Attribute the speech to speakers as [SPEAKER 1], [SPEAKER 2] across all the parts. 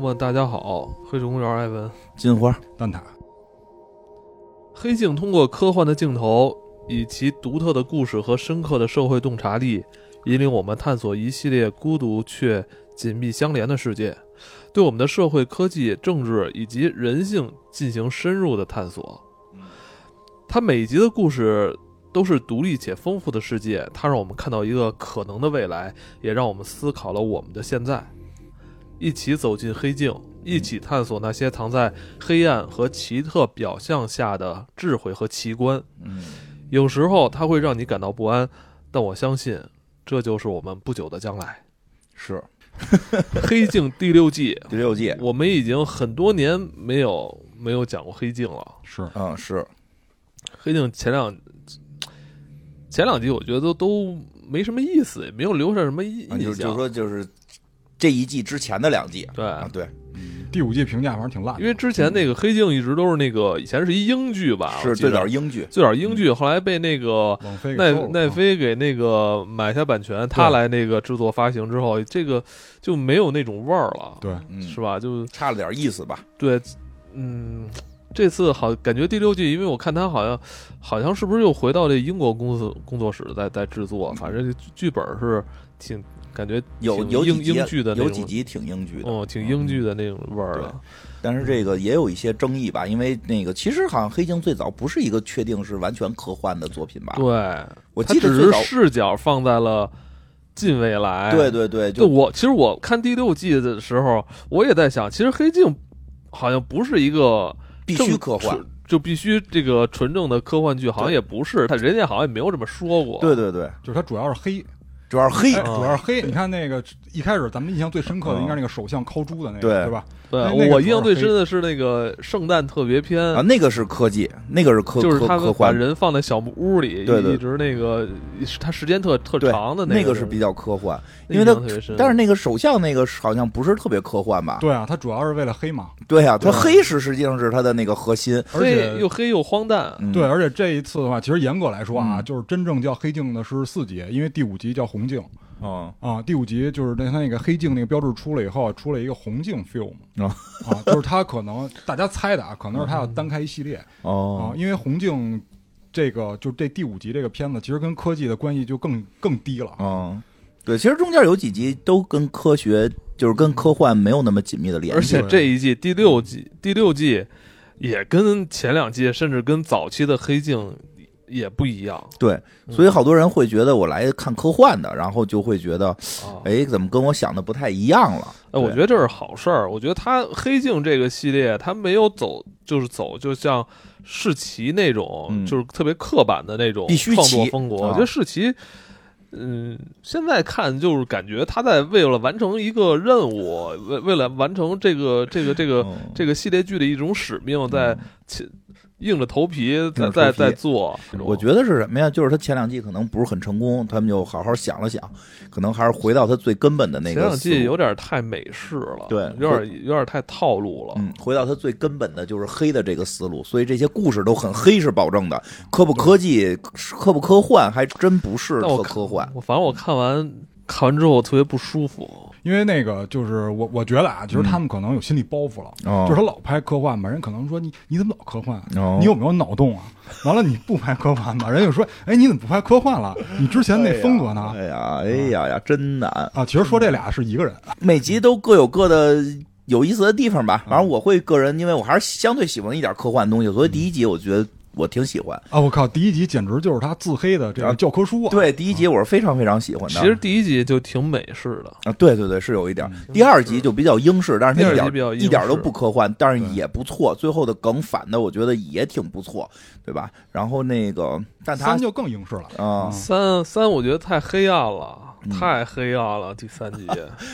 [SPEAKER 1] 们大家好，黑水公园艾文。
[SPEAKER 2] 金花
[SPEAKER 3] 蛋挞，
[SPEAKER 1] 黑镜通过科幻的镜头，以其独特的故事和深刻的社会洞察力，引领我们探索一系列孤独却紧密相连的世界，对我们的社会、科技、政治以及人性进行深入的探索。它每集的故事都是独立且丰富的世界，它让我们看到一个可能的未来，也让我们思考了我们的现在。一起走进黑镜，一起探索那些藏在黑暗和奇特表象下的智慧和奇观。
[SPEAKER 2] 嗯，
[SPEAKER 1] 有时候它会让你感到不安，但我相信这就是我们不久的将来。
[SPEAKER 2] 是
[SPEAKER 1] 《黑镜》第六季，
[SPEAKER 2] 第六季，
[SPEAKER 1] 我们已经很多年没有没有讲过《黑镜》了。
[SPEAKER 3] 是
[SPEAKER 2] 嗯，是
[SPEAKER 1] 《黑镜》前两前两集我觉得都都没什么意思，也没有留下什么印
[SPEAKER 2] 啊，
[SPEAKER 1] 印
[SPEAKER 2] 就就
[SPEAKER 1] 象。
[SPEAKER 2] 说就是这一季之前的两季
[SPEAKER 1] 对，
[SPEAKER 2] 啊，对，
[SPEAKER 3] 第五季评价反正挺烂的，
[SPEAKER 1] 因为之前那个《黑镜》一直都是那个以前是一英剧吧，我
[SPEAKER 2] 是
[SPEAKER 1] 记
[SPEAKER 2] 对
[SPEAKER 1] 得
[SPEAKER 2] 点英剧，
[SPEAKER 1] 最早是英剧，后来被那个
[SPEAKER 3] 网飞给
[SPEAKER 1] 奈
[SPEAKER 3] 收了
[SPEAKER 1] 奈
[SPEAKER 3] 啊
[SPEAKER 1] 飞给那个买下版权，他来那个制作发行之后，这个就没有那种味儿了，
[SPEAKER 3] 对
[SPEAKER 2] 嗯，
[SPEAKER 1] 是吧？就
[SPEAKER 2] 差了点意思吧？
[SPEAKER 1] 对，嗯，这次好感觉第六季，因为我看他好像好像是不是又回到这英国公司工作室在在制作，反正这剧本是挺感觉
[SPEAKER 2] 有
[SPEAKER 1] 挺
[SPEAKER 2] 有几
[SPEAKER 1] 英
[SPEAKER 2] 集啊
[SPEAKER 1] 英剧的那
[SPEAKER 2] 有
[SPEAKER 1] 种
[SPEAKER 2] 几集挺英剧的，
[SPEAKER 1] 哦，挺英剧的那种味儿
[SPEAKER 2] 对
[SPEAKER 1] 的。
[SPEAKER 2] 但是这个也有一些争议吧，因为那个其实好像《黑镜》最早不是一个确定是完全科幻的作品吧？
[SPEAKER 1] 对，
[SPEAKER 2] 啊我
[SPEAKER 1] 它
[SPEAKER 2] 记得
[SPEAKER 1] 只
[SPEAKER 2] 最
[SPEAKER 1] 是
[SPEAKER 2] 早，
[SPEAKER 1] 视角放在了近未来，
[SPEAKER 2] 对对对，
[SPEAKER 1] 就
[SPEAKER 2] 就
[SPEAKER 1] 我其实我看第六季的时候，我也在想，其实黑镜好像不是一个
[SPEAKER 2] 必须
[SPEAKER 1] 正
[SPEAKER 2] 科幻，
[SPEAKER 1] 纯，就必须这个纯正的科幻剧，好像
[SPEAKER 2] 对
[SPEAKER 1] 也不是，他人家好像也没有这么说过。
[SPEAKER 2] 对对对，
[SPEAKER 3] 就是它主要是黑，
[SPEAKER 2] 主要是黑
[SPEAKER 3] 哎，
[SPEAKER 1] 啊
[SPEAKER 3] 主要是黑。你看那个一开始咱们印象最深刻的
[SPEAKER 2] 嗯
[SPEAKER 3] 应该是那个首相抠猪的那
[SPEAKER 2] 对
[SPEAKER 3] 个，对吧？
[SPEAKER 1] 对，
[SPEAKER 3] 那那个
[SPEAKER 1] 我
[SPEAKER 3] 主要
[SPEAKER 1] 印象最
[SPEAKER 3] 是
[SPEAKER 1] 深的是那个圣诞特别篇，
[SPEAKER 2] 啊，那个是科技，那个是科
[SPEAKER 1] 就是
[SPEAKER 2] 科
[SPEAKER 1] 他
[SPEAKER 2] 科
[SPEAKER 1] 们把
[SPEAKER 2] 幻，
[SPEAKER 1] 人放在小木屋里，
[SPEAKER 2] 对对
[SPEAKER 1] 一直那个他时间特特
[SPEAKER 2] 对
[SPEAKER 1] 长的
[SPEAKER 2] 那
[SPEAKER 1] 个
[SPEAKER 2] 个是比较科幻，
[SPEAKER 1] 那
[SPEAKER 2] 因
[SPEAKER 1] 印
[SPEAKER 2] 为
[SPEAKER 1] 象
[SPEAKER 2] 它
[SPEAKER 1] 特别深
[SPEAKER 2] 但是那个首相那个好像不是特别科幻吧？
[SPEAKER 3] 对啊，它主要是为了黑嘛。
[SPEAKER 2] 对呀，它
[SPEAKER 1] 对啊
[SPEAKER 2] 黑是实际上是它的那个核心，
[SPEAKER 3] 而且
[SPEAKER 1] 黑又黑又荒诞，
[SPEAKER 2] 嗯
[SPEAKER 3] 对，而且这一次的话，其实严格来说啊，
[SPEAKER 2] 嗯
[SPEAKER 3] 就是真正叫黑镜的是四集，因为第五集叫红镜
[SPEAKER 2] 嗯
[SPEAKER 3] 啊，第五集就是那它那个黑镜那个标志出了以后，啊出了一个红镜 film
[SPEAKER 2] 啊
[SPEAKER 3] 啊，就是它可能大家猜的啊，可能是它
[SPEAKER 1] 嗯
[SPEAKER 3] 要单开一系列啊，
[SPEAKER 2] 哦，
[SPEAKER 3] 因为红镜这个就这第五集这个片子，其实跟科技的关系就更更低了。
[SPEAKER 2] 嗯，对，其实中间有几集都跟科学，就是跟科幻没有那么紧密的联
[SPEAKER 1] 而
[SPEAKER 2] 系。
[SPEAKER 1] 且这一季第六季第六季也跟前两季，甚至跟早期的黑镜也不一样。
[SPEAKER 2] 对，
[SPEAKER 1] 嗯
[SPEAKER 2] 所以好多人会觉得我来看科幻的，然后就会觉得，
[SPEAKER 1] 啊，
[SPEAKER 2] 哎，怎么跟我想的不太一样了？
[SPEAKER 1] 哎，我
[SPEAKER 2] 对
[SPEAKER 1] 觉得这是好事儿。我觉得它黑镜这个系列，它没有走就是走，就像世奇那种，
[SPEAKER 2] 嗯
[SPEAKER 1] 就是特别刻板的那种
[SPEAKER 2] 必须
[SPEAKER 1] 创作
[SPEAKER 2] 奇
[SPEAKER 1] 风格。
[SPEAKER 2] 啊
[SPEAKER 1] 我觉得世奇，嗯，现在看就是感觉他在为了完成一个任务，为为了完成这个这个这个、
[SPEAKER 2] 嗯
[SPEAKER 1] 这个系列剧的一种使命，在起硬着头皮在
[SPEAKER 2] 着头
[SPEAKER 1] 在在
[SPEAKER 2] 皮
[SPEAKER 1] 做。
[SPEAKER 2] 我觉得是什么呀？就是他前两季可能不是很成功，他们就好好想了想，可能还是回到他最根本的那
[SPEAKER 1] 前
[SPEAKER 2] 个
[SPEAKER 1] 两
[SPEAKER 2] 思
[SPEAKER 1] 季
[SPEAKER 2] 路
[SPEAKER 1] 有点太美式了，
[SPEAKER 2] 对
[SPEAKER 1] 有点有点太套路了。
[SPEAKER 2] 嗯，回到他最根本的就是黑的这个思路，所以这些故事都很黑是保证的，科不科技、科不科幻还真不是
[SPEAKER 1] 但我
[SPEAKER 2] 特
[SPEAKER 1] 看
[SPEAKER 2] 科幻。
[SPEAKER 1] 我反正我看完看完之后，我特别不舒服。
[SPEAKER 3] 因为那个就是我，我觉得啊，就是他们可能有心理包袱了，
[SPEAKER 2] 嗯哦
[SPEAKER 3] 就是他老拍科幻吧，人可能说你你怎么老科幻、啊？
[SPEAKER 2] 哦
[SPEAKER 3] 你有没有脑洞啊？完了你不拍科幻吧，人就说，哎，你怎么不拍科幻了？你之前那风格呢？
[SPEAKER 2] 哎呀，哎呀呀，真难！
[SPEAKER 3] 啊，其实说这俩是一个人，
[SPEAKER 2] 每集都各有各的有意思的地方吧。反正我会个人，因为我还是相对喜欢一点科幻的东西，所以第一集我觉得我挺喜欢。
[SPEAKER 3] 啊，我靠，第一集简直就是他自黑的这个教科书啊！
[SPEAKER 2] 对，第一集我是非常非常喜欢的。
[SPEAKER 1] 其实第一集就挺美式的，
[SPEAKER 2] 啊，对对对，是有一点儿。第二集就比较英式，但是它一
[SPEAKER 1] 嗯第二集
[SPEAKER 2] 点
[SPEAKER 1] 比较
[SPEAKER 2] 儿
[SPEAKER 1] 英
[SPEAKER 2] 一点儿都
[SPEAKER 1] 式
[SPEAKER 2] 不科幻，但是
[SPEAKER 3] 对
[SPEAKER 2] 也不错。最后的梗反的，我觉得也挺不错，对吧？然后那个，但他
[SPEAKER 3] 三就更英式了。
[SPEAKER 2] 啊，
[SPEAKER 1] 三三我觉得太黑暗了，
[SPEAKER 2] 嗯
[SPEAKER 1] 太黑暗了。第三 集，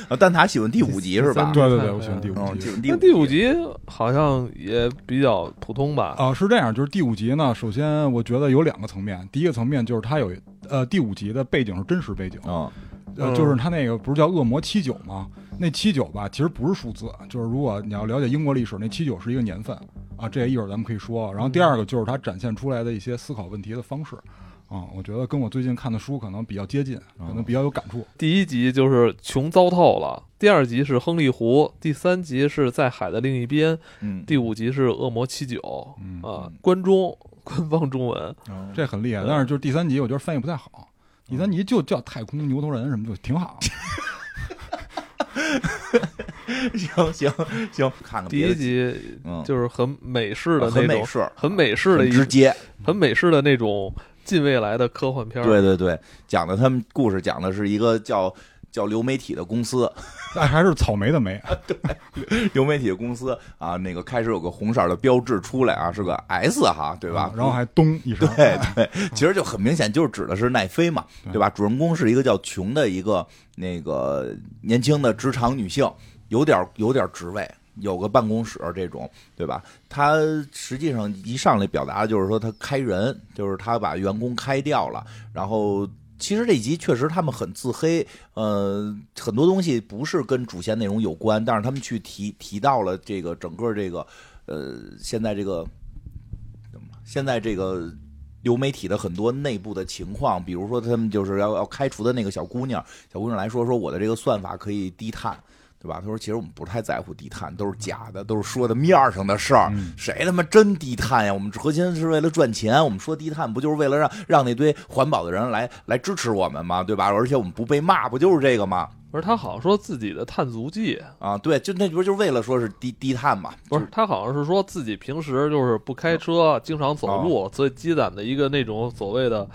[SPEAKER 2] 啊但他喜欢第五集是吧
[SPEAKER 1] 嗯？
[SPEAKER 3] 对对对，我喜欢第五
[SPEAKER 2] 嗯，
[SPEAKER 3] 集
[SPEAKER 2] 喜。欢第
[SPEAKER 1] 但
[SPEAKER 2] 五
[SPEAKER 1] 第五集好像也比较普通
[SPEAKER 2] 哦
[SPEAKER 1] 吧。
[SPEAKER 3] 啊，是这样，就是第五集呢，首先我觉得有两个层面，第一个层面就是它有，呃，第五集的背景是真实背景，
[SPEAKER 2] 啊，
[SPEAKER 3] 呃，
[SPEAKER 1] 嗯
[SPEAKER 3] 就是他那个不是叫恶魔七九吗？那七九吧，其实不是数字，就是如果你要了解英国历史，那七九是一个啊年份啊，这一会儿咱们可以说。然后第二个就是它展现出来的一些思考问题的方式啊、我觉得跟我最近看的书可能比较接近，可能比较有感触。
[SPEAKER 1] 第一集就是穷糟透了，第二集是亨利湖，第三集是在海的另一边，
[SPEAKER 2] 嗯，
[SPEAKER 1] 第五集是恶魔七九
[SPEAKER 3] 嗯，
[SPEAKER 1] 啊
[SPEAKER 2] 嗯，
[SPEAKER 1] 关中 官方中文，
[SPEAKER 2] 哦
[SPEAKER 3] 这很厉害，但是就是第三集，我觉得翻译不太好。第三集就叫太空牛头人什么就 挺好。
[SPEAKER 2] 行行行，看看
[SPEAKER 1] 第
[SPEAKER 2] 别
[SPEAKER 1] 一
[SPEAKER 2] 的，
[SPEAKER 1] 集
[SPEAKER 2] 嗯，
[SPEAKER 1] 就是很美式的
[SPEAKER 2] 很
[SPEAKER 1] 那
[SPEAKER 2] 美
[SPEAKER 1] 种，
[SPEAKER 2] 式，
[SPEAKER 1] 很美式的
[SPEAKER 2] 很
[SPEAKER 1] 一
[SPEAKER 2] 直接，
[SPEAKER 1] 很美式的那种近未来的科幻片儿。
[SPEAKER 2] 对对对，讲的他们故事讲的是一个叫叫流媒体的公司，
[SPEAKER 3] 但还是草莓的莓，
[SPEAKER 2] 流媒体的公司啊，那个开始有个红色儿的标志出来啊，是个 S 哈，对
[SPEAKER 1] 啊
[SPEAKER 2] 吧？
[SPEAKER 3] 啊然后还咚一声，
[SPEAKER 2] 对对，其实就很明显，就是指的是奈飞嘛，对吧？主人公是一个叫琼的一个那个年轻的职场女性，有点有点职位，有个办公室这种，对吧？她实际上一上来表达的就是说她开人，就是她把员工开掉了，然后。其实这集确实他们很自黑，呃，很多东西不是跟主线内容有关，但是他们去提提到了这个整个这个，呃，现在这个，现在这个流媒体的很多内部的情况，比如说他们就是要要开除的那个小姑娘，小姑娘来说说我的这个算法可以低碳，对吧？她说其实我们不太在乎低碳，都是假的，都是说的面儿上的事儿，
[SPEAKER 1] 嗯
[SPEAKER 2] 谁他妈真低碳呀？我们核心是为了赚钱，我们说低碳不就是为了让让那堆环保的人来来支持我们吗？对吧？而且我们不被骂，不就是这个吗？
[SPEAKER 1] 不是他好像说自己的碳足迹，
[SPEAKER 2] 啊，对，就那不就是为了说是低低碳嘛？
[SPEAKER 1] 不是他好像是说自己平时就是不
[SPEAKER 2] 嗯
[SPEAKER 1] 开车，经常
[SPEAKER 2] 啊
[SPEAKER 1] 走路，所以积攒的一个那种所谓的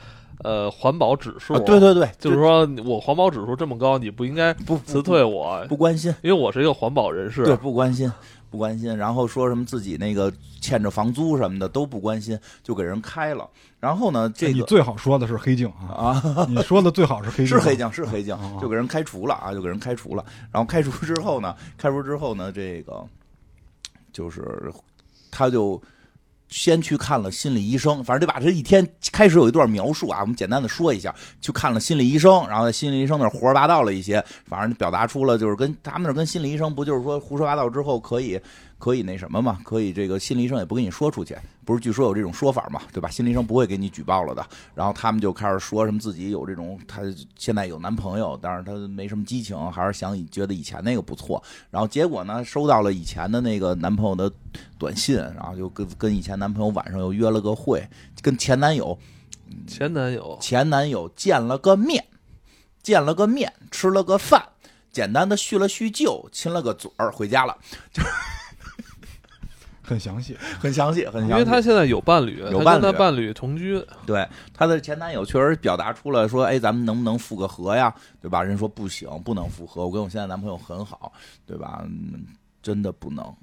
[SPEAKER 1] 呃环保指数。
[SPEAKER 2] 啊，对，对对，
[SPEAKER 1] 就是说我环保指数这么高，你不应该
[SPEAKER 2] 不不
[SPEAKER 1] 辞退我，
[SPEAKER 2] 不关心。
[SPEAKER 1] 因为我是一个环保人士。
[SPEAKER 2] 对，不关心，不关心。然后说什么自己那个欠着房租什么的都不关心，就给人开了。然后呢，这
[SPEAKER 3] 哎你
[SPEAKER 2] 个
[SPEAKER 3] 最好说的是黑镜啊，你说的最好是黑镜，
[SPEAKER 2] 是黑，镜，是黑镜
[SPEAKER 3] 啊，
[SPEAKER 2] 就给人开除了啊，就给人开除了。然后开除之后呢，开除之后呢，这个就是他就。先去看了心理医生，反正对吧？这一天开始有一段描述啊，我们简单的说一下。去看了心理医生，然后在心理医生那儿胡说八道了一些，反正表达出了就是跟他们那儿跟心理医生不就是说胡说八道之后可以可以那什么嘛，可以这个心理医生也不跟你说出去，不是据说有这种说法嘛，对吧？心理医生不会给你举报了的。然后他们就开始说什么自己有这种，她现在有男朋友，但是她没什么激情，还是想以觉得以前那个不错。然后结果呢，收到了以前的那个男朋友的短信，然后就跟跟以前男朋友晚上又约了个会，跟前男友
[SPEAKER 1] 前男友
[SPEAKER 2] 前男友见了个面，见了个面，吃了个饭，简单的叙了叙旧，亲了个嘴儿，回家了，
[SPEAKER 3] 很 详细。
[SPEAKER 2] 很详细，很
[SPEAKER 1] 因
[SPEAKER 2] 详细。
[SPEAKER 1] 为他现在有伴侣，
[SPEAKER 2] 有
[SPEAKER 1] 他
[SPEAKER 2] 伴
[SPEAKER 1] 跟
[SPEAKER 2] 侣
[SPEAKER 1] 他伴侣同居，
[SPEAKER 2] 对她的前男友确实表达出了说，哎，咱们能不能复个合呀？对吧？人说不行，不能复合，我跟我现在男朋友很好，对吧？嗯真的不能。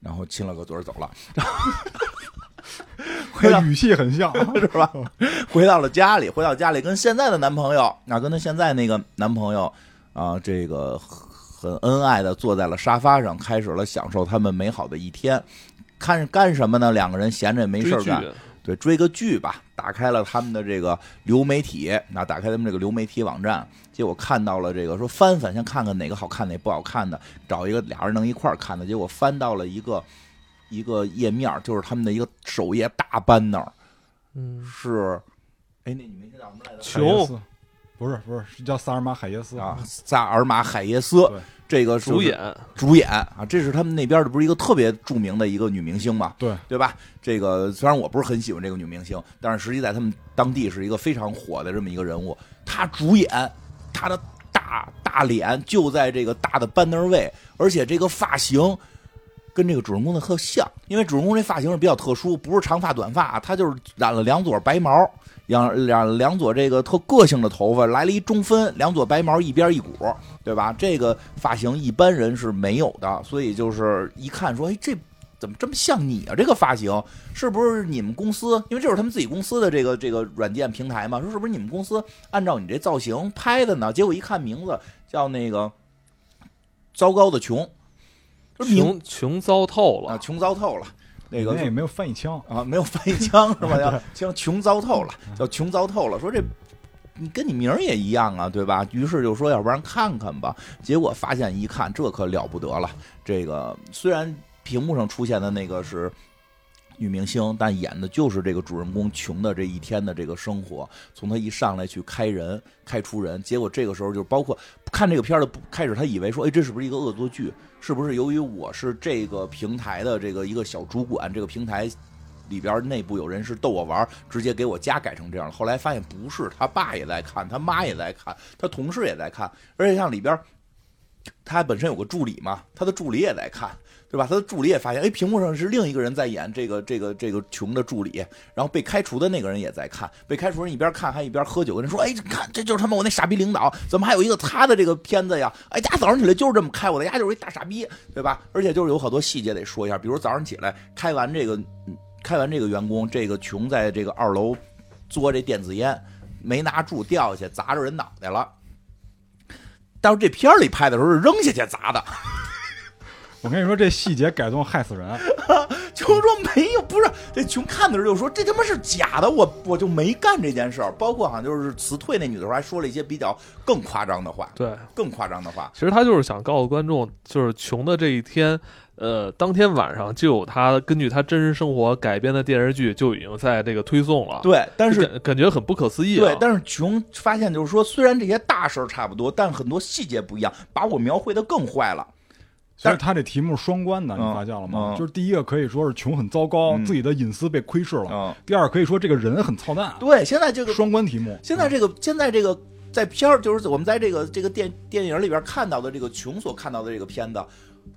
[SPEAKER 2] 然后亲了个嘴儿走了， 回到
[SPEAKER 3] 那语气很像，啊
[SPEAKER 2] 是吧？回到了家里，回到家里跟现在的男朋友，那、跟她现在那个男朋友啊、这个很恩爱的坐在了沙发上，开始了享受他们美好的一天。看干什么呢？两个人闲着也没
[SPEAKER 1] 追
[SPEAKER 2] 事儿
[SPEAKER 1] 剧
[SPEAKER 2] 干，对，追个剧吧，打开了他们的这个流媒体，那打开他们这个流媒体网站，结果看到了这个说翻翻，先看看哪个好看哪不好看的，找一个俩人能一块儿看的，结果翻到了一个一个页面儿，就是他们的一个首页大 banner
[SPEAKER 1] 嗯，
[SPEAKER 2] 是，哎，那你们叫什么来着？
[SPEAKER 3] 海耶
[SPEAKER 1] 穷
[SPEAKER 3] 斯，不是不是，是叫萨尔玛海耶斯
[SPEAKER 2] 啊，萨尔玛·海耶斯
[SPEAKER 3] 对，
[SPEAKER 2] 这个就是
[SPEAKER 1] 主演
[SPEAKER 2] 主演啊，这是他们那边的，不是一个特别著名的一个女明星嘛？
[SPEAKER 3] 对
[SPEAKER 2] 对吧？这个虽然我不是很喜欢这个女明星，但是实际在他们当地是一个非常火的这么一个人物。她主演，她的大大脸就在这个大的 banner 位，而且这个发型。跟这个主人公的特像，因为主人公这发型是比较特殊，不是长发短发，啊他就是染了两撮白毛，两两两撮这个特个性的头发，来了一中分，两撮白毛一边一股，对吧？这个发型一般人是没有的，所以就是一看说，哎，这怎么这么像你啊？这个发型是不是你们公司？因为这是他们自己公司的这个这个软件平台嘛，说是不是你们公司按照你这造型拍的呢？结果一看名字叫那个糟糕的穷，说名
[SPEAKER 1] 穷穷糟透
[SPEAKER 2] 啊
[SPEAKER 1] 了，
[SPEAKER 2] 穷糟透了，那个
[SPEAKER 3] 那也没有翻译腔，
[SPEAKER 2] 啊，没有翻译腔是吧？叫叫穷糟透了，叫穷糟透了。说这你跟你名儿也一样啊，对吧？于是就说要不然看看吧。结果发现一看，这可了不得了。这个虽然屏幕上出现的那个是女明星，但演的就是这个主人公穷的这一天的这个生活，从他一上来去开人、开除人，结果这个时候就包括看这个片儿的不开始，他以为说，哎，这是不是一个恶作剧？是不是由于我是这个平台的这个一个小主管，这个平台里边内部有人是逗我玩儿，直接给我家改成这样了？后来发现不是，他爸也在看，他妈也在看，他同事也在看，而且像里边他本身有个助理嘛，他的助理也在看，对吧？他的助理也发现，哎，屏幕上是另一个人在演这个这个这个穷的助理，然后被开除的那个人也在看，被开除人一边看还一边喝酒，跟人说，哎，看这就是他妈我那傻逼领导，怎么还有一个他的这个片子呀？哎，家早上起来就是这么开我的，家就是一大傻逼，对吧？而且就是有好多细节得说一下，比如早上起来开完这个，嗯开完这个员工，这个穷在这个二楼嘬这电子烟，没拿住掉下去砸着人脑袋了。但是这片儿里拍的时候是扔下去砸的，
[SPEAKER 3] 我跟你说，这细节改动害死 人。
[SPEAKER 2] 就是说没有，不是这穷看的时候就说这他妈是假的，我我就没干这件事儿。包括好像就是辞退那女的时候还说了一些比较更夸张的话，
[SPEAKER 1] 对，
[SPEAKER 2] 更夸张的话。
[SPEAKER 1] 其实他就是想告诉观众，就是穷的这一天，呃，当天晚上就有他根据他真实生活改编的电视剧就已经在这个推送了。，
[SPEAKER 2] 对，但是
[SPEAKER 1] 感感觉很不可思议、啊。
[SPEAKER 2] 对，但是穷发现就是说，虽然这些大事儿差不多，但很多细节不一样，把我描绘的更坏了。
[SPEAKER 3] 所以他这题目是双关的，你
[SPEAKER 2] 嗯
[SPEAKER 3] 发现了吗？
[SPEAKER 2] 嗯
[SPEAKER 3] 就是第一个可以说是穷很糟糕，
[SPEAKER 2] 嗯
[SPEAKER 3] 自己的隐私被窥视了；
[SPEAKER 2] 嗯
[SPEAKER 3] 第二可以说这个人很操蛋。
[SPEAKER 2] 对，现在这个
[SPEAKER 3] 双关题目，
[SPEAKER 2] 现在这个现在这个在片儿，就是我们在这个这个电电影里边看到的这个穷所看到的这个片子，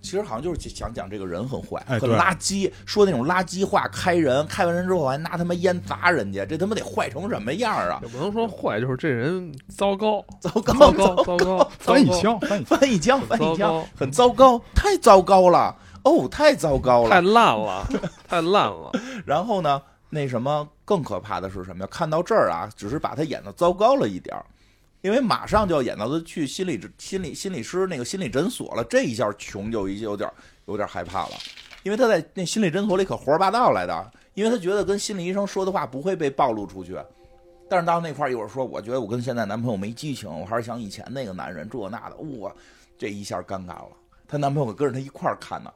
[SPEAKER 2] 其实好像就是想讲这个人很坏，
[SPEAKER 3] 哎
[SPEAKER 2] 很
[SPEAKER 3] 对
[SPEAKER 2] 垃圾，说那种垃圾话，开人，开完人之后还拿他妈烟砸人家，这他妈得坏成什么 样啊！
[SPEAKER 1] 也不能说坏，就是这人糟糕，
[SPEAKER 2] 糟
[SPEAKER 1] 糟
[SPEAKER 2] 糕，
[SPEAKER 1] 糕，糟糕，
[SPEAKER 3] 翻译
[SPEAKER 1] 糟糕
[SPEAKER 3] 腔，翻 译腔
[SPEAKER 2] 翻
[SPEAKER 1] 糟
[SPEAKER 2] 译腔，翻译腔
[SPEAKER 1] 糕，
[SPEAKER 2] 很糟糕，太糟糕了，哦，太糟糕
[SPEAKER 1] 太
[SPEAKER 2] 了。
[SPEAKER 1] 烂 了，太烂了。
[SPEAKER 2] 然后呢，那什么更可怕的是什么呀？看到这儿啊，只是把他演的糟糕了一点儿。因为马上就要演到他去心理心理心理师那个心理诊所了，这一下穷就已经有点有点害怕了，因为他在那心理诊所里可胡说八道来的，因为他觉得跟心理医生说的话不会被暴露出去。但是到那块儿一会儿说，我觉得我跟现在男朋友没激情，我还是想以前那个男人这那的，我这一下尴尬了。她男朋友可跟着她一块儿看呢，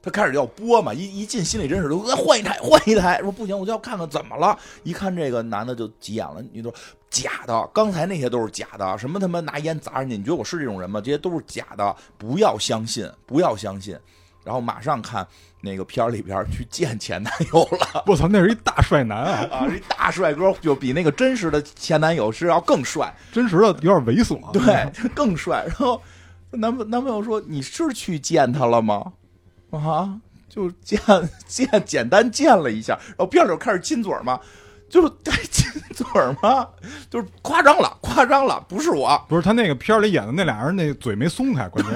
[SPEAKER 2] 她开始要播嘛，一一进心理诊室就说呃换一台 换一台，说不行，我就要看看怎么了。一看这个男的就急眼了，女的说假的，刚才那些都是假的，什么他妈拿烟砸人家，你觉得我是这种人吗？这些都是假的，不要相信，不要相信。然后马上看那个片儿里边儿去见前男友了
[SPEAKER 3] 我操，那是一大帅男啊！
[SPEAKER 2] 啊，这大帅哥就比那个真实的前男友是要更帅，
[SPEAKER 3] 真实的有点猥琐。啊
[SPEAKER 2] 对， 更帅。然后男朋男朋友说：“你是去见他了吗？”啊，就见见简单见了一下，然后边儿就开始亲嘴儿嘛，就是 该亲嘴儿嘛，就是夸张了，夸张了，不是我，
[SPEAKER 3] 不是他那个片儿里演的那俩人那嘴没松开，关 键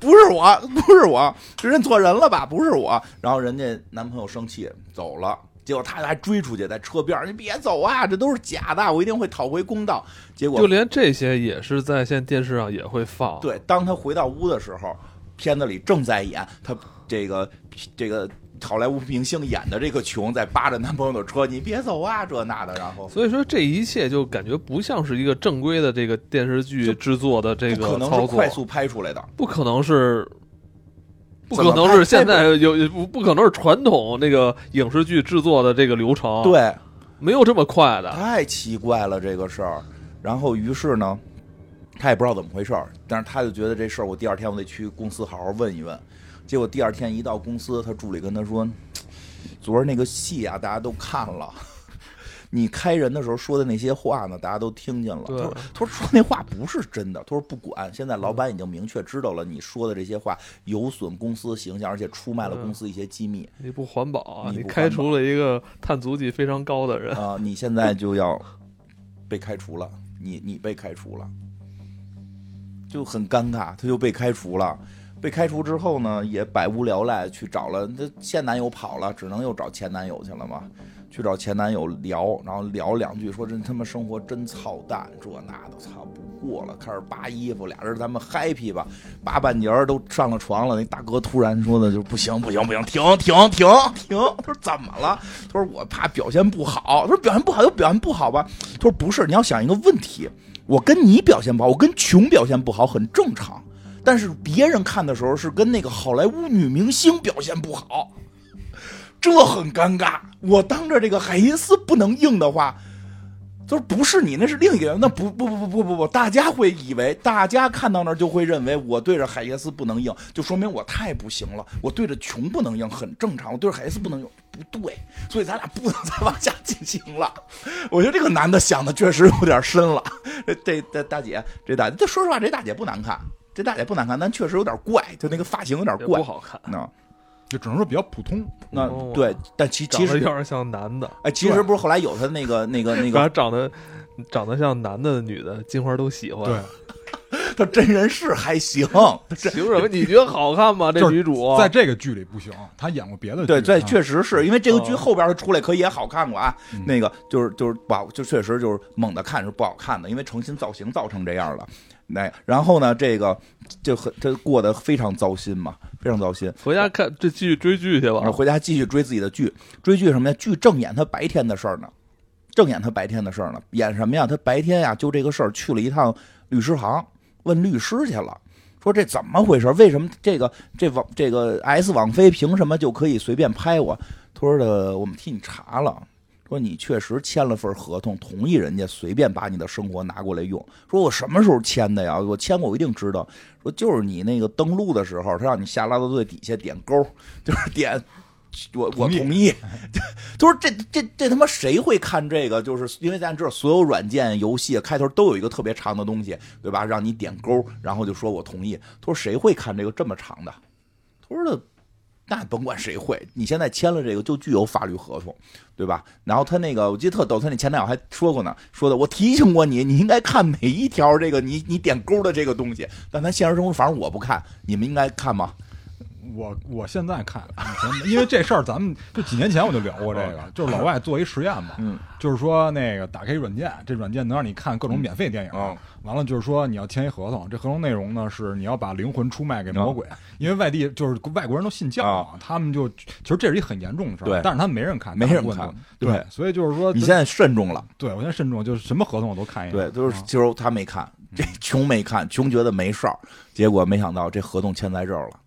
[SPEAKER 2] 不是我，不是我，这认错人了吧？不是我。然后人家男朋友生气走了。结果他还追出去，在车边儿，你别走啊，这都是假的，我一定会讨回公道。结果
[SPEAKER 1] 就连这些也是在线电视上也会放。，
[SPEAKER 2] 对，当他回到屋的时候，片子里正在演他这个这个好莱坞明星演的这个穷在扒着男朋友的车，你别走啊，这那的，然后
[SPEAKER 1] 所以说这一切就感觉不像是一个正规的这个电视剧制作的这
[SPEAKER 2] 不可
[SPEAKER 1] 个
[SPEAKER 2] 能是
[SPEAKER 1] 操作
[SPEAKER 2] 快，速拍出来的，
[SPEAKER 1] 不可能是。不
[SPEAKER 2] 怎
[SPEAKER 1] 可
[SPEAKER 2] 么
[SPEAKER 1] 能
[SPEAKER 2] 拍
[SPEAKER 1] 是现在有不不可能是传统那个影视剧制作的这个流程，，
[SPEAKER 2] 对，
[SPEAKER 1] 没有这么快的。
[SPEAKER 2] 太奇怪了这个事儿。然后于是呢，他也不知道怎么回事儿，但是他就觉得这事儿我第二天我得去公司好好问一问。结果第二天一到公司，他助理跟他说：“昨儿那个戏啊，大家都看了。” 你开人的时候说的那些话呢，大家都听见了。他
[SPEAKER 1] 对
[SPEAKER 2] 说：“他说说那话不是真的。”他说：“不管，现在老板已经明确知道了你说的这些话有损公司形象，而且出卖了
[SPEAKER 1] 嗯
[SPEAKER 2] 公司一些机密。
[SPEAKER 1] 你不环保啊，
[SPEAKER 2] 你
[SPEAKER 1] 你
[SPEAKER 2] 不
[SPEAKER 1] 开
[SPEAKER 2] 环保
[SPEAKER 1] 除了一个碳足迹非常高的人，
[SPEAKER 2] 啊、你现在就要被开除了，你你被开除了，就很尴尬，他就被开除了。被开除之后呢，也百无聊赖，去找了他现男友跑了，只能又找前男友去了嘛。去找前男友聊，然后聊两句，说这他妈生活真操蛋，这那的，操不过了，开始扒衣服，俩人咱们 happy 吧，扒半截儿都上了床了。那大哥突然说的就是不行不行不行，停停停停，他说怎么了？他说我怕表现不好，他说表现不好就表现不好吧，他说不是，你要想一个问题，我跟你表现不好，我跟穷表现不好很正常。但是别人看的时候是跟那个好莱坞女明星表现不好，这很尴尬。我当着这个海因斯不能硬的话，就是不是你，那是另一个人。那不不不不不不不，大家会以为，大家看到那儿就会认为我对着海耶斯不能硬，就说明我太不行了。我对着穷不能硬很正常，我对着海耶斯不能硬不对，所以咱俩不能再往下进行了。我觉得这个男的想的确实有点深了。这这这大姐，这大这说实话，这大姐不难看，这大姐不难看，但确实有点怪，就那个发型有点
[SPEAKER 1] 也
[SPEAKER 2] 怪
[SPEAKER 1] 不。好看，
[SPEAKER 2] 那
[SPEAKER 3] 就只能说比较普通。
[SPEAKER 2] 那
[SPEAKER 1] 哦
[SPEAKER 2] 对，但其
[SPEAKER 1] 长
[SPEAKER 2] 其
[SPEAKER 1] 得有
[SPEAKER 2] 实
[SPEAKER 1] 点像男的，
[SPEAKER 2] 哎，其实不是后来有他那个那个那
[SPEAKER 1] 反
[SPEAKER 2] 个，
[SPEAKER 1] 正长得长得像男的、女的，金花都喜欢。
[SPEAKER 3] 对，
[SPEAKER 2] 他真人是还行，
[SPEAKER 1] 凭什么你觉得好看吗？这
[SPEAKER 3] 就是
[SPEAKER 1] 女主啊
[SPEAKER 3] 在这个剧里不行，他演过别的 剧。
[SPEAKER 2] 对，这
[SPEAKER 3] 啊
[SPEAKER 2] 确实是因为这个剧
[SPEAKER 1] 哦
[SPEAKER 2] 后边儿出来可以也好看过啊。
[SPEAKER 3] 嗯
[SPEAKER 2] 那个就是就是不好，就确实就是猛的看是不好看的，因为诚心造型造成这样了。那然后呢，这个就很这过得非常糟心嘛，非常糟心。
[SPEAKER 1] 回家看这继续追剧去吧
[SPEAKER 2] 然。后回家继续追自己的剧，追剧什么呀？剧正演他白天的事儿呢，正演他白天的事儿呢，演什么呀？他白天呀就这个事儿去了一趟律师行，问律师去了。说这怎么回事？为什么这个这网这个 S 网飞凭什么就可以随便拍我？他说的，我们替你查了，说你确实签了份合同，同意人家随便把你的生活拿过来用。说我什么时候签的呀？我签过，我一定知道。说就是你那个登录的时候，他让你下拉到最底下点勾，就是点。我我
[SPEAKER 3] 同意
[SPEAKER 2] 同意， 他说这这这他妈谁会看这个？就是因为咱知道所有软件游戏啊开头都有一个特别长的东西，对吧？让你点勾，然后就说我同意。他说谁会看这个这么长的？他说的那甭管谁会，你现在签了这个就具有法律合同，对吧？然后他那个我记得特逗，他那前男友还说过呢，说的我提醒过你，你应该看每一条这个你你点勾的这个东西。但咱现实生活反正我不看，你们应该看吗？
[SPEAKER 3] 我我现在看，以前因为这事儿咱们就几年前我就聊过这个，就是老外做一实验嘛，
[SPEAKER 2] 哦嗯
[SPEAKER 3] 就是说那个打开一软件，这软件能让你看各种免费电影，
[SPEAKER 2] 嗯
[SPEAKER 3] 完了就是说你要签一合同，这合同内容呢是你要把灵魂出
[SPEAKER 2] 哦
[SPEAKER 3] 卖给魔鬼，因为外地就是外国人都信教嘛，他们就其实这是一很严重的事儿，
[SPEAKER 2] 对
[SPEAKER 3] 但是他们没人看，
[SPEAKER 2] 没人
[SPEAKER 3] 大部分
[SPEAKER 2] 看
[SPEAKER 3] 都
[SPEAKER 2] 对
[SPEAKER 3] 对，所以就是说
[SPEAKER 2] 你现在慎重了。
[SPEAKER 3] 对我现在慎重，就是什么合同我都看一眼，
[SPEAKER 2] 对，就是
[SPEAKER 3] 啊
[SPEAKER 2] 就是他没看，这穷没看，穷觉得没事儿，结果没想到这合同签在这儿了。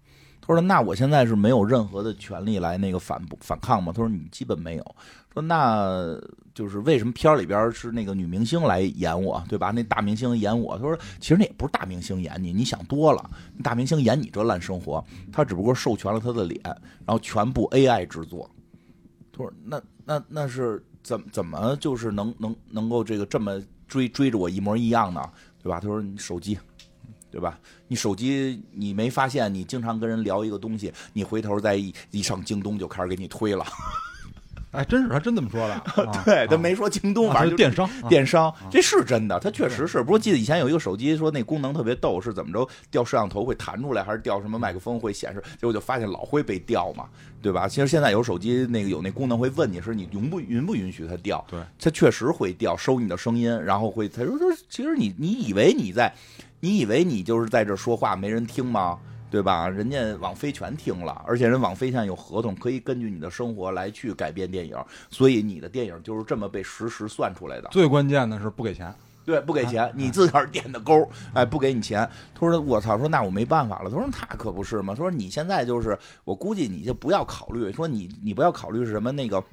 [SPEAKER 2] 他说：“那我现在是没有任何的权利来那个反驳反抗吗？”他说：“你基本没有。”说：“那就是为什么片儿里边是那个女明星来演我，对吧？那大明星演我。”他说：“其实那也不是大明星演你，你想多了。大明星演你这烂生活，他只不过授权了他的脸，然后全部 AI 制作。”他说：“那那那是怎怎么就是能能能够这个这么追追着我一模一样呢？对吧？”他说：“你手机，对吧？你手机你没发现你经常跟人聊一个东西，你回头再一一上京东就开始给你推了。
[SPEAKER 3] 哎，真是他真这么说的，啊
[SPEAKER 2] 对，他
[SPEAKER 3] 啊
[SPEAKER 2] 没说京东，
[SPEAKER 3] 啊
[SPEAKER 2] 反
[SPEAKER 3] 他
[SPEAKER 2] 正就嗯
[SPEAKER 3] 就电商，啊
[SPEAKER 2] 电商，这是真的，它确实是。不过记得以前有一个手机说那功能特别逗，是怎么着调摄像头会弹出来，还是调什么麦克风会显示？结果就发现老会被调嘛，对吧？其实现在有手机那个有那功能会问你是你允不允不允许它调，
[SPEAKER 3] 对，
[SPEAKER 2] 它确实会调，收你的声音，然后会他说说，其实你你以为你在，你以为你就是在这说话没人听吗？对吧？人家网飞全听了，而且人网飞现在有合同，可以根据你的生活来去改变电影，所以你的电影就是这么被实时算出来的。
[SPEAKER 3] 最关键的是不给钱，
[SPEAKER 2] 对，不给钱，你自个儿点的勾，哎，不给你钱。他说：“我操，说那我没办法了。”他说：“那可不是嘛。”他说：“你现在就是，我估计你就不要考虑，说你你不要考虑是什么那个，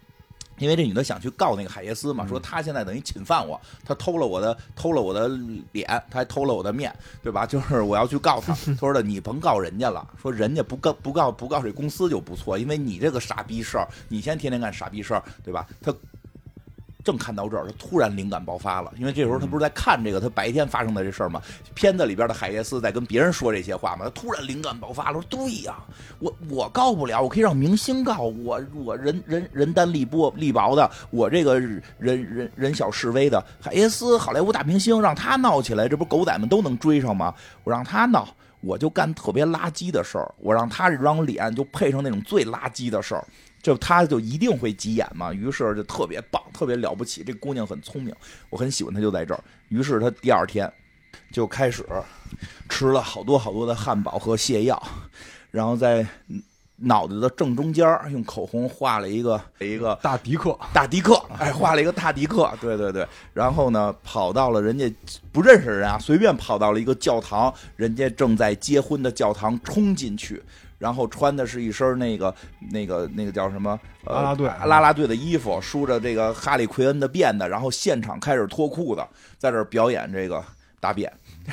[SPEAKER 2] 因为这女的想去告那个海耶斯嘛，说她现在等于侵犯我，她偷了我的偷了我的脸，她还偷了我的面，对吧？就是我要去告她。他说的你甭告人家了，说人家不告不告不告这公司就不错，因为你这个傻逼事儿，你先天天干傻逼事儿，对吧？他正看到这儿，他突然灵感爆发了，因为这时候他不是在看这个他白天发生的这事儿吗？片子里边的海耶斯在跟别人说这些话嘛，他突然灵感爆发了，说对呀、我我告不了，我可以让明星告我，我人人人单力薄力薄的，我这个人人人小势微的海耶斯，好莱坞大明星让他闹起来，这不狗仔们都能追上吗？我让他闹。我就干特别垃圾的事儿，我让他这张脸就配上那种最垃圾的事儿，就他就一定会急眼嘛，于是就特别棒，特别了不起。这姑娘很聪明，我很喜欢她，就在这儿。于是她第二天就开始吃了好多好多的汉堡和泻药，然后在脑袋的正中间儿用口红画了一个一个
[SPEAKER 3] 大迪克
[SPEAKER 2] 大迪克， 哎，画了一个大迪克， 对对对，然后呢，跑到了人家不认识人啊，随便跑到了一个教堂，人家正在结婚的教堂冲进去，然后穿的是一身那个那个那个叫什么、呃、
[SPEAKER 3] 拉拉队
[SPEAKER 2] 拉拉队的衣服，梳着这个哈利奎恩的辫子，然后现场开始脱裤子，在这儿表演这个大便。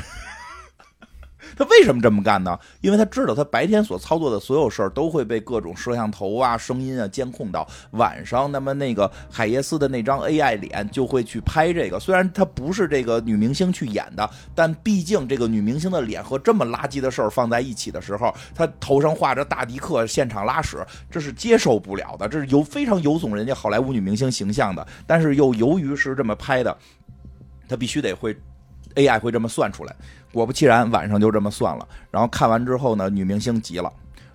[SPEAKER 2] 他为什么这么干呢？因为他知道他白天所操作的所有事儿都会被各种摄像头啊、声音啊监控到，晚上那么那个海耶斯的那张 AI 脸就会去拍这个。虽然他不是这个女明星去演的，但毕竟这个女明星的脸和这么垃圾的事儿放在一起的时候，她头上画着大迪克现场拉屎，这是接受不了的，这是有非常有损人家好莱坞女明星形象的。但是又由于是这么拍的，他必须得会 AI 会这么算出来。果不其然，晚上就这么算了。然后看完之后呢，女明星急了，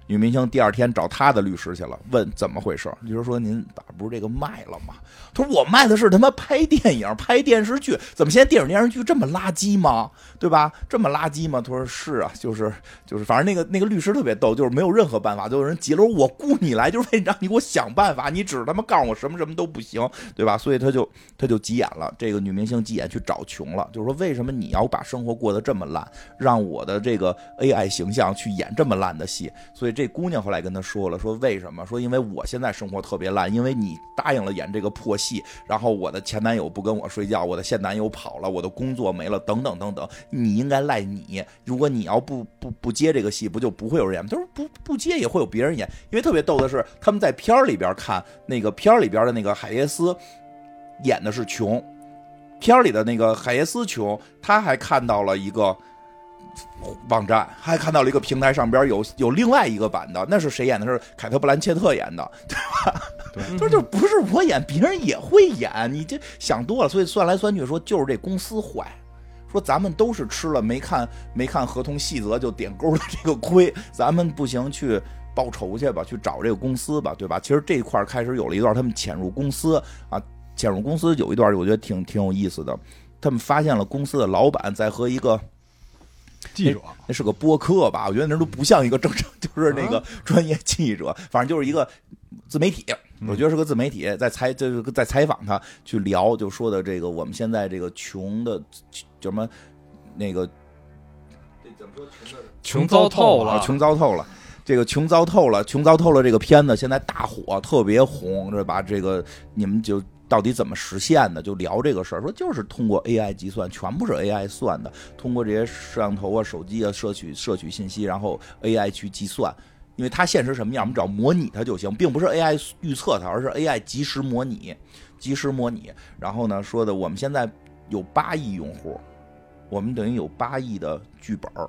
[SPEAKER 2] 女明星第二天找她的律师去了，问怎么回事。律师说：“您把不是这个卖了吗？”他说：“我卖的是他妈拍电影、拍电视剧，怎么现在电影电视剧这么垃圾吗？对吧？这么垃圾吗？”他说：“是啊，就是就是，反正那个那个律师特别逗，就是没有任何办法，就有人急了，我雇你来就是为了让你给我想办法，你只他妈告诉我什么什么都不行，对吧？”所以他就他就急眼了，这个女明星急眼去找穷了，就是说为什么你要把生活过得这么烂，让我的这个 AI 形象去演这么烂的戏？所以这姑娘后来跟他说了，说为什么？说因为我现在生活特别烂，因为你答应了演这个破戏，然后我的前男友不跟我睡觉，我的现男友跑了，我的工作没了，等等等等，你应该赖你。如果你要不不不接这个戏，不就不会有人演？他说不不接也会有别人演，因为特别逗的是，他们在片儿里边看那个片儿里边的那个海耶斯。演的是穷，片儿里的那个海耶斯穷，他还看到了一个网站，还看到了一个平台上边有有另外一个版的，那是谁演的？是凯特·布兰切特演的，对吧？
[SPEAKER 3] 对
[SPEAKER 2] 他说就不是我演，别人也会演，你这想多了。所以算来算去，说就是这公司坏。说咱们都是吃了没看没看合同细则就点勾了这个亏，咱们不行去报仇去吧，去找这个公司吧，对吧？其实这一块儿开始有了一段他们潜入公司啊，潜入公司有一段我觉得挺挺有意思的，他们发现了公司的老板在和一个
[SPEAKER 3] 记者
[SPEAKER 1] 哎
[SPEAKER 2] 那是个播客吧，我觉得那都不像一个正常， 就是那个专业记者，反正就是一个自媒体，我觉得是个自媒体在采就是在采访他去聊，就说的这个我们现在这个穷的叫什么那个，这怎么说穷
[SPEAKER 1] 穷
[SPEAKER 2] 的
[SPEAKER 1] 糟透
[SPEAKER 2] 啊
[SPEAKER 1] 了，
[SPEAKER 2] 穷糟透了。这个穷糟透了，穷糟透了。这个片子现在大火，特别红，对吧？这个你们就到底怎么实现的？就聊这个事儿，说就是通过 AI 计算，全部是 AI 算的，通过这些摄像头啊、手机啊摄取摄取信息，然后 AI 去计算。因为它现实什么样，我们只要模拟它就行，并不是 AI 预测它，而是 AI 及时模拟，及时模拟。然后呢，说的我们现在有八亿用户，我们等于有八亿的剧本儿。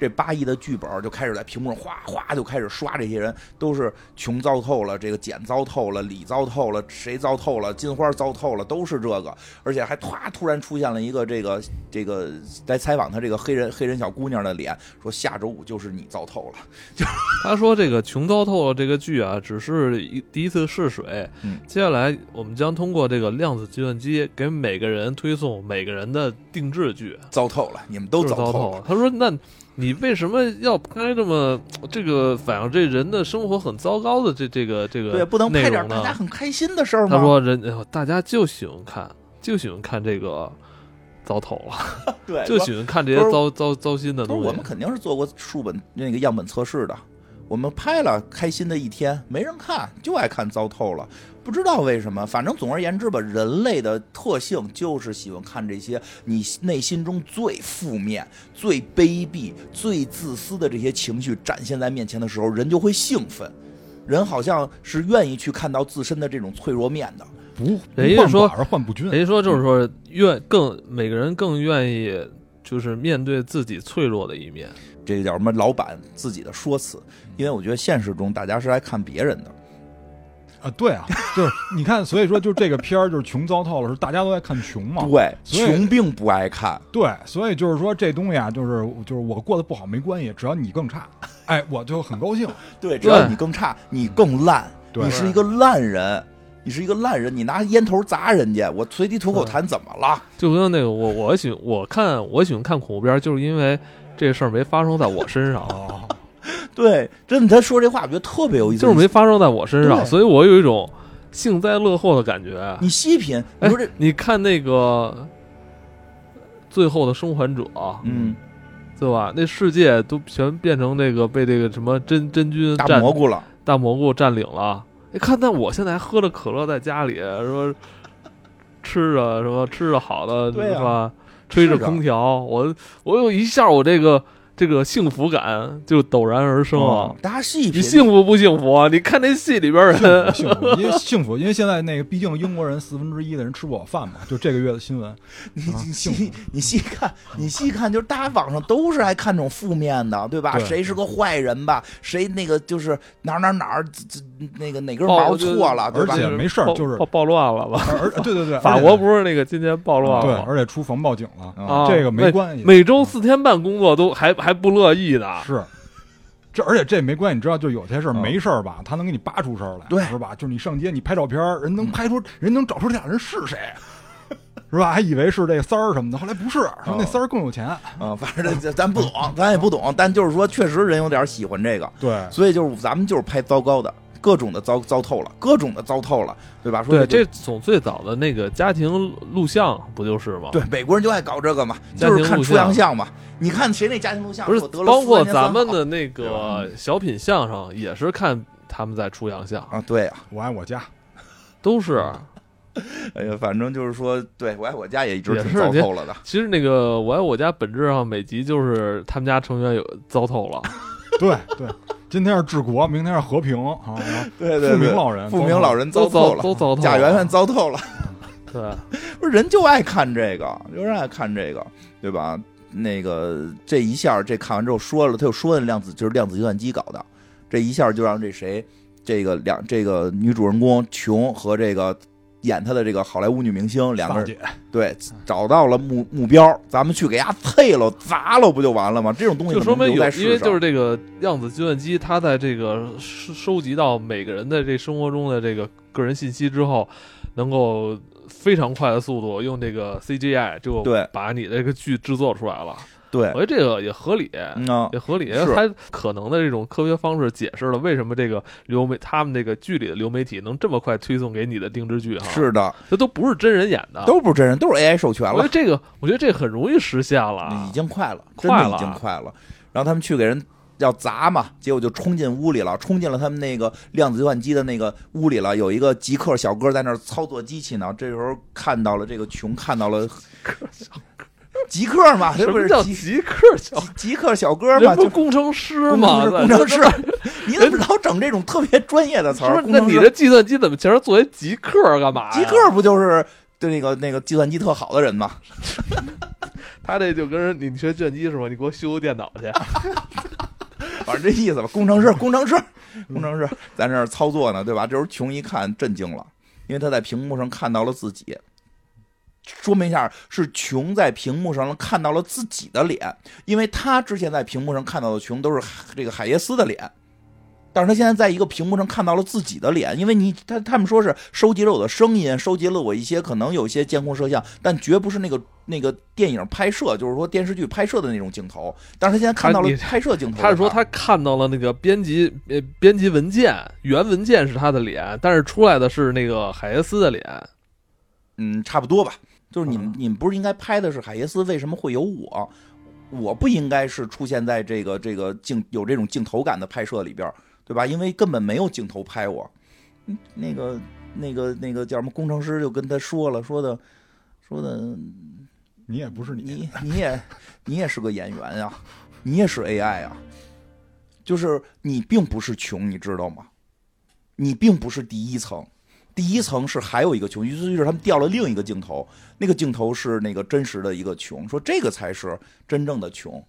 [SPEAKER 2] 这八亿的剧本儿就开始在屏幕上哗哗就开始刷，这些人都是穷糟透了，这个简糟透了，李糟透了，谁糟透了，金花糟透了，都是这个，而且还歘突然出现了一个这个这个来采访他这个黑人黑人小姑娘的脸，说下周五就是你糟透了，
[SPEAKER 1] 他说这个穷糟透了这个剧啊，只是一第一次试水，
[SPEAKER 2] 嗯
[SPEAKER 1] 接下来我们将通过这个量子计算机给每个人推送每个人的定制剧，
[SPEAKER 2] 糟透了，你们都
[SPEAKER 1] 就是
[SPEAKER 2] 糟
[SPEAKER 1] 糟
[SPEAKER 2] 透
[SPEAKER 1] 了
[SPEAKER 2] 了。。
[SPEAKER 1] 他说那。你为什么要拍这么这个反映这人的生活很糟糕的这这个这个
[SPEAKER 2] 对，不能拍
[SPEAKER 1] 内
[SPEAKER 2] 点
[SPEAKER 1] 容
[SPEAKER 2] 大
[SPEAKER 1] 呢
[SPEAKER 2] 家很开心的事儿吗？
[SPEAKER 1] 他说人：“哎呦大家就喜欢看，就喜欢看这个糟透了，
[SPEAKER 2] 对，
[SPEAKER 1] 就
[SPEAKER 2] 说
[SPEAKER 1] 喜欢看这些
[SPEAKER 2] 哎不是
[SPEAKER 1] 糟糟糟心的
[SPEAKER 2] 他说
[SPEAKER 1] 东
[SPEAKER 2] 我们
[SPEAKER 1] 西。
[SPEAKER 2] 肯定是做过数本那个样本测试的，我们拍了开心的一天，没人看，就爱看糟透了，不知道为什么。反正总而言之吧，人类的特性就是喜欢看这些你内心中最负面、最卑鄙、最自私的这些情绪展现在面前的时候，人就会兴奋。人好像是愿意去看到自身的这种脆弱面的，
[SPEAKER 3] 不
[SPEAKER 1] 人家
[SPEAKER 3] 不
[SPEAKER 1] 说哎
[SPEAKER 3] 患寡而患不均，
[SPEAKER 1] 人家说就是说愿更每个人更愿意就是面对自己脆弱的一面。
[SPEAKER 2] 这个叫什么老板自己的说辞。因为我觉得现实中大家是来看别人的，
[SPEAKER 3] 啊，对啊，就是你看，所以说就是这个片儿就是穷糟透了，是大家都在看穷嘛，
[SPEAKER 2] 对，
[SPEAKER 3] 所以
[SPEAKER 2] 穷并不爱看。
[SPEAKER 3] 对，所以就是说这东西啊，就是就是我过得不好没关系，只要你更差，哎，我就很高兴。
[SPEAKER 2] 对，只要
[SPEAKER 1] 对
[SPEAKER 2] 你更差，你更烂，
[SPEAKER 3] 对，
[SPEAKER 2] 你是一个烂人，你是一个烂人，你拿烟头砸人家，我随地吐口痰怎么了？
[SPEAKER 1] 就跟那个我我喜我看我喜欢看恐怖片，就是因为这事儿没发生在我身上
[SPEAKER 3] 哦，
[SPEAKER 2] 对，真的，他说这话我觉得特别有意思，
[SPEAKER 1] 就是没发生在我身
[SPEAKER 2] 对
[SPEAKER 1] 上，所以我有一种幸灾乐祸的感觉。
[SPEAKER 2] 你细品，你
[SPEAKER 1] 哎
[SPEAKER 2] 说这，，
[SPEAKER 1] 你看那个《最后的生还者》，
[SPEAKER 2] 嗯，
[SPEAKER 1] 对吧？那世界都全变成那个被这个什么真真菌
[SPEAKER 2] 大
[SPEAKER 1] 占
[SPEAKER 2] 蘑菇了，
[SPEAKER 1] 大蘑菇占领了。你看，那我现在还喝着可乐在家里，说吃着什么吃着好的，
[SPEAKER 2] 对啊
[SPEAKER 1] 是吧？吹着
[SPEAKER 2] 是的
[SPEAKER 1] 空调，我我有一下我这个这个幸福感就陡然而生啊！
[SPEAKER 3] 哦
[SPEAKER 2] 嗯大家细
[SPEAKER 1] 你
[SPEAKER 2] 品，
[SPEAKER 1] 幸福不幸福啊？你看那戏里边儿人，
[SPEAKER 3] 幸福，因为幸福，因为现在那个毕竟英国人四分之一的人吃不饱饭嘛，就这个月的新闻，
[SPEAKER 2] 你
[SPEAKER 3] 啊
[SPEAKER 2] 你
[SPEAKER 3] 幸福
[SPEAKER 2] 细你细看，你细看，就是大家网上都是爱看这种负面的，对吧？
[SPEAKER 3] 对
[SPEAKER 2] 谁是个坏人吧？谁那个就是哪儿哪儿哪儿这这那个哪根
[SPEAKER 1] 暴
[SPEAKER 2] 毛
[SPEAKER 1] 就是
[SPEAKER 2] 错 了，对吧
[SPEAKER 3] 而？且没事儿
[SPEAKER 1] 暴
[SPEAKER 3] 就是
[SPEAKER 1] 暴暴乱了吧？
[SPEAKER 3] 而对对对，
[SPEAKER 1] 法国不是那个今年暴
[SPEAKER 3] 而
[SPEAKER 1] 乱
[SPEAKER 3] 且对，
[SPEAKER 1] 了吗？
[SPEAKER 3] 而且出防暴警了，
[SPEAKER 1] 啊，
[SPEAKER 3] 这个没
[SPEAKER 1] 每
[SPEAKER 3] 关系
[SPEAKER 1] 每周四天半工作都还还不乐意呢。
[SPEAKER 3] 是。这而且这没关系，你知道，就有些事儿
[SPEAKER 2] 啊嗯
[SPEAKER 3] 没事儿吧，他能给你扒出事儿来，
[SPEAKER 2] 对嗯
[SPEAKER 3] 是吧？就是你上街，你拍照片儿，人能拍出，人能找出这俩人是谁，是吧？还以为是这三儿什么的，后来不是，说那三儿更有钱，
[SPEAKER 2] 嗯，反正咱咱不懂，咱也不懂，但就是说，确实人有点喜欢这个，
[SPEAKER 3] 对，
[SPEAKER 2] 所以就是咱们就是拍糟糕的，各种的糟糟透了，各种的糟透了，对吧？说
[SPEAKER 1] 对，
[SPEAKER 2] 就
[SPEAKER 1] 这从最早的那个家庭录像不就是吗？
[SPEAKER 2] 对美国人就爱搞这个嘛，
[SPEAKER 1] 家
[SPEAKER 2] 就
[SPEAKER 1] 庭
[SPEAKER 2] 是看
[SPEAKER 1] 录
[SPEAKER 2] 出洋
[SPEAKER 1] 像
[SPEAKER 2] 相嘛。你看谁那家庭录像，
[SPEAKER 1] 不是
[SPEAKER 2] 我得了
[SPEAKER 1] 包
[SPEAKER 2] 四
[SPEAKER 1] 括
[SPEAKER 2] 万年三
[SPEAKER 1] 咱们
[SPEAKER 2] 好
[SPEAKER 1] 的那
[SPEAKER 2] 对
[SPEAKER 1] 个小品相声也是看他们在出洋相，
[SPEAKER 2] 啊，对啊，
[SPEAKER 3] 我爱我家，
[SPEAKER 1] 都是。
[SPEAKER 2] 哎呀，反正就是说，对我爱我家也一直
[SPEAKER 1] 也
[SPEAKER 2] 挺
[SPEAKER 1] 是
[SPEAKER 2] 糟
[SPEAKER 1] 这
[SPEAKER 2] 透了的。
[SPEAKER 1] 其实那个《我爱我家》本质上每集就是他们家成员有糟透了，
[SPEAKER 3] 对对，今天是治国，明天是和平啊，然后
[SPEAKER 2] 对对对，
[SPEAKER 3] 富明老人
[SPEAKER 2] 富明老人 糟透
[SPEAKER 1] 糟
[SPEAKER 2] 了，
[SPEAKER 1] 都糟透了。
[SPEAKER 2] 贾圆圆糟透了，
[SPEAKER 1] 对，
[SPEAKER 2] 不是人就爱看这个，就是爱看这个，对吧？那个这一下这看完之后说了，他又说的量子就是量子计算机搞的，这一下就让这谁这个两这个女主人公琼和这个演她的这个好莱坞女明星 两个
[SPEAKER 3] 大
[SPEAKER 2] 人
[SPEAKER 3] 姐，
[SPEAKER 2] 对找到了目目标，咱们去给伢碎了砸了不就完了吗？这种东西
[SPEAKER 1] 就说
[SPEAKER 2] 怎么
[SPEAKER 1] 明
[SPEAKER 2] 留
[SPEAKER 1] 有
[SPEAKER 2] 在，
[SPEAKER 1] 因
[SPEAKER 2] 世
[SPEAKER 1] 为就是
[SPEAKER 2] 上，
[SPEAKER 1] 这个量子计算机，它在这个收收集到每个人的这生活中的这个个人信息之后，能够非常快的速度用这个 CGI 就
[SPEAKER 2] 对
[SPEAKER 1] 把你这个剧制作出来了。
[SPEAKER 2] 对
[SPEAKER 1] 我觉得这个也合理，
[SPEAKER 2] 嗯啊
[SPEAKER 1] 也合理。
[SPEAKER 2] 是
[SPEAKER 1] 它可能的这种科学方式解释了为什么这个流媒他们这个剧里的流媒体能这么快推送给你的定制剧哈，
[SPEAKER 2] 是的，
[SPEAKER 1] 这都不是真人演的。
[SPEAKER 2] 都不是真人，都是 AI 授权
[SPEAKER 1] 我觉得。
[SPEAKER 2] 了
[SPEAKER 1] 这个，我觉得这很容易实现
[SPEAKER 2] 那
[SPEAKER 1] 了
[SPEAKER 2] 已。经快了，真
[SPEAKER 1] 啊快
[SPEAKER 2] 的
[SPEAKER 1] 了啊
[SPEAKER 2] 已经快了。然后他们去给人要砸嘛，结果就冲进屋里了，冲进了他们那个量子计算机的那个屋里了。有一个极客小哥在那儿操作机器呢，这时候看到了这个穷，看到了极客嘛，这
[SPEAKER 1] 什
[SPEAKER 2] 不
[SPEAKER 1] 么
[SPEAKER 2] 是
[SPEAKER 1] 叫
[SPEAKER 2] 极
[SPEAKER 1] 极客小
[SPEAKER 2] 极极客小哥嘛，
[SPEAKER 1] 人
[SPEAKER 2] 就
[SPEAKER 1] 不工程师吗？
[SPEAKER 2] 工程师
[SPEAKER 1] 那，
[SPEAKER 2] 你怎么老整这种特别专业的词
[SPEAKER 1] 那
[SPEAKER 2] 儿？
[SPEAKER 1] 不是
[SPEAKER 2] 工
[SPEAKER 1] 那
[SPEAKER 2] 程
[SPEAKER 1] 你
[SPEAKER 2] 师
[SPEAKER 1] 这计算机怎么全是作为极客干嘛呀？
[SPEAKER 2] 极客不就是对那个那个计算机特好的人嘛？
[SPEAKER 1] 他这就跟人你学计算机是吧？你给我修修电脑
[SPEAKER 2] 啊
[SPEAKER 1] 去。
[SPEAKER 2] 反正这意思吧。工程师，工程师，工程师在那儿操作呢，对吧？这时候琼一看震惊了，因为他在屏幕上看到了自己。说明一下，是琼在屏幕上看到了自己的脸，因为他之前在屏幕上看到的琼都是这个海耶斯的脸，但是他现在在一个屏幕上看到了自己的脸，因为你他他们说是收集了我的声音，收集了我一些可能有一些监控摄像，但绝不是那个那个电影拍摄，就是说电视剧拍摄的那种镜头，但是他现在看到
[SPEAKER 1] 他
[SPEAKER 2] 了
[SPEAKER 1] 你
[SPEAKER 2] 拍摄镜头，
[SPEAKER 1] 他是说他看到了那个编辑呃编辑文件，原文件是他的脸，但是出来的是那个海耶斯的脸。
[SPEAKER 2] 嗯，差不多吧。就是你们
[SPEAKER 1] 嗯，
[SPEAKER 2] 你们不是应该拍的是海耶斯？为什么会有我？我不应该是出现在这个这个镜有这种镜头感的拍摄里边儿，对吧？因为根本没有镜头拍我。嗯，那个那个那个叫什么工程师就跟他说了，说的说的
[SPEAKER 3] 你也不是你，
[SPEAKER 2] 你你也你也是个演员呀、你也是 AI 啊，就是你并不是穷，你知道吗？你并不是第一层，第一层是还有一个穷，于是就是他们调了另一个镜头，那个镜头是那个真实的一个穷，说这个才是真正的穷。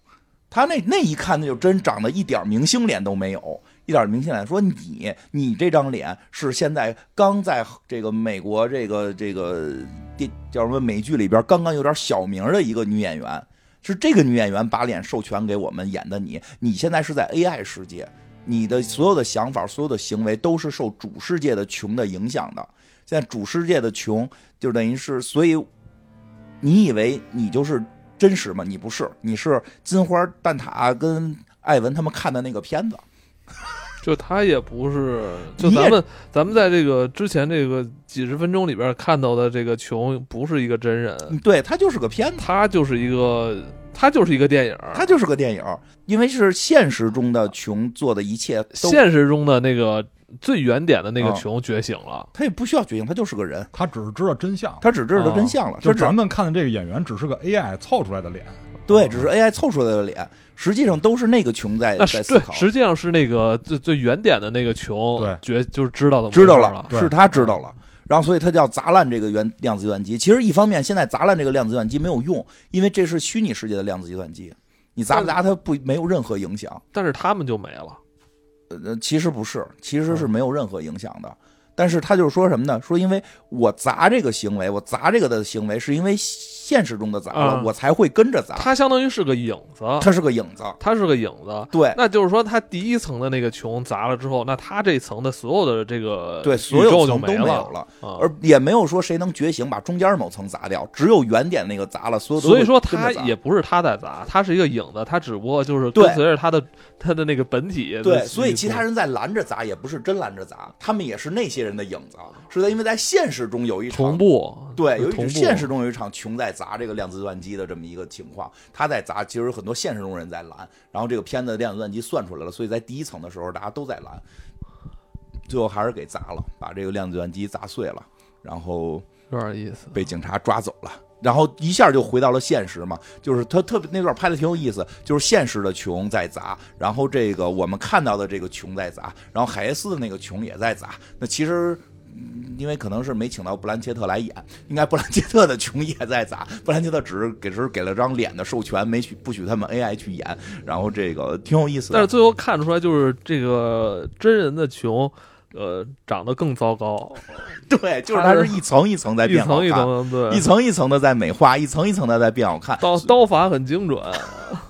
[SPEAKER 2] 他那那一看，那就真长得一点明星脸都没有，一点明星脸。说你你这张脸是现在刚在这个美国这个这个电叫什么美剧里边刚刚有点小名的一个女演员，是这个女演员把脸授权给我们演的你。你现在是在 AI 世界，你的所有的想法、所有的行为都是受主世界的穷的影响的。现在主世界的穷就等于是，所以你以为你就是真实吗？你不是，你是金花蛋挞跟艾文他们看的那个片子。
[SPEAKER 1] 就他也不是，就咱们咱们在这个之前这个几十分钟里边看到的这个琼不是一个真人，
[SPEAKER 2] 嗯对他就是个片子，
[SPEAKER 1] 他就是一个他就是一个电影，
[SPEAKER 2] 他就是个电影，因为是现实中的琼做的一切都，
[SPEAKER 1] 现实中的那个最原点的那
[SPEAKER 2] 嗯
[SPEAKER 1] 个琼觉醒了，
[SPEAKER 2] 他也不需要决定，他就是个人，
[SPEAKER 3] 他只是知道真相，
[SPEAKER 2] 他只知道真相了，
[SPEAKER 1] 哦
[SPEAKER 3] 就
[SPEAKER 2] 他只
[SPEAKER 3] 咱们看的这个演员只是个 AI 凑出来的脸，
[SPEAKER 2] 对，只是 AI 凑出来的脸，实际上都是那个琼在
[SPEAKER 1] 哦那
[SPEAKER 2] 在
[SPEAKER 1] 是
[SPEAKER 2] 思
[SPEAKER 1] 对
[SPEAKER 2] 考，，
[SPEAKER 1] 实际上是那个最最原点的那个琼
[SPEAKER 3] 对
[SPEAKER 1] 觉就是知道的
[SPEAKER 2] 知道
[SPEAKER 1] 了
[SPEAKER 2] 了，，
[SPEAKER 3] 对
[SPEAKER 2] 是他知道了。然后，所以他就要砸烂这个原量子计算机。其实，一方面现在砸烂这个量子计算机没有用，因为这是虚拟世界的量子计算机，你砸不砸它不没有任何影响。
[SPEAKER 1] 但是他们就没了，
[SPEAKER 2] 呃，其实不是，其实是没有任何影响的。但是他就是说什么呢？说因为我砸这个行为，我砸这个的行为是因为现实中的砸了，
[SPEAKER 1] 嗯
[SPEAKER 2] 我才会跟着砸。
[SPEAKER 1] 他相当于是个影子，
[SPEAKER 2] 它是个影子，
[SPEAKER 1] 他是个影子。
[SPEAKER 2] 对
[SPEAKER 1] 那就是说，他第一层的那个琼砸了之后，那他这层的所有的这个
[SPEAKER 2] 对，
[SPEAKER 1] 宇
[SPEAKER 2] 所有
[SPEAKER 1] 宙就
[SPEAKER 2] 层都没
[SPEAKER 1] 没了
[SPEAKER 2] 有了，
[SPEAKER 1] 啊
[SPEAKER 2] 而也没有说谁能觉醒把中间某层砸掉，只有原点那个砸了，所有都
[SPEAKER 1] 所以
[SPEAKER 2] 会
[SPEAKER 1] 说
[SPEAKER 2] 跟
[SPEAKER 1] 他
[SPEAKER 2] 着砸
[SPEAKER 1] 也不是他在砸，他是一个影子，他只不过就是
[SPEAKER 2] 对
[SPEAKER 1] 跟随着他的他的那个本体。
[SPEAKER 2] 对，所以其他人在拦着砸，也不是真拦着砸，他们也是那些人的影子，啊是在因为在现实中有一
[SPEAKER 1] 同
[SPEAKER 2] 场。
[SPEAKER 1] 步，
[SPEAKER 2] 对，有
[SPEAKER 1] 同
[SPEAKER 2] 一
[SPEAKER 1] 步啊嗯
[SPEAKER 2] 现实中有一场穷在砸这个量子计算机的这么一个情况，他在砸，其实有很多现实中人在拦，然后这个片子量子计算机算出来了，所以在第一层的时候大家都在拦，最后还是给砸了，把这个量子计算机砸碎了，然后
[SPEAKER 1] 有点意思。
[SPEAKER 2] 被警察抓走了。然后一下就回到了现实嘛，就是他特别那段拍的挺有意思，就是现实的穷在砸，然后这个我们看到的这个穷在砸，然后海耶斯的那个穷也在砸。那其实。嗯因为可能是没请到布兰切特来演，应该布兰切特的穷也在砸，布兰切特只是给只是给了张脸的授权，没许不许他们 AI 去演，然后这个挺有意思的。
[SPEAKER 1] 但是最后看出来，就是这个真人的琼，呃，长得更糟糕，
[SPEAKER 2] 对，就是
[SPEAKER 1] 他
[SPEAKER 2] 它
[SPEAKER 1] 是
[SPEAKER 2] 是一层一层在
[SPEAKER 1] 一
[SPEAKER 2] 哎变好
[SPEAKER 1] 层一
[SPEAKER 2] 看，
[SPEAKER 1] 层对，
[SPEAKER 2] 一层一层的在美化，一层一层的在变好看。
[SPEAKER 1] 刀刀法很精准，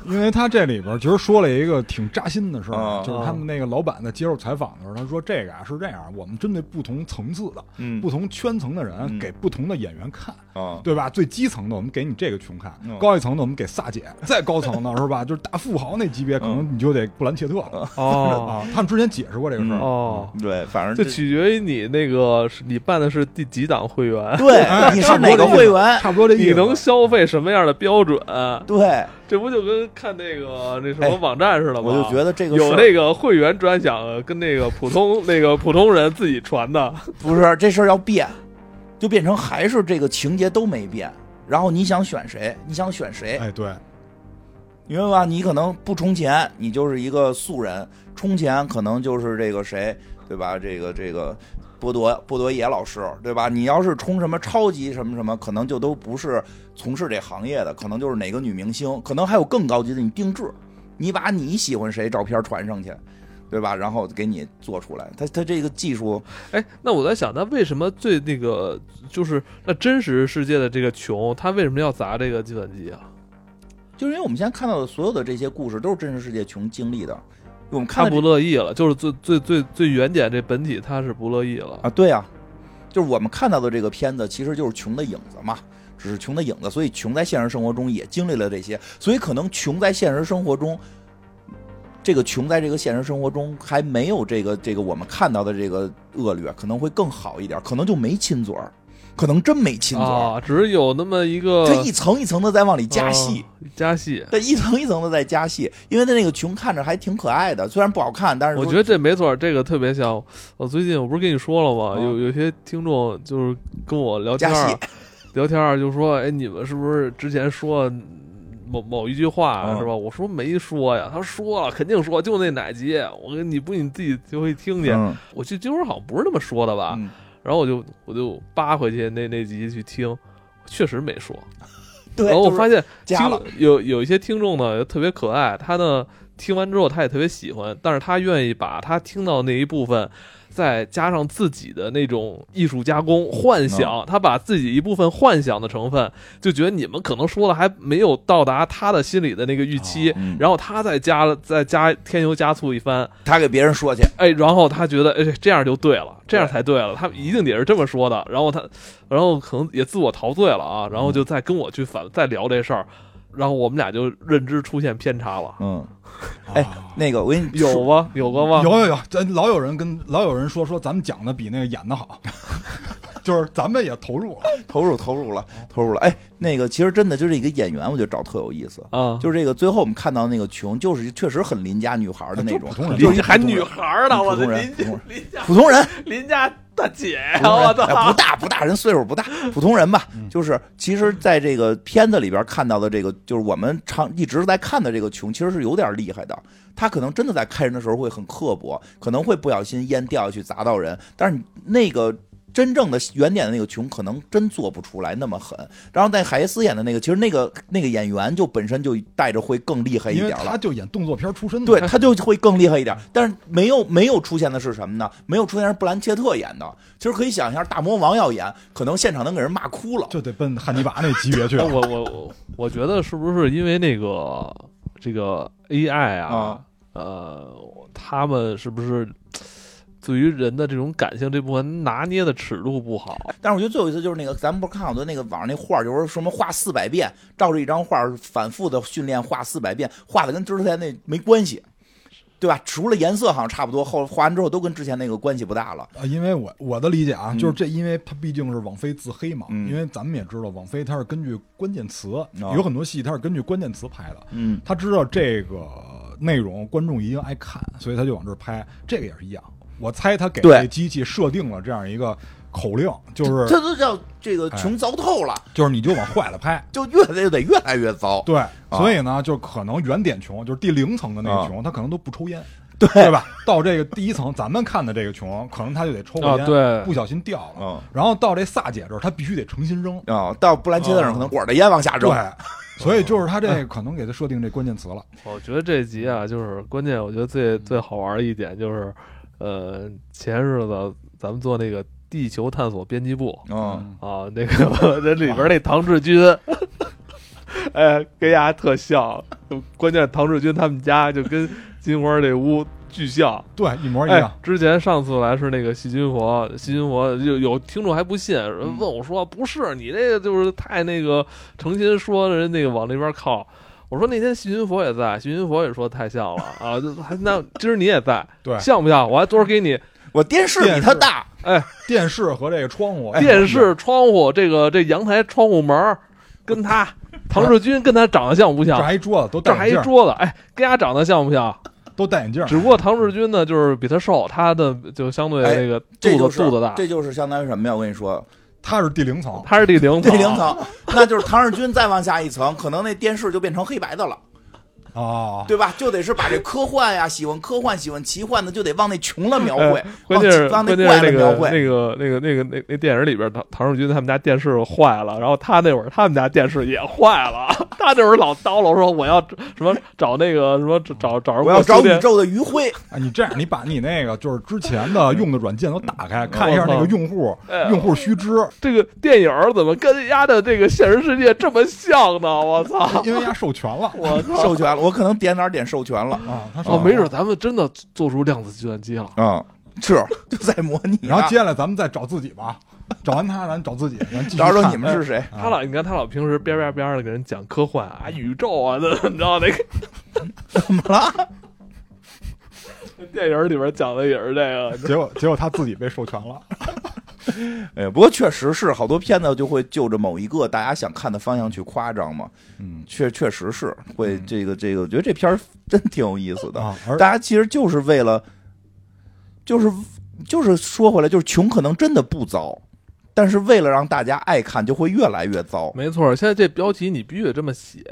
[SPEAKER 3] 因为他这里边其实说了一个挺扎心的事儿
[SPEAKER 2] 啊，
[SPEAKER 3] 就是他们那个老板在接受采访的时候，他说这个啊是这样，我们针对不同层次的、
[SPEAKER 2] 嗯
[SPEAKER 3] 不同圈层的人
[SPEAKER 2] 嗯
[SPEAKER 3] 给不同的演员看，
[SPEAKER 2] 啊，
[SPEAKER 3] 对吧？最基层的我们给你这个穷看，
[SPEAKER 2] 嗯
[SPEAKER 3] 高一层的我们给萨姐， 再高层的是吧？就是大富豪那级
[SPEAKER 2] 嗯
[SPEAKER 3] 别，可能你就得布兰切特了、
[SPEAKER 1] 哦
[SPEAKER 3] 啊。他们之前解释过这个
[SPEAKER 2] 嗯
[SPEAKER 3] 事儿。
[SPEAKER 1] 哦，
[SPEAKER 2] 对，反正
[SPEAKER 1] 这取决于你那个是你办的是第几档会 员，
[SPEAKER 3] 哎
[SPEAKER 2] 对，你是
[SPEAKER 3] 差不多
[SPEAKER 2] 哪个
[SPEAKER 3] 这意思
[SPEAKER 2] 会员？
[SPEAKER 3] 差不多这意思。
[SPEAKER 1] 你能消费什么样的标准？啊
[SPEAKER 2] 对，
[SPEAKER 1] 这不就跟看那个那什
[SPEAKER 2] 哎
[SPEAKER 1] 么网站似的吗？
[SPEAKER 2] 我就觉得这个事
[SPEAKER 1] 有
[SPEAKER 2] 儿
[SPEAKER 1] 那个会员专享，呃跟那个普通那个普通人自己传的，
[SPEAKER 2] 不是这事儿要变，就变成还是这个情节都没变。然后你想选谁？你想选谁？
[SPEAKER 3] 哎，对，
[SPEAKER 2] 明白吧？你可能不充钱，你就是一个素人；充钱可能就是这个谁，对吧？这个这个波多波多野老师，对吧？你要是充什么超级什么什么，可能就都不是从事这行业的，可能就是哪个女明星，可能还有更高级的，你定制，你把你喜欢谁照片传上去，对吧？然后给你做出来。他他这个技术，
[SPEAKER 1] 哎，那我在想，那为什么最那个就是那真实世界的这个穷，他为什么要砸这个计算机啊？
[SPEAKER 2] 就是因为我们现在看到的所有的这些故事都是真实世界穷经历的，我们看
[SPEAKER 1] 他
[SPEAKER 2] 到这
[SPEAKER 1] 不乐意了，就是最最最最原点这本体他是不乐意了。
[SPEAKER 2] 啊，对啊，就是我们看到的这个片子，其实就是穷的影子嘛，只是穷的影子，所以穷在现实生活中也经历了这些，所以可能穷在现实生活中，这个穷在这个现实生活中还没有这个这个我们看到的这个恶劣，可能会更好一点，可能就没亲嘴儿，可能真没亲嘴儿，
[SPEAKER 1] 啊，只是有那么一个
[SPEAKER 2] 它一层一层的在往里加戏。
[SPEAKER 1] 啊加戏。
[SPEAKER 2] 它一层一层的在加戏，因为它那个穷看着还挺可爱的，虽然不好看，但是
[SPEAKER 1] 我
[SPEAKER 2] 说
[SPEAKER 1] 觉得这没错儿，这个特别像我最近我不是跟你说了吗？
[SPEAKER 2] 啊
[SPEAKER 1] 有有些听众就是跟我聊天
[SPEAKER 2] 加
[SPEAKER 1] 儿
[SPEAKER 2] 戏，
[SPEAKER 1] 聊天儿就说：“哎，你们是不是之前说嗯某某一句话、
[SPEAKER 2] 嗯
[SPEAKER 1] 是吧？”我说没说呀，他说说了，肯定说，就那哪集，我跟你不信你自己就会听见。
[SPEAKER 2] 嗯
[SPEAKER 1] 我记得金文好像不是那么说的吧？
[SPEAKER 2] 嗯
[SPEAKER 1] 然后我就我就扒回去那那集去听，确实没说。
[SPEAKER 2] 对，
[SPEAKER 1] 然后哦我
[SPEAKER 2] 就是
[SPEAKER 1] 发现听
[SPEAKER 2] 加了
[SPEAKER 1] 有有一些听众呢特别可爱，他呢听完之后他也特别喜欢，但是他愿意把他听到那一部分。再加上自己的那种艺术加工、幻
[SPEAKER 2] 嗯
[SPEAKER 1] 想，他把自己一部分幻想的成分，就觉得你们可能说的还没有到达他的心里的那个预期，
[SPEAKER 2] 嗯
[SPEAKER 1] 然后他再加了再加添油加醋一番，
[SPEAKER 2] 他给别人说去，
[SPEAKER 1] 哎，然后他觉得，哎，这样就对了，这样才对了，他一定得是这么说的。然后他，然后可能也自我陶醉了啊，然后就再跟我去反再聊这事儿，然后我们俩就认知出现偏差了，
[SPEAKER 2] 嗯，哎
[SPEAKER 3] 哎，
[SPEAKER 2] 那个我跟你
[SPEAKER 1] 有吗？有过
[SPEAKER 2] 哦
[SPEAKER 1] 吗？
[SPEAKER 3] 有有有，咱老有人跟老有人说说咱们讲的比那个演的好， 就是咱们也投入了。
[SPEAKER 2] 投入投入了，投入了。哎，那个其实真的就是一个演员，我觉得找特有意思。
[SPEAKER 1] 啊，
[SPEAKER 2] 就是这个最后我们看到那个琼，就是确实很邻家女孩的那种
[SPEAKER 3] 啊就普通人，
[SPEAKER 2] 就是一
[SPEAKER 1] 还
[SPEAKER 2] 普通
[SPEAKER 1] 女
[SPEAKER 2] 人
[SPEAKER 1] 孩儿呢，我的
[SPEAKER 2] 普通人
[SPEAKER 1] 邻
[SPEAKER 2] 普通
[SPEAKER 1] 家邻家
[SPEAKER 2] 人普通人，
[SPEAKER 1] 邻家大姐呀，
[SPEAKER 2] 普通人
[SPEAKER 1] 我
[SPEAKER 2] 哎
[SPEAKER 1] 操
[SPEAKER 2] 不！大不大人岁数不大，普通人吧。
[SPEAKER 3] 嗯
[SPEAKER 2] 就是其实在这个片子里边看到的这个，就是我们常一直在看的这个琼，其实是有点厉害的。他可能真的在开人的时候会很刻薄，可能会不小心烟掉下去砸到人，但是你那个。真正的原点的那个琼可能真做不出来那么狠，然后在海耶斯演的那个，其实那个那个演员就本身就带着会更厉哎害一
[SPEAKER 3] 因
[SPEAKER 2] 点
[SPEAKER 3] 为
[SPEAKER 2] 了，
[SPEAKER 3] 他就演动作片出 身的，
[SPEAKER 2] 对他就会更厉害一点。但是没有没有出现的是什么呢？没有出现是布兰切特演的。其实可以想一下，大魔王要演，可能现场能给人骂哭了。
[SPEAKER 3] 就得奔汉尼拔那级别去 啊
[SPEAKER 1] 哎
[SPEAKER 3] 了。
[SPEAKER 1] 我我我我觉得是不是因为那个这个 AI 啊
[SPEAKER 2] 啊，
[SPEAKER 1] 呃，他们是不是对于人的这种感性这部分拿捏的尺度不好？
[SPEAKER 2] 但是我觉得最有意思就是那个，咱们不是看好多那个网上那画，就是什么画四百遍，照着一张画反复的训练画四百遍，画的跟之前那没关系，对吧？除了颜色好像差不多，后画完之后都跟之前那个关系不大了。
[SPEAKER 3] 啊，因为我我的理解啊，就是这，因为它毕竟是网飞自黑嘛，
[SPEAKER 2] 嗯哦
[SPEAKER 3] 因为咱们也知道，网飞它是根据关键词，有很多戏它是根据关键词拍的，
[SPEAKER 2] 嗯，
[SPEAKER 3] 他知道这个内容观众一定爱看，所以他就往这儿拍，这个也是一样。我猜他给
[SPEAKER 2] 对
[SPEAKER 3] 这机器设定了这样一个口令，就是哎
[SPEAKER 2] 这都叫这个穷糟透了，
[SPEAKER 3] 就是你就往坏了拍，
[SPEAKER 2] 就越来越得越来越糟。
[SPEAKER 3] 对，
[SPEAKER 1] 啊
[SPEAKER 3] 所以呢，就可能原点穷，就是第零层的那个穷，他可能都不抽烟，
[SPEAKER 2] 对
[SPEAKER 3] 对吧？到这个第一层，咱们看的这个穷，可能他就得抽
[SPEAKER 1] 啊
[SPEAKER 3] 个烟，
[SPEAKER 1] 对啊
[SPEAKER 3] 不小心掉了。
[SPEAKER 2] 嗯
[SPEAKER 3] 然后到这萨姐这儿，他必须得诚心扔，
[SPEAKER 2] 啊、到布兰切特上可能管着烟往下
[SPEAKER 3] 哦对
[SPEAKER 2] 扔。，
[SPEAKER 3] 所
[SPEAKER 1] 哦
[SPEAKER 3] 以就是他 这个可能给他设定这关键词了。
[SPEAKER 1] 我觉得这集啊，就是关键，我觉得最最好玩的一点就是，呃，前日子咱们做那个地球探索编辑部
[SPEAKER 2] 嗯。
[SPEAKER 1] 啊，那个那里边那唐志军， 哎，跟丫特像，关键唐志军他们家就跟金花这屋巨像。
[SPEAKER 3] 对，一模一
[SPEAKER 1] 哎
[SPEAKER 3] 样。，
[SPEAKER 1] 之前上次来是那个细菌佛，细菌佛有有听众还不信，问我说不是你这个就是太那个诚心说人那个往那边靠。我说那天细菌佛也在，细菌佛也说太像了 啊，就还那今儿你也在，
[SPEAKER 3] 对
[SPEAKER 1] 像不像？我还多少给你
[SPEAKER 2] 我电视比他大，
[SPEAKER 1] 哎，
[SPEAKER 3] 电视和这个窗户，哎
[SPEAKER 1] 电视窗户这个这阳台窗户门儿跟 他唐志军跟他长得像不
[SPEAKER 3] 这
[SPEAKER 1] 像？
[SPEAKER 3] 还一桌子都
[SPEAKER 1] 这
[SPEAKER 3] 戴
[SPEAKER 1] 还一
[SPEAKER 3] 眼镜，
[SPEAKER 1] 桌子，哎，跟他长得像不像？
[SPEAKER 3] 都戴眼镜。
[SPEAKER 1] 只不过唐志军呢，就是比他瘦，他的就相对
[SPEAKER 2] 哎
[SPEAKER 1] 那个
[SPEAKER 2] 这
[SPEAKER 1] 肚
[SPEAKER 2] 就
[SPEAKER 1] 子
[SPEAKER 2] 是
[SPEAKER 1] 肚子大，哦
[SPEAKER 2] 这就是相当于什么呀？我跟你说，
[SPEAKER 3] 他是第零 层，
[SPEAKER 1] 他是第零
[SPEAKER 2] 这零层，那就是唐日军再往下一层，可能那电视就变成黑白的了，
[SPEAKER 3] 啊，
[SPEAKER 2] 对吧？就得是把这科幻呀、喜欢科幻、喜欢奇幻的，就得往那穷了描绘
[SPEAKER 1] 哎，关键是
[SPEAKER 2] 往
[SPEAKER 1] 关
[SPEAKER 2] 那
[SPEAKER 1] 键
[SPEAKER 2] 怪
[SPEAKER 1] 是
[SPEAKER 2] 了
[SPEAKER 1] 那
[SPEAKER 2] 描
[SPEAKER 1] 个
[SPEAKER 2] 绘。
[SPEAKER 1] 那个那个那个那那电影里边唐唐世军他们家电视坏了，然后他那会儿他们家电视也坏了，他那会儿老叨唠说我要什么找那个什么找找人
[SPEAKER 2] 我要
[SPEAKER 1] 给
[SPEAKER 2] 找
[SPEAKER 1] 修
[SPEAKER 2] 宇
[SPEAKER 1] 电
[SPEAKER 2] 宙的余晖，
[SPEAKER 3] 啊，你这样，你把你那个就是之前的用的软件都 打开，看一下那个用户
[SPEAKER 1] 哎
[SPEAKER 3] 用户须知，
[SPEAKER 1] 这个电影儿怎么跟人家的这个现实世界这么像呢？我操！
[SPEAKER 3] 因为他授 权了
[SPEAKER 1] 我操！
[SPEAKER 2] 授权了，我可能点哪儿点授权了，
[SPEAKER 3] 啊，他
[SPEAKER 1] 哦，
[SPEAKER 3] 授权
[SPEAKER 1] 没准
[SPEAKER 3] 了。
[SPEAKER 1] 咱们真的做出量子计算机了。
[SPEAKER 2] 嗯，是就在模拟啊。
[SPEAKER 3] 然后接下来咱们再找自己吧，找完他咱找自己，咱继续
[SPEAKER 2] 到时候
[SPEAKER 3] 看
[SPEAKER 2] 你们是谁？
[SPEAKER 3] 哎
[SPEAKER 1] 他老，你看他老平时边边边的给人讲科幻啊、宇宙啊， 那你知道那个怎么了？ 电影里边讲的也是这个，
[SPEAKER 3] 结果结果他自己被授权了，
[SPEAKER 2] 哎，不过确实是好多片子就会就着某一个大家想看的方向去夸张嘛，
[SPEAKER 3] 嗯
[SPEAKER 2] 确确实是会这个这个，我觉得这片儿真挺有意思的。
[SPEAKER 3] 啊，嗯而
[SPEAKER 2] 大家其实就是为了，就是就是说回来，就是穷可能真的不糟，但是为了让大家爱看，就会越来越糟
[SPEAKER 1] 没错，现在这标题你必须得这么写，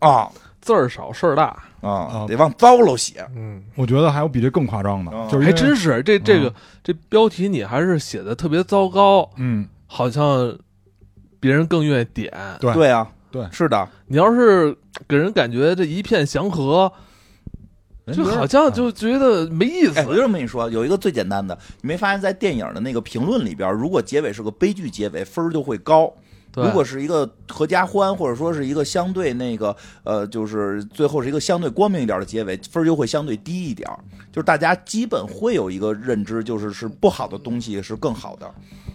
[SPEAKER 2] 啊
[SPEAKER 1] 字儿少事儿大。
[SPEAKER 2] 啊
[SPEAKER 3] 啊，
[SPEAKER 2] 得往糟了写。
[SPEAKER 1] 嗯，
[SPEAKER 3] 我觉得还有比这更夸张的
[SPEAKER 2] 啊，
[SPEAKER 3] 就是因
[SPEAKER 1] 还
[SPEAKER 3] 为
[SPEAKER 1] 真是这这个、这标题你还是写的特别糟糕，
[SPEAKER 3] 嗯，
[SPEAKER 1] 好像别人更愿意点。
[SPEAKER 3] 对
[SPEAKER 2] 对啊，
[SPEAKER 3] 对
[SPEAKER 2] 是的，
[SPEAKER 1] 你要是给人感觉这一片祥和，
[SPEAKER 3] 人
[SPEAKER 1] 就
[SPEAKER 3] 觉得
[SPEAKER 1] 好像就觉得没意思。
[SPEAKER 2] 啊哎，我就这么跟你说，有一个最简单的，你没发现，在电影的那个评论里边，如果结尾是个悲剧结尾，分儿就会高。
[SPEAKER 1] 对
[SPEAKER 2] 如果是一个合家欢，或者说是一个相对那个呃，就是最后是一个相对光明一点的结尾，分儿就会相对低一点儿。就是大家基本会有一个认知，就是是不好的东西是更好的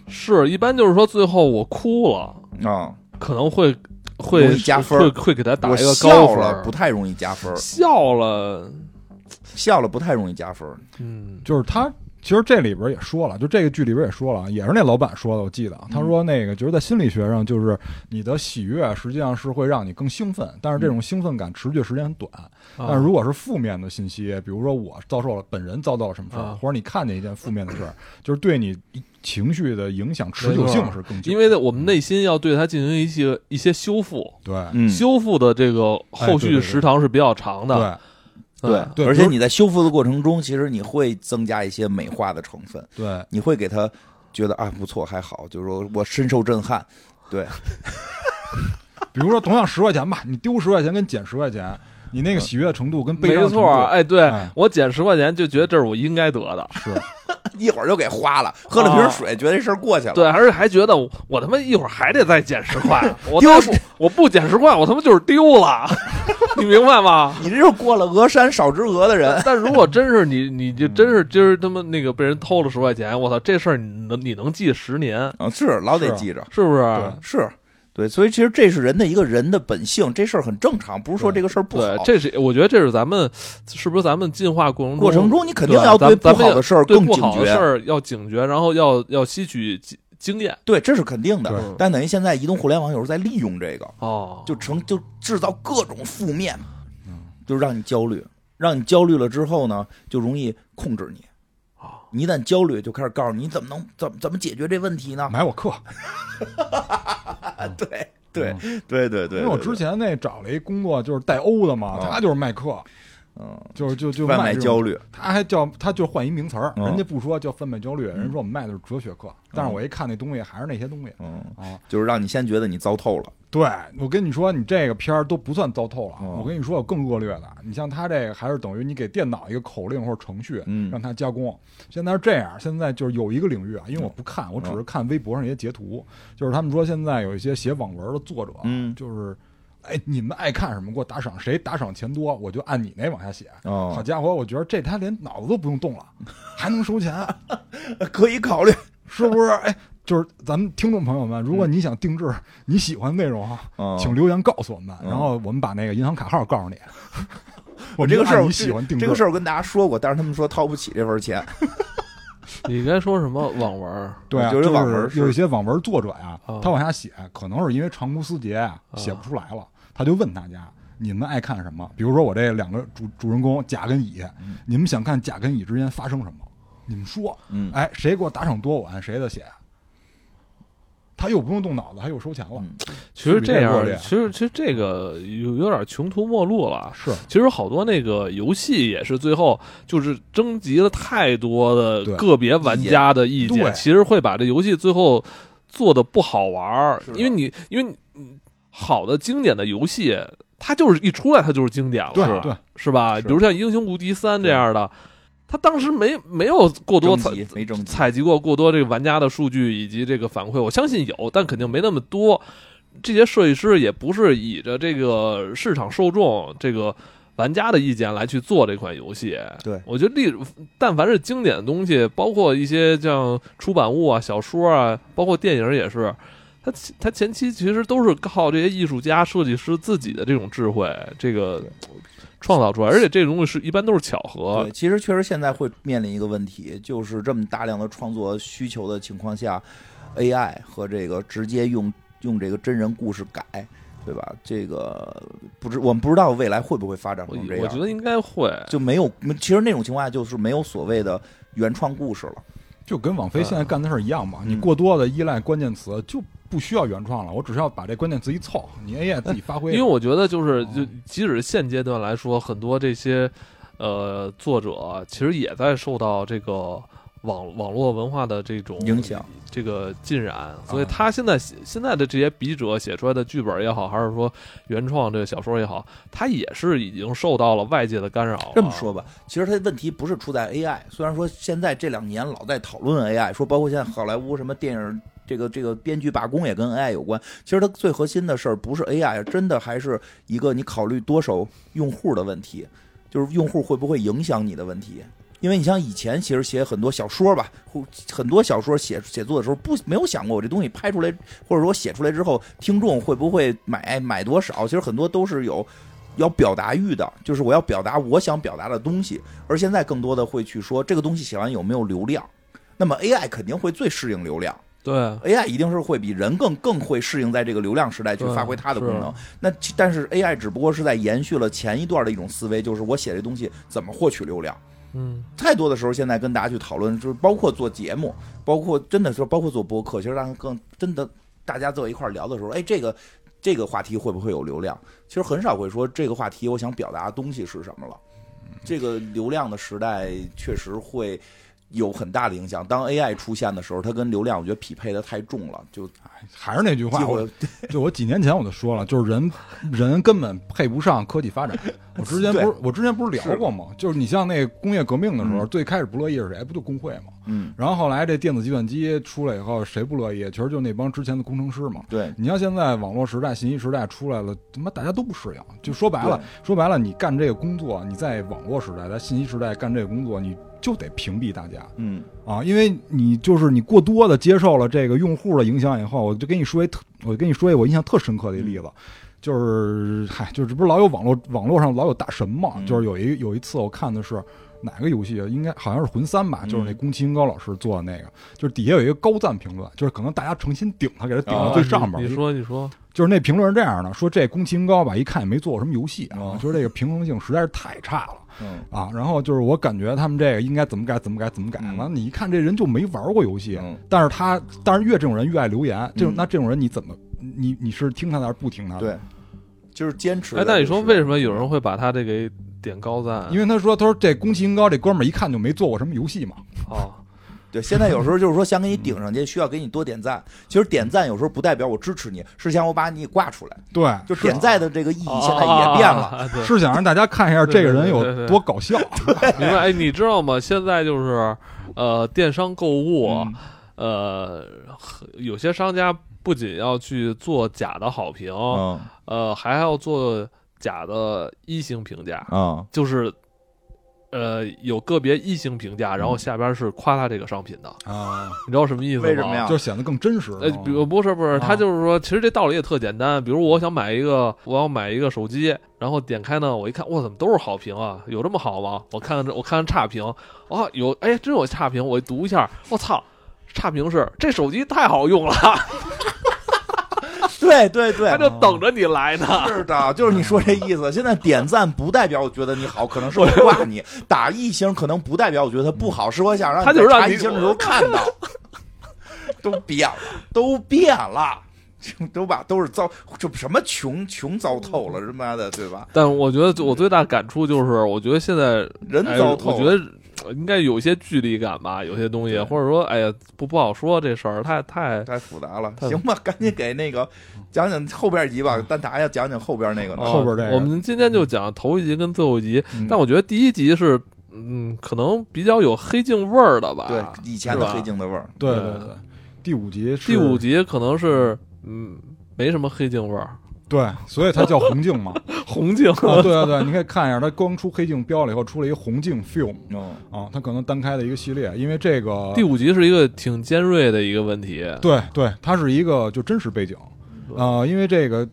[SPEAKER 1] 是一般就是说最后我哭了，
[SPEAKER 2] 啊、
[SPEAKER 1] 可能会会
[SPEAKER 2] 容易加分
[SPEAKER 1] 会会给他打
[SPEAKER 2] 我
[SPEAKER 1] 一个
[SPEAKER 2] 笑
[SPEAKER 1] 高分
[SPEAKER 2] 了
[SPEAKER 1] 儿
[SPEAKER 2] 不。太容易加分，
[SPEAKER 1] 笑了，
[SPEAKER 2] 笑了不太容易加分。
[SPEAKER 1] 嗯，
[SPEAKER 3] 就是他其实这里边也说了，就这个剧里边也说了，啊也是那老板说的，我记得啊
[SPEAKER 1] 嗯
[SPEAKER 3] 他说那个就是在心理学上，就是你的喜悦实际上是会让你更兴奋，但是这种兴奋感持续的时间很短。
[SPEAKER 1] 嗯啊
[SPEAKER 3] 但如果是负面的信息，比如说我遭受了本人遭到了什么事儿，
[SPEAKER 1] 啊
[SPEAKER 3] 或者你看见一件负面的事儿，就是对你情绪的影响持久性是更久的，
[SPEAKER 1] 因为我们内心要对它进行一些一些修复，
[SPEAKER 3] 对
[SPEAKER 2] 嗯
[SPEAKER 1] 修复的这个后
[SPEAKER 3] 哎对对
[SPEAKER 1] 续
[SPEAKER 3] 对
[SPEAKER 1] 时长是比较长的。
[SPEAKER 3] 对
[SPEAKER 1] 嗯
[SPEAKER 3] 哎对
[SPEAKER 2] 而
[SPEAKER 3] 比
[SPEAKER 2] 且
[SPEAKER 3] 如
[SPEAKER 2] 你在修复的过程中，其实你会增加一些美化的成分，
[SPEAKER 3] 对，
[SPEAKER 2] 你会给他觉得啊不错，还好，就是说我深受震撼。对，
[SPEAKER 3] 比如说同样十块钱吧，你丢十块钱跟捡十块钱，你那个喜悦程度跟悲
[SPEAKER 1] 嗯
[SPEAKER 3] 伤
[SPEAKER 1] 没
[SPEAKER 3] 程
[SPEAKER 1] 错
[SPEAKER 3] 度
[SPEAKER 1] 儿，哎，对
[SPEAKER 3] 哎
[SPEAKER 1] 我减十块钱就觉得这是我应该得的，
[SPEAKER 3] 是
[SPEAKER 2] 一会儿就给花了，喝了
[SPEAKER 1] 哦
[SPEAKER 2] 瓶水，觉得这事儿过去了。
[SPEAKER 1] 对，而且还觉得我我他妈一会儿还得再减十块，我再
[SPEAKER 2] 丢
[SPEAKER 1] 不我不减十块，我他妈就是丢了， 你明白吗？
[SPEAKER 2] 你这就是过了鹅山少只鹅的人。
[SPEAKER 1] 但如果真是你，你就真是今儿他妈那个被人偷了十块钱，我操，这事儿你能你能记十年，
[SPEAKER 2] 啊，是老
[SPEAKER 3] 是
[SPEAKER 2] 得
[SPEAKER 3] 啊
[SPEAKER 2] 记着，
[SPEAKER 1] 是不是
[SPEAKER 3] 对？
[SPEAKER 2] 是对，所以其实这是人的一个人的本性，这事儿很正常，不是说
[SPEAKER 3] 对
[SPEAKER 2] 这个事儿不
[SPEAKER 1] 对
[SPEAKER 2] 好，。
[SPEAKER 1] 这是我觉得这是咱们是不是咱们进化过程
[SPEAKER 2] 过程
[SPEAKER 1] 中
[SPEAKER 2] 中你肯定要
[SPEAKER 1] 对啊
[SPEAKER 2] 对
[SPEAKER 1] 咱咱
[SPEAKER 2] 不
[SPEAKER 1] 们
[SPEAKER 2] 好的事儿
[SPEAKER 1] 对
[SPEAKER 2] 更
[SPEAKER 1] 不
[SPEAKER 2] 警
[SPEAKER 1] 好的事
[SPEAKER 2] 觉，
[SPEAKER 1] 儿要警觉，然后要要吸取经经验
[SPEAKER 2] 对，这是肯定的
[SPEAKER 3] 对。
[SPEAKER 2] 但等于现在移动互联网有时候在利用这个，
[SPEAKER 1] 哦，
[SPEAKER 2] 就成就制造各种负面，就让你焦虑，让你焦虑了之后呢，就容易控制你
[SPEAKER 1] 哦。
[SPEAKER 2] 你一旦焦虑，就开始告诉你你怎么能怎么怎么解决这问题呢？
[SPEAKER 3] 买我课，
[SPEAKER 2] 对对对对对，
[SPEAKER 3] 因为我
[SPEAKER 2] 对
[SPEAKER 3] 之前那找了一工作就是带欧的嘛，
[SPEAKER 2] 嗯
[SPEAKER 3] 他就是卖课，
[SPEAKER 2] 嗯
[SPEAKER 3] 就是就就
[SPEAKER 2] 贩卖
[SPEAKER 3] 这种
[SPEAKER 2] 焦虑，
[SPEAKER 3] 他还叫他就换一名词儿，
[SPEAKER 2] 嗯
[SPEAKER 3] 人家不说叫贩卖焦虑，人家说我们卖的是哲学课，但是我一看那东西还是那些东西。
[SPEAKER 2] 嗯，
[SPEAKER 3] 啊，
[SPEAKER 2] 就是让你先觉得你糟透了，
[SPEAKER 3] 对我跟你说，你这个片儿都不算糟透了。
[SPEAKER 2] 嗯
[SPEAKER 3] 我跟你说，有更恶劣的，你像他这个还是等于你给电脑一个口令或者程序，
[SPEAKER 2] 嗯
[SPEAKER 3] 让它加工。现在是这样，现在就是有一个领域啊，因为我不看，我只
[SPEAKER 2] 哦
[SPEAKER 3] 是看微博上一些截图，就是他们说现在有一些写网文的作者，
[SPEAKER 2] 嗯
[SPEAKER 3] 就是，哎，你们爱看什么给我打赏，谁打赏钱多，我就按你那往下写。
[SPEAKER 2] 哦
[SPEAKER 3] 好家伙，我觉得这他连脑子都不用动了，还能收钱，
[SPEAKER 2] 可以考虑。
[SPEAKER 3] 是不是？哎，就是咱们听众朋友们，如果你想定制你喜欢的内容啊，
[SPEAKER 2] 嗯
[SPEAKER 3] 请留言告诉我们，
[SPEAKER 2] 嗯
[SPEAKER 3] 然后我们把那个银行卡号告 诉你。
[SPEAKER 2] 我这个
[SPEAKER 3] 们就
[SPEAKER 2] 事儿
[SPEAKER 3] 按你喜欢定制，
[SPEAKER 2] 这个事儿我跟大家说过，但是他们说掏不起这份钱。
[SPEAKER 1] 你该说什么网文儿？
[SPEAKER 3] 对啊，
[SPEAKER 2] 我觉得
[SPEAKER 3] 就是
[SPEAKER 2] 网文是哦
[SPEAKER 3] 有一些网文作者呀、
[SPEAKER 1] 啊
[SPEAKER 3] 他往下写，可能是因为长姑思竭啊写不出来了，他就问大家。你们爱看什么？比如说我这两个主主人公甲跟乙，你们想看甲跟乙之间发生什么？你们说，
[SPEAKER 2] 嗯
[SPEAKER 3] 哎，谁给我打赏多，我按谁的写。啊他又不用动脑子，他又收钱
[SPEAKER 2] 嗯
[SPEAKER 3] 了，
[SPEAKER 1] 其实这
[SPEAKER 3] 是
[SPEAKER 1] 样
[SPEAKER 3] 比这个恶劣，
[SPEAKER 1] 其实其实这个有有点穷途末路了。
[SPEAKER 3] 是
[SPEAKER 1] 其实好多那个游戏也是最后就是征集了太多的
[SPEAKER 3] 对
[SPEAKER 1] 个别玩家的意
[SPEAKER 3] 意见对
[SPEAKER 1] 见，其实会把这游戏最后做的不好玩儿
[SPEAKER 2] 是，的
[SPEAKER 1] 因为你因为你嗯好的经典的游戏，它就是一出来它就是经典了，
[SPEAKER 2] 啊
[SPEAKER 3] 对对，
[SPEAKER 1] 是吧？
[SPEAKER 2] 是
[SPEAKER 1] 比如像《英雄无敌三》这样的，它当时没没有过多采
[SPEAKER 2] 征集没征集
[SPEAKER 1] 采集过过多这个玩家的数据以及这个反馈，我相信有，但肯定没那么多。这些设计师也不是以着这个市场受众、这个玩家的意见来去做这款游戏。
[SPEAKER 2] 对
[SPEAKER 1] 我觉得例如，但凡是经典的东西，包括一些像出版物啊、小说啊，包括电影也是，它其它前期其实都是靠这些艺术家、设计师自己的这种智慧，这个创造出来，而且这种东西是一般都是巧合
[SPEAKER 2] 对，。其实确实现在会面临一个问题，就是这么大量的创作需求的情况下，AI 和这个直接用用这个真人故事改，对吧？这个不知我们不知道未来会不会发展
[SPEAKER 1] 我
[SPEAKER 2] 成这
[SPEAKER 1] 我觉
[SPEAKER 2] 样，
[SPEAKER 1] 得应该会，
[SPEAKER 2] 就没有其实那种情况下就是没有所谓的原创故事了。
[SPEAKER 3] 就跟网飞现在干的事儿一样嘛。
[SPEAKER 2] 嗯
[SPEAKER 3] 你过多的依赖关键词，就不需要原创了，我只需要把这关键词一凑，你 AI 自己发挥。
[SPEAKER 1] 哎因为我觉得就是
[SPEAKER 3] 哦
[SPEAKER 1] 就即使现阶段来说，很多这些呃作者其实也在受到这个。网网络文化的这种
[SPEAKER 2] 影响，啊
[SPEAKER 1] 这个浸染，所以他现在写现在的这些笔者写出来的剧本也好，还是说原创这个小说也好，他也是已经受到了外界的干扰了。
[SPEAKER 2] 这么说吧，其实它的问题不是出在 AI，虽然说现在这两年老在讨论 AI，说包括现在好莱坞什么电影。这个这个编剧罢工也跟 AI 有关，其实它最核心的事儿不是 AI，真的还是一个你考虑多少用户的问题，就是用户会不会影响你的问题。因为你像以前其实写很多小说吧，或很多小说写写作的时候不没有想过我这东西拍出来，或者说写出来之后听众会不会买买多少，其实很多都是有。要表达欲的，就是我要表达我想表达的东西，而现在更多的会去说这个东西写完有没有流量，那么 AI 肯定会最适应流量，
[SPEAKER 1] 对，
[SPEAKER 2] AI 一定是会比人更更会适应在这个流量时代去
[SPEAKER 1] 对
[SPEAKER 2] 发挥它的
[SPEAKER 1] 是
[SPEAKER 2] 功能。那其但是 AI 只不过是在延续了前一段的一种思维，就是我写这东西怎么获取流量。
[SPEAKER 1] 嗯，
[SPEAKER 2] 太多的时候，现在跟大家去讨论，就是包括做节目，包括真的说，包括做播客，其实让更真的大家坐一块儿聊的时候，哎，这个这个话题会不会有流量？其实很少会说这个话题我想表达的东西是什么了。这个流量的时代确实会有很大的影响。当 AI 出现的时候，它跟流量我觉得匹配的太重了，就
[SPEAKER 3] 哎还是那句话，
[SPEAKER 2] 就
[SPEAKER 3] 我就我几年前我就说了，就是人人根本配不上科技 发展。我之前不是我之前不是聊过吗？就是你像那工业革命的时
[SPEAKER 1] 嗯
[SPEAKER 3] 候，最开始不乐意是谁？不就工会吗？
[SPEAKER 2] 嗯，
[SPEAKER 3] 然后后来这电子计算机出来以后，谁不乐意？其实就那帮之前的工程师嘛。
[SPEAKER 2] 对，
[SPEAKER 3] 你像现在网络时代、信息时代出来了，他妈大家都不适应。就说白了，说白了，你干这个工作，你在网络时代、在信息时代干这个工作，你就得屏蔽大家
[SPEAKER 2] 嗯，
[SPEAKER 3] 啊，因为你就是你过多的接受了这个用户的影响以后，我就跟你说一特，我跟你说一我印象特深刻的一例子。
[SPEAKER 1] 嗯
[SPEAKER 3] 就是，嗨，就是不是老有网络网络上老有大神嘛？
[SPEAKER 2] 嗯
[SPEAKER 3] 就是有一有一次我看的是哪个游戏啊，应该好像是魂三吧，就是那
[SPEAKER 1] 嗯
[SPEAKER 3] 宫崎英高老师做的那个，就是底下有一个高赞评论，就是可能大家诚心顶他，给他顶到
[SPEAKER 2] 啊
[SPEAKER 3] 最上面。
[SPEAKER 1] 你说你说，
[SPEAKER 3] 就是那评论是这样的，说这宫崎英高吧，一看也没做过什么游戏啊
[SPEAKER 2] 哦，
[SPEAKER 3] 就是这个平衡性实在是太差了。
[SPEAKER 2] 嗯
[SPEAKER 3] 啊，然后就是我感觉他们这个应该怎么改怎么改怎么改，
[SPEAKER 2] 嗯
[SPEAKER 3] 完了你一看这人就没玩过游戏，
[SPEAKER 2] 嗯
[SPEAKER 3] 但是他但是越这种人越爱留言，这种、
[SPEAKER 2] 嗯
[SPEAKER 3] 那这种人你怎么你你是听他的还是不听他的？
[SPEAKER 2] 对，就是坚持。
[SPEAKER 1] 哎，那你说为什么有人
[SPEAKER 2] 会？
[SPEAKER 1] 会把他这给点高赞？
[SPEAKER 3] 因为他说他说这宫崎英高这哥们儿一看就没做过什么游戏嘛，
[SPEAKER 1] 哦，
[SPEAKER 2] 对，现在有时候就是说想
[SPEAKER 1] 嗯
[SPEAKER 2] 给你顶上去，需要给你多点赞。其实点赞有时候不代表我支持你，是想我把你挂出来。
[SPEAKER 3] 对，
[SPEAKER 2] 就是点
[SPEAKER 1] 啊
[SPEAKER 2] 赞的这个意义现在也变了。
[SPEAKER 1] 啊，对，
[SPEAKER 3] 是想让大家看一下这个人
[SPEAKER 1] 对对对
[SPEAKER 3] 有
[SPEAKER 1] 对
[SPEAKER 3] 多搞笑，
[SPEAKER 1] 明白？哎，你知道吗？现在就是，呃，电商购物，
[SPEAKER 2] 嗯
[SPEAKER 1] 呃，有些商家不仅要去做假的好评，
[SPEAKER 2] 嗯
[SPEAKER 1] 呃，还要做假的一星评价，
[SPEAKER 2] 嗯
[SPEAKER 1] 就是，呃，有个别一星评价，然后下边是夸他这个商品的，
[SPEAKER 3] 啊，
[SPEAKER 1] 你知道什么意思吗？
[SPEAKER 2] 嗯为什么呀
[SPEAKER 3] 就显得更真实。
[SPEAKER 1] 啊呃，比如不是不是，他
[SPEAKER 3] 啊
[SPEAKER 1] 就是说，其实这道理也特简单。比如我想买一个，我要买一个手机，然后点开呢，我一看，哇，怎么都是好评啊？有这么好吗？我看看这，我看看差评，啊，有，哎，真有差评，我读一下，我操，差评是这手机太好用了，
[SPEAKER 2] 啊对对对
[SPEAKER 1] 他，就等着你来 呢。
[SPEAKER 2] 是的，就是你说这意思。现在点赞不代表我觉得你好，可能是我挂你；打一星可能不代表我觉得它不好，是我想让
[SPEAKER 1] 他就是让
[SPEAKER 2] 在查
[SPEAKER 1] 你
[SPEAKER 2] 一星的时候看到。都变了，都变了， 都把都是糟，这什么穷穷
[SPEAKER 1] 嗯
[SPEAKER 2] 糟透了，他妈的，对吧？
[SPEAKER 1] 但我觉得我最大感触就是，我觉得现在
[SPEAKER 2] 人
[SPEAKER 1] 哎
[SPEAKER 2] 糟透
[SPEAKER 1] 我
[SPEAKER 2] 了。
[SPEAKER 1] 觉得呃应该有些距离感吧，有些东西，
[SPEAKER 2] 对
[SPEAKER 1] 或者说，哎呀，不不好说这事儿，太太
[SPEAKER 2] 太复杂了，
[SPEAKER 1] 太
[SPEAKER 2] 行吧，赶紧给那个
[SPEAKER 3] 嗯
[SPEAKER 2] 讲讲后边集吧，蛋挞要讲讲后边那个呢。
[SPEAKER 1] 啊
[SPEAKER 3] 后边这个
[SPEAKER 1] 我们今天就讲头一集跟最后一集，
[SPEAKER 3] 嗯
[SPEAKER 1] 但我觉得第一集是，嗯，可能比较有黑镜味儿的
[SPEAKER 3] 哦
[SPEAKER 1] 吧。
[SPEAKER 2] 对，以前的黑镜的味儿，
[SPEAKER 3] 对
[SPEAKER 1] 呃
[SPEAKER 3] 对对，第五集是
[SPEAKER 1] 第五集可能是，嗯，没什么黑镜味儿，
[SPEAKER 3] 对，所以它叫 红镜嘛。
[SPEAKER 1] 红镜。
[SPEAKER 3] 啊，对对对，你可以看一下，它光出黑镜标了以后，出了一个红镜 film
[SPEAKER 2] 嗯，
[SPEAKER 3] 啊，它可能单开的一个系列，因为这个
[SPEAKER 1] 第五集是一个挺尖锐的一个问题，
[SPEAKER 3] 对对，它是一个就真实背景，
[SPEAKER 1] 嗯
[SPEAKER 3] 呃，因为这个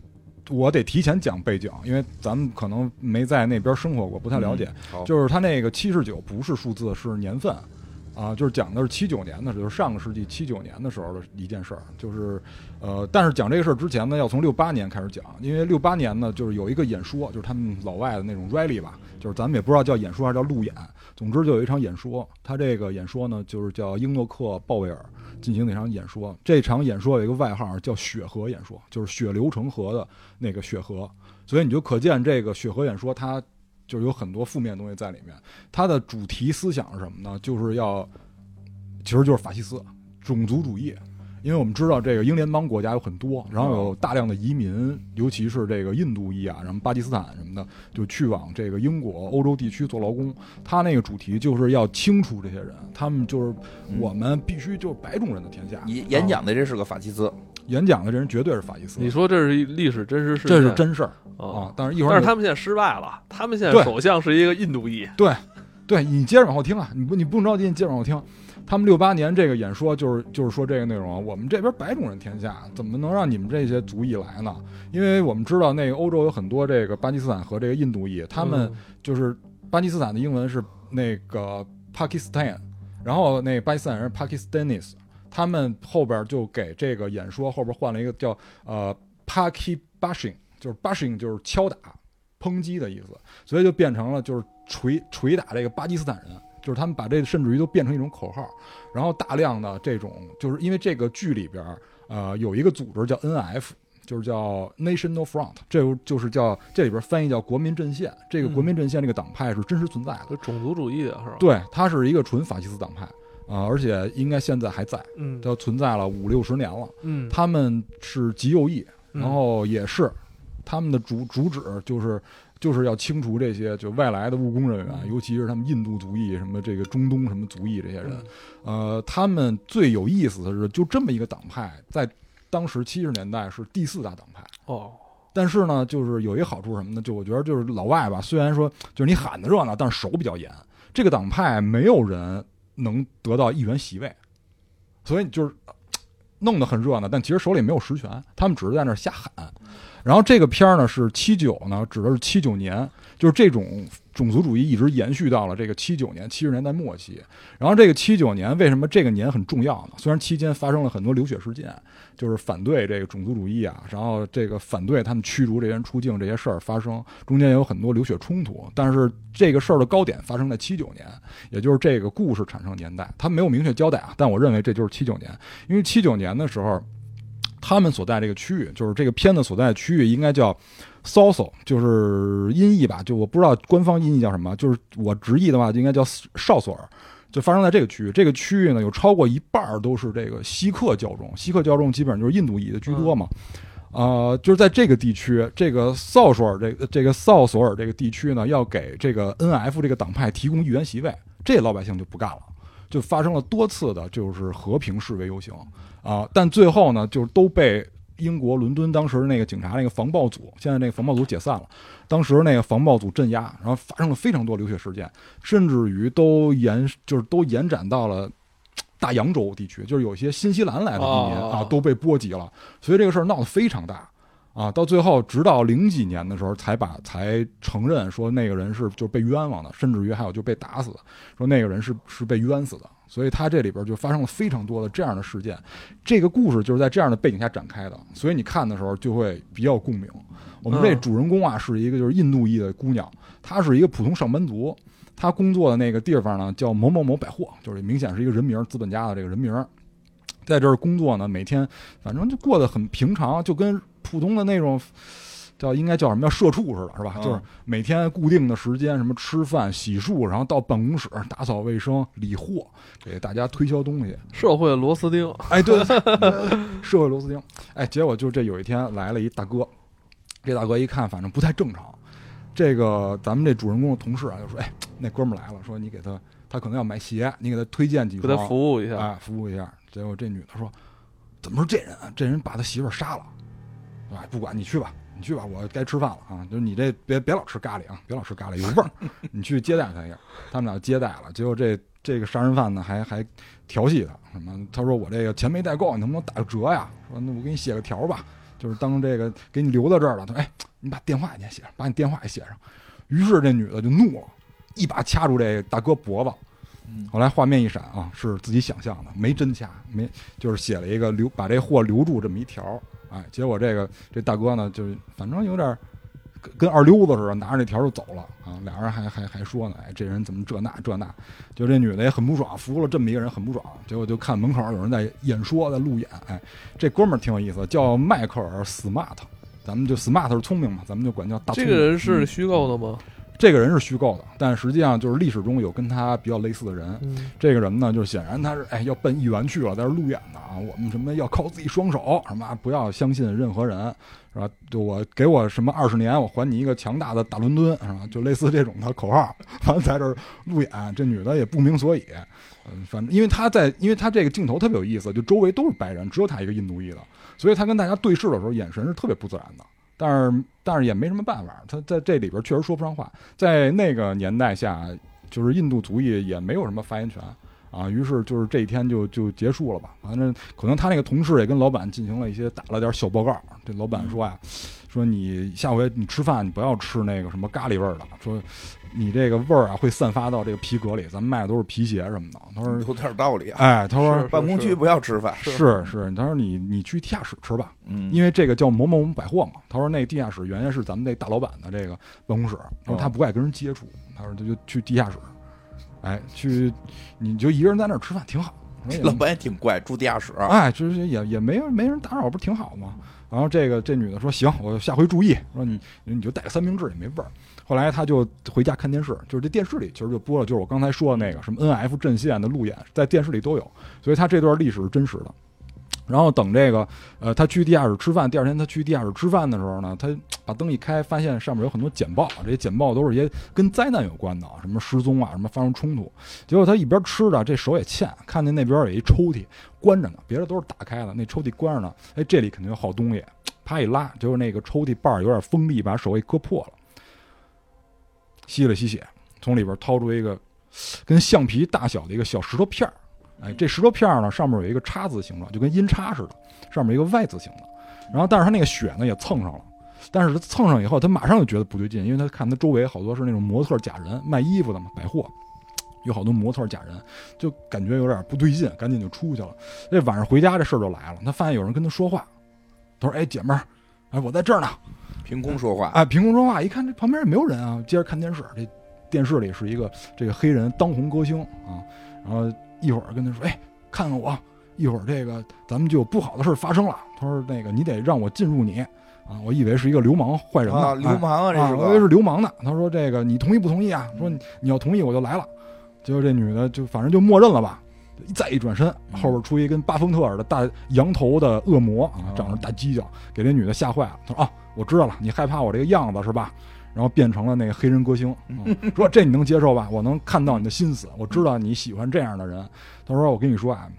[SPEAKER 3] 我得提前讲背景，因为咱们可能没在那边生活过，不太了解。
[SPEAKER 2] 好
[SPEAKER 3] 就是它那个七十九不是数字，是年份。啊，就是讲的是七九年的时候，就是上个世纪七九年的时候的一件事儿，就是，呃，但是讲这个事儿之前呢，要从六八年开始讲，因为六八年呢，就是有一个演说，就是他们老外的那种 rally 吧，就是咱们也不知道叫演说还是叫路演，总之就有一场演说，他这个演说呢，就是叫英诺克·鲍威尔进行的一场演说，这场演说有一个外号叫“血河演说”，就是血流成河的那个血河，所以你就可见这个血河演说它就是有很多负面的东西在里面。它的主题思想是什么呢？就是要，其实就是法西斯种族主义。因为我们知道这个英联邦国家有很多，然后有大量的移民，尤其是这个印度裔啊，然后巴基斯坦什么的，就去往这个英国、欧洲地区做劳工。他那个主题就是要清除这些人，他们就是
[SPEAKER 2] 嗯
[SPEAKER 3] 我们必须就是白种人的天下。
[SPEAKER 2] 演演
[SPEAKER 3] 啊
[SPEAKER 2] 讲的这是个法西斯，
[SPEAKER 3] 演讲的这人绝对是法西斯，
[SPEAKER 1] 你说这是一历史真实事件，
[SPEAKER 3] 这是真事儿
[SPEAKER 1] 啊。
[SPEAKER 3] 啊！但是一会
[SPEAKER 1] 但
[SPEAKER 3] 儿
[SPEAKER 1] 是
[SPEAKER 3] 你
[SPEAKER 1] 他们现在失败了，他们现在
[SPEAKER 3] 对
[SPEAKER 1] 首相是一个印度裔，
[SPEAKER 3] 对，对你接着往后听啊，你不你不用着急，你接着往后听。他们六八年这个演说就是就是说这个内容啊，我们这边白种人天下，怎么能让你们这些族裔来呢？因为我们知道那个欧洲有很多这个巴基斯坦和这个印度裔，他
[SPEAKER 1] 嗯
[SPEAKER 3] 们就是巴基斯坦的英文是那个 Pakistan，然后那巴基斯坦人 Pakistanis，他们后边就给这个演说后边换了一个叫呃 Paki bashing，就是 bashing 就是敲打、抨击的意思，所以就变成了就是捶捶打这个巴基斯坦人。就是他们把这甚至于都变成一种口号，然后大量的这种，就是因为这个剧里边，呃，有一个组织叫 NF，就是叫 National Front，这就是叫这里边翻译叫国民阵线。这个国民阵线这个党派是真实存在的，
[SPEAKER 1] 就种族主义的啊是吧？，
[SPEAKER 3] 对，它是一个纯法西斯党派啊、而且应该现在还在，
[SPEAKER 1] 嗯
[SPEAKER 3] 它存在了五六十年了。
[SPEAKER 1] 嗯，
[SPEAKER 3] 他们是极右翼，
[SPEAKER 1] 嗯
[SPEAKER 3] 然后也是他们的主主旨就是就是要清除这些就外来的务工人员，
[SPEAKER 1] 嗯
[SPEAKER 3] 尤其是他们印度族裔、什么这个中东什么族裔这些人
[SPEAKER 1] 嗯。
[SPEAKER 3] 呃，他们最有意思的是，就这么一个党派，在当时七十年代是第四大党派。
[SPEAKER 1] 哦，
[SPEAKER 3] 但是呢，就是有一个好处是什么呢？就我觉得就是老外吧，虽然说就是你喊的热闹，但是手比较严。这个党派没有人能得到议员席位，所以就是呃弄得很热闹，但其实手里没有实权，他们只是在那儿瞎喊。然后这个片儿呢是七九呢，指的是七九年，就是这种种族主义一直延续到了这个七九年七十年代末期。然后这个七九年为什么这个年很重要呢？虽然期间发生了很多流血事件，就是反对这个种族主义啊，然后这个反对他们驱逐这些人出境这些事儿发生，中间也有很多流血冲突，但是这个事儿的高点发生在七九年，也就是这个故事产生年代，他没有明确交代啊，但我认为这就是七九年，因为七九年的时候，他们所在这个区域，就是这个片子所在的区域，应该叫 Soso，就是音译吧，就我不知道官方音译叫什么，就是我直译的话就应该叫绍索尔。就发生在这个区域，这个区域呢有超过一半儿都是这个锡克教众，锡克教众基本上就是印度裔的居多嘛。呃，就是在这个地区，这个绍索尔这个这个绍索尔这个地区呢，要给这个 NF 这个党派提供议员席位，这老百姓就不干了，就发生了多次的就是和平示威游行啊、但最后呢，就是都被英国伦敦当时那个警察那个防暴组，现在那个防暴组解散了，当时那个防暴组镇压，然后发生了非常多流血事件，甚至于都延就是都延展到了。大洋洲地区，就是有些新西兰来的移民、
[SPEAKER 1] 哦
[SPEAKER 3] 啊，都被波及了，所以这个事儿闹得非常大啊。到最后，直到零几年的时候，才把才承认说那个人是就被冤枉的，甚至于还有就被打死的，说那个人是是被冤死的。所以他这里边就发生了非常多的这样的事件，这个故事就是在这样的背景下展开的，所以你看的时候就会比较有共鸣。我们这
[SPEAKER 1] 嗯
[SPEAKER 3] 主人公啊是一个就是印度裔的姑娘，她是一个普通上班族，她工作的那个地方呢叫某某某百货，就是明显是一个人名儿，资本家的这个人名儿。在这儿工作呢，每天反正就过得很平常，就跟普通的那种叫应该叫什么叫社畜似的，是吧？
[SPEAKER 2] 嗯
[SPEAKER 3] 就是每天固定的时间，什么吃饭、洗漱，然后到办公室打扫卫生、理货，给大家推销东西。
[SPEAKER 1] 社会螺丝钉，
[SPEAKER 3] 哎，对对对，社会螺丝钉。哎，结果就这有一天来了一大哥，这大哥一看反正不太正常，这个咱们这主人公的同事啊就说，哎，那哥们儿来了，说你给他，他可能要买鞋，你给他推荐几
[SPEAKER 1] 给
[SPEAKER 3] 双，
[SPEAKER 1] 他服务一下。
[SPEAKER 3] 哎，服务一下。结果这女的说：“怎么是这人啊？这人把他媳妇儿杀了。”哎，不管你去吧，你去吧，我该吃饭了啊！就是你这别别老吃咖喱啊，别老吃咖喱有味儿。 你去接待他一下。他们俩接待了，结果这这个杀人犯呢还还调戏他，什么？他说我这个钱没带够，你能不能打个折呀？说那我给你写个条吧，就是当这个给你留到这儿了。他说哎，你把电话你也写上，把你电话也写上。于是这女的就怒了，一把掐住这大哥脖子
[SPEAKER 2] 嗯。
[SPEAKER 3] 后来画面一闪啊，是自己想象的，没真掐，没就是写了一个留把这货留住这么一条，哎，结果这个这大哥呢，就是反正有点儿跟跟二溜子似的，拿着那条就走了啊。俩人还还还说呢，哎，这人怎么这那这那，就这女的也很不爽，服了这么一个人很不爽。结果就看门口有人在演说，在路演，哎，这哥们儿挺有意思，叫迈克尔·斯马特。咱们就 smart 是聪明嘛，咱们就管叫大聪
[SPEAKER 1] 这
[SPEAKER 3] 明。
[SPEAKER 1] 个人
[SPEAKER 3] 嗯
[SPEAKER 1] 是虚构的吗？
[SPEAKER 3] 这个人是虚构的，但实际上就是历史中有跟他比较类似的人。
[SPEAKER 1] 嗯，
[SPEAKER 3] 这个人呢，就是显然他是哎要奔议员去了，在这儿路演呢啊，我们什么要靠自己双手，什么啊不要相信任何人，是吧？就我给我什么二十年，我还你一个强大的大伦敦，是吧？就类似这种的口号，完了在这儿路演，这女的也不明所以，嗯，反正因为她在，因为她这个镜头特别有意思，就周围都是白人，只有她一个印度裔的，所以她跟大家对视的时候，眼神是特别不自然的。但是但是也没什么办法，她在这里边确实说不上话，在那个年代下，就是印度族裔也没有什么发言权啊。于是就是这一天就就结束了吧。反正可能他那个同事也跟老板进行了一些打了点小报告。这老板说呀，说你下回你吃饭你不要吃那个什么咖喱味儿的，说你这个味儿啊会散发到这个皮革里。咱们卖的都是皮鞋什么的。他说，
[SPEAKER 2] 有点道理啊。
[SPEAKER 3] 哎，他说
[SPEAKER 1] 是
[SPEAKER 2] 办公区不要吃饭，
[SPEAKER 3] 嗯是是，他说你你去地下室吃吧。
[SPEAKER 2] 嗯，
[SPEAKER 3] 因为这个叫某某百货嘛，他说那地下室原先是咱们那大老板的这个办公室，他说他不爱跟人接触，他说他就去地下室，哎，去你就一个人在那儿吃饭挺好，说也
[SPEAKER 2] 老板也挺怪，住地下室。啊
[SPEAKER 3] 哎，就是也也没人没人打扰，不是挺好吗？然后这个这女的说行，我下回注意，说你你就带个三明治也没味儿。后来她就回家看电视，就是这电视里其实就播了，就是我刚才说的那个什么 N F 阵线的路演，在电视里都有，所以她这段历史是真实的。然后等这个，呃，她去地下室吃饭，第二天她去地下室吃饭的时候呢，她把灯一开，发现上面有很多简报，啊这些简报都是一些跟灾难有关的，啊，什么失踪啊，什么发生冲突。结果她一边吃着，这手也欠，看见那边有一抽屉，关着呢，别的都是打开的，那抽屉关着呢。哎，这里肯定有好东西，啪一拉，结果那个抽屉把儿有点锋利，把手给割破了，吸了吸血，从里边掏出一个 跟橡皮大小的一个小石头片儿。哎，这石头片儿呢，上面有一个叉字形状，就跟阴叉似的，上面有一个 Y 字形的。然后，但是他那个血呢也蹭上了，但是他蹭上以后，他马上就觉得不对劲，因为他看他周围好多是那种模特假人卖衣服的嘛，百货有好多模特假人，就感觉有点不对劲，赶紧就出去了。这晚上回家这事儿就来了，他发现有人跟他说话，他说：“哎，姐们儿，哎，我在这儿呢。”
[SPEAKER 2] 凭空说话，
[SPEAKER 3] 哎，凭空说话，一看这旁边也没有人啊，接着看电视，这电视里是一个这个黑人当红歌星啊，然后一会儿跟他说，哎，看看我，一会儿这个咱们就有不好的事儿发生了。他说那个你得让我进入你啊，我以为是一个流氓坏人呢，
[SPEAKER 2] 啊，
[SPEAKER 3] 哎
[SPEAKER 2] 流氓啊，这是
[SPEAKER 3] 我以为
[SPEAKER 2] 个
[SPEAKER 3] 是流氓呢。他说这个你同意不同意啊？说
[SPEAKER 2] 嗯
[SPEAKER 3] 你你要同意我就来了。结果这女的就反正就默认了吧。再一转身，
[SPEAKER 2] 嗯
[SPEAKER 3] 后边出一跟巴丰特尔的大羊头的恶魔啊，
[SPEAKER 2] 哦
[SPEAKER 3] 长着大犄角，给这女的吓坏了。他说啊，我知道了，你害怕我这个样子是吧？然后变成了那个黑人歌星，
[SPEAKER 2] 嗯
[SPEAKER 3] 啊说这你能接受吧？我能看到你的心思，我知道你喜欢这样的人。他说我跟你说啊，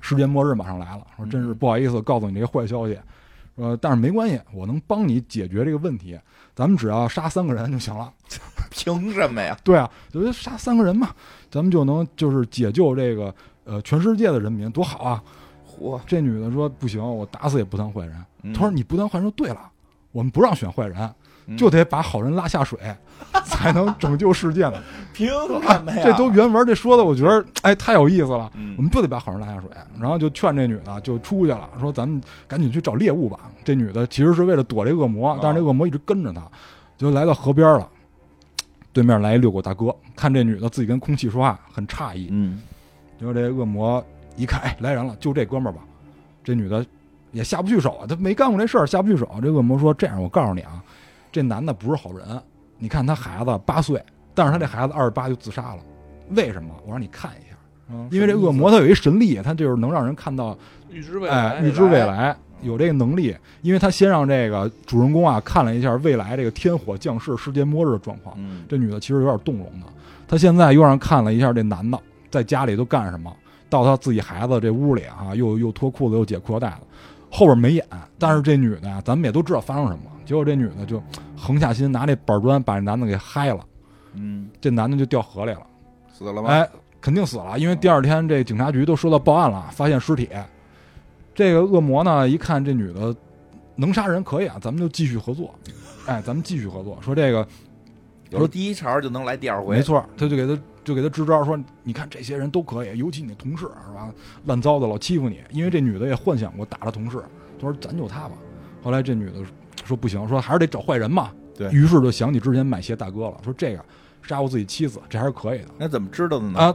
[SPEAKER 3] 世界末日马上来了，说真是
[SPEAKER 2] 嗯
[SPEAKER 3] 不好意思告诉你这个坏消息，说但是没关系，我能帮你解决这个问题，咱们只要杀三个人就行了。
[SPEAKER 2] 凭什么呀？
[SPEAKER 3] 对啊，就是杀三个人嘛，咱们就能就是解救这个呃全世界的人民，多好啊！
[SPEAKER 2] 嚯，
[SPEAKER 3] 这女的说不行，我打死也不当坏人。
[SPEAKER 2] 嗯
[SPEAKER 3] 她说你不当坏人就对了，我们不让选坏人，
[SPEAKER 2] 嗯
[SPEAKER 3] 就得把好人拉下水， 才能拯救世界呢。
[SPEAKER 2] 凭什么呀？
[SPEAKER 3] 啊这都原文这说的，我觉得哎太有意思了。
[SPEAKER 2] 嗯
[SPEAKER 3] 我们就得把好人拉下水，然后就劝这女的就出去了，说咱们赶紧去找猎物吧。这女的其实是为了躲这恶魔
[SPEAKER 2] 啊，
[SPEAKER 3] 但是这恶魔一直跟着她，就来到河边了。对面来一遛狗大哥，看这女的自己跟空气说话，很诧异。
[SPEAKER 2] 嗯，
[SPEAKER 3] 结果这恶魔一看，哎，来人了，就这哥们儿吧。这女的也下不去手啊，她没干过这事儿，下不去手。这恶魔说：“这样，我告诉你啊，这男的不是好人。你看他孩子八岁，但是他这孩子二十八就自杀了，为什么？我让你看一下，
[SPEAKER 2] 嗯
[SPEAKER 3] 因为这恶魔他有一神力，他就是能让人看到
[SPEAKER 1] 预知未
[SPEAKER 3] 哎，
[SPEAKER 1] 来，
[SPEAKER 3] 预知未来，有这个能力，因为他先让这个主人公啊看了一下未来这个天火降世、世界末日的状况。
[SPEAKER 2] 嗯，
[SPEAKER 3] 这女的其实有点动容的，她现在又让看了一下这男的在家里都干什么，到她自己孩子这屋里啊，又又脱裤子又解裤腰带了，后边没演，但是这女的呀，咱们也都知道发生什么，结果这女的就横下心拿那板砖把这男的给嗨了，
[SPEAKER 2] 嗯，
[SPEAKER 3] 这男的就掉河里了。
[SPEAKER 2] 死了吗？
[SPEAKER 3] 哎，肯定死了，因为第二天这警察局都收到报案了，发现尸体。这个恶魔呢，一看这女的能杀人可以啊，咱们就继续合作。哎，咱们继续合作，说这个
[SPEAKER 2] 有时候第一茬就能来第二回，
[SPEAKER 3] 没错，他就给他就给他支招说，你看这些人都可以，尤其你同事是吧，乱糟的老欺负你，因为这女的也幻想过打了同事，他说咱就他吧。后来这女的说不行，说还是得找坏人嘛。
[SPEAKER 2] 对
[SPEAKER 3] 于是就想起之前买鞋大哥了，说这个杀过自己妻子，这还是可以的。
[SPEAKER 2] 那怎么知道的呢？
[SPEAKER 3] 啊，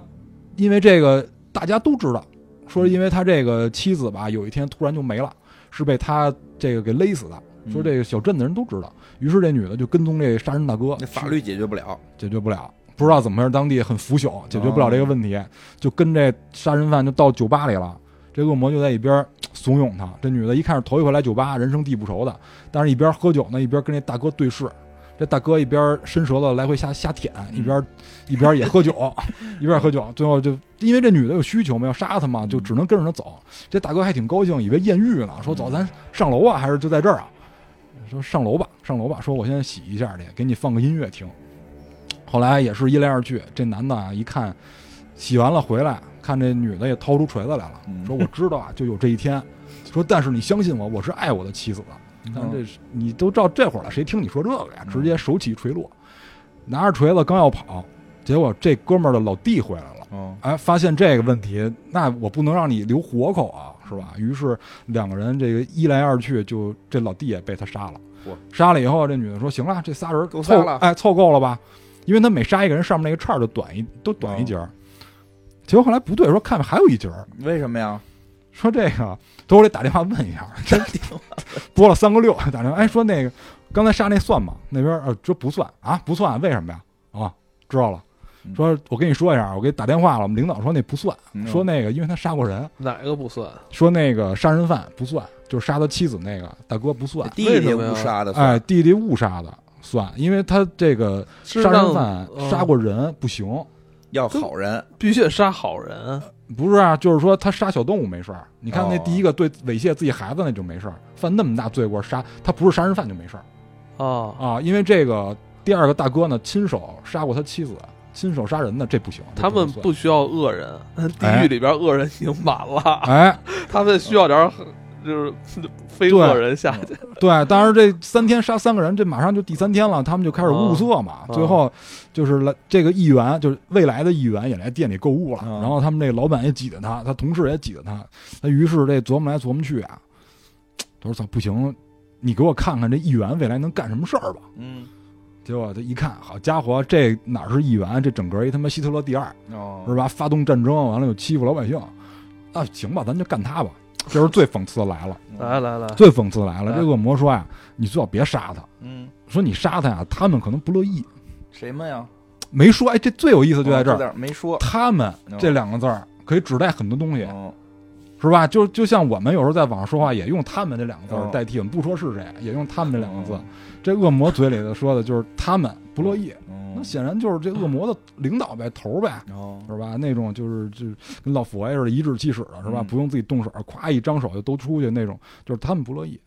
[SPEAKER 3] 因为这个大家都知道，说因为他这个妻子吧，有一天突然就没了，是被他这个给勒死的。
[SPEAKER 2] 嗯
[SPEAKER 3] 说这个小镇的人都知道，于是这女的就跟踪这杀人大哥，
[SPEAKER 2] 那法律解决不了，
[SPEAKER 3] 解决不了，不知道怎么回事，当地很腐朽，解决不了这个问题，就跟这杀人犯就到酒吧里了。这恶魔就在一边怂恿他，这女的一看是头一回来酒吧，人生地不熟的，但是一边喝酒呢，一边跟这大哥对视。这大哥一边伸舌头来回瞎瞎舔，一边一边也喝酒，一边喝酒，最后就因为这女的有需求嘛，要杀他嘛，就只能跟着他走。这大哥还挺高兴，以为艳遇呢，说走，咱上楼啊，还是就在这儿啊？说上楼吧，上楼吧，说我先洗一下去，给你放个音乐听。后来也是一来二去，这男的啊一看，洗完了回来，看这女的也掏出锤子来了，
[SPEAKER 2] 嗯
[SPEAKER 3] 说我知道啊，就有这一天，说但是你相信我，我是爱我的妻子的。但是嗯
[SPEAKER 2] 嗯
[SPEAKER 3] 这是你都到这会儿了，谁听你说这个呀？直接手起锤落，拿着锤子刚要跑，结果这哥们儿的老弟回来了。
[SPEAKER 2] 嗯
[SPEAKER 3] 哎，发现这个问题，那我不能让你留活口啊，是吧？
[SPEAKER 2] 嗯
[SPEAKER 3] 于是两个人这个一来二去就，这老弟也被他杀了
[SPEAKER 2] 哇。
[SPEAKER 3] 杀了以后，这女的说：“行了，这仨人
[SPEAKER 2] 够
[SPEAKER 3] 凑
[SPEAKER 2] 仨了
[SPEAKER 3] 哎，凑够了吧？因为他每杀一个人，上面那个叉儿就短一，都短一截
[SPEAKER 2] 哦
[SPEAKER 3] 儿。结果后来不对，说看还有一截儿，
[SPEAKER 2] 为什么呀？
[SPEAKER 3] 说这个，等我得打电话问一下，真 多了三个六，打电话，哎，说那个刚才杀那算吗？那边呃，这不算啊，不算，为什么呀？啊，知道了
[SPEAKER 2] 嗯。
[SPEAKER 3] 说，我跟你说一下，我给打电话了，我们领导说那不算，
[SPEAKER 2] 嗯
[SPEAKER 3] 说那个因为他杀过人，
[SPEAKER 1] 哪个不算？
[SPEAKER 3] 说那个杀人犯不算，就是杀他妻子那个大哥不算，
[SPEAKER 2] 弟弟误杀的，
[SPEAKER 3] 哎，，弟弟误杀的算，因为他这个
[SPEAKER 1] 是
[SPEAKER 3] 杀人
[SPEAKER 1] 让
[SPEAKER 3] 犯
[SPEAKER 1] 嗯
[SPEAKER 3] 杀过人不行，
[SPEAKER 2] 要好人，
[SPEAKER 1] 必须得杀好人，
[SPEAKER 3] 不是啊，就是说他杀小动物没事儿。你看那
[SPEAKER 2] 哦
[SPEAKER 3] 第一个对猥亵自己孩子那就没事儿，犯那么大罪过杀他不是杀人犯就没事儿
[SPEAKER 1] 啊
[SPEAKER 3] 啊，因为这个第二个大哥呢亲手杀过他妻子，亲手杀人的这不行，这
[SPEAKER 1] 他们
[SPEAKER 3] 能算
[SPEAKER 1] 不需要恶人，地
[SPEAKER 3] 哎
[SPEAKER 1] 狱里边恶人已经满了，
[SPEAKER 3] 哎
[SPEAKER 1] 他们需要点儿就是非恶人下去。
[SPEAKER 3] 对，当然这三天杀三个人，这马上就第三天了，他们就开始物色嘛。
[SPEAKER 1] 嗯
[SPEAKER 3] 最后就是来这个议员，就是未来的议员也来店里购物了，
[SPEAKER 2] 嗯
[SPEAKER 3] 然后他们这老板也挤得他，他同事也挤得他，他于是这琢磨来琢磨去啊，他说操不行，你给我看看这议员未来能干什么事儿吧。
[SPEAKER 2] 嗯，
[SPEAKER 3] 结果他一看，好家伙，这哪是议员，这整个一他妈希特勒第二
[SPEAKER 2] 哦
[SPEAKER 3] 是吧？发动战争，完了又欺负老百姓，啊，行吧，咱就干他吧。这时候最讽刺的来了，
[SPEAKER 2] 嗯
[SPEAKER 1] 来，来来，
[SPEAKER 3] 最讽刺来了，
[SPEAKER 1] 哎
[SPEAKER 3] 这恶魔说呀、啊你最好别杀他。
[SPEAKER 2] 嗯，
[SPEAKER 3] 说你杀他呀，他们可能不乐意。
[SPEAKER 2] 谁们呀？
[SPEAKER 3] 没说，哎，这最有意思就在这
[SPEAKER 2] 哦
[SPEAKER 3] 儿，
[SPEAKER 2] 没说，
[SPEAKER 3] 他们
[SPEAKER 2] 嗯
[SPEAKER 3] 这两个字儿可以指代很多东西，
[SPEAKER 2] 嗯
[SPEAKER 3] 是吧？就就像我们有时候在网上说话，也用他们这两个字儿
[SPEAKER 2] 嗯
[SPEAKER 3] 代替，我们不说是谁，也用他们这两个字
[SPEAKER 2] 嗯。
[SPEAKER 3] 这恶魔嘴里的说的就是他们不乐意，那
[SPEAKER 2] 嗯，
[SPEAKER 3] 显然就是这恶魔的领导呗，头儿呗。
[SPEAKER 2] 哦，
[SPEAKER 3] 是吧？那种就是就是跟老佛爷似的，颐指气使的，是吧？
[SPEAKER 2] 嗯
[SPEAKER 3] 不用自己动手，咵一张手就都出去那种，就是他们不乐意。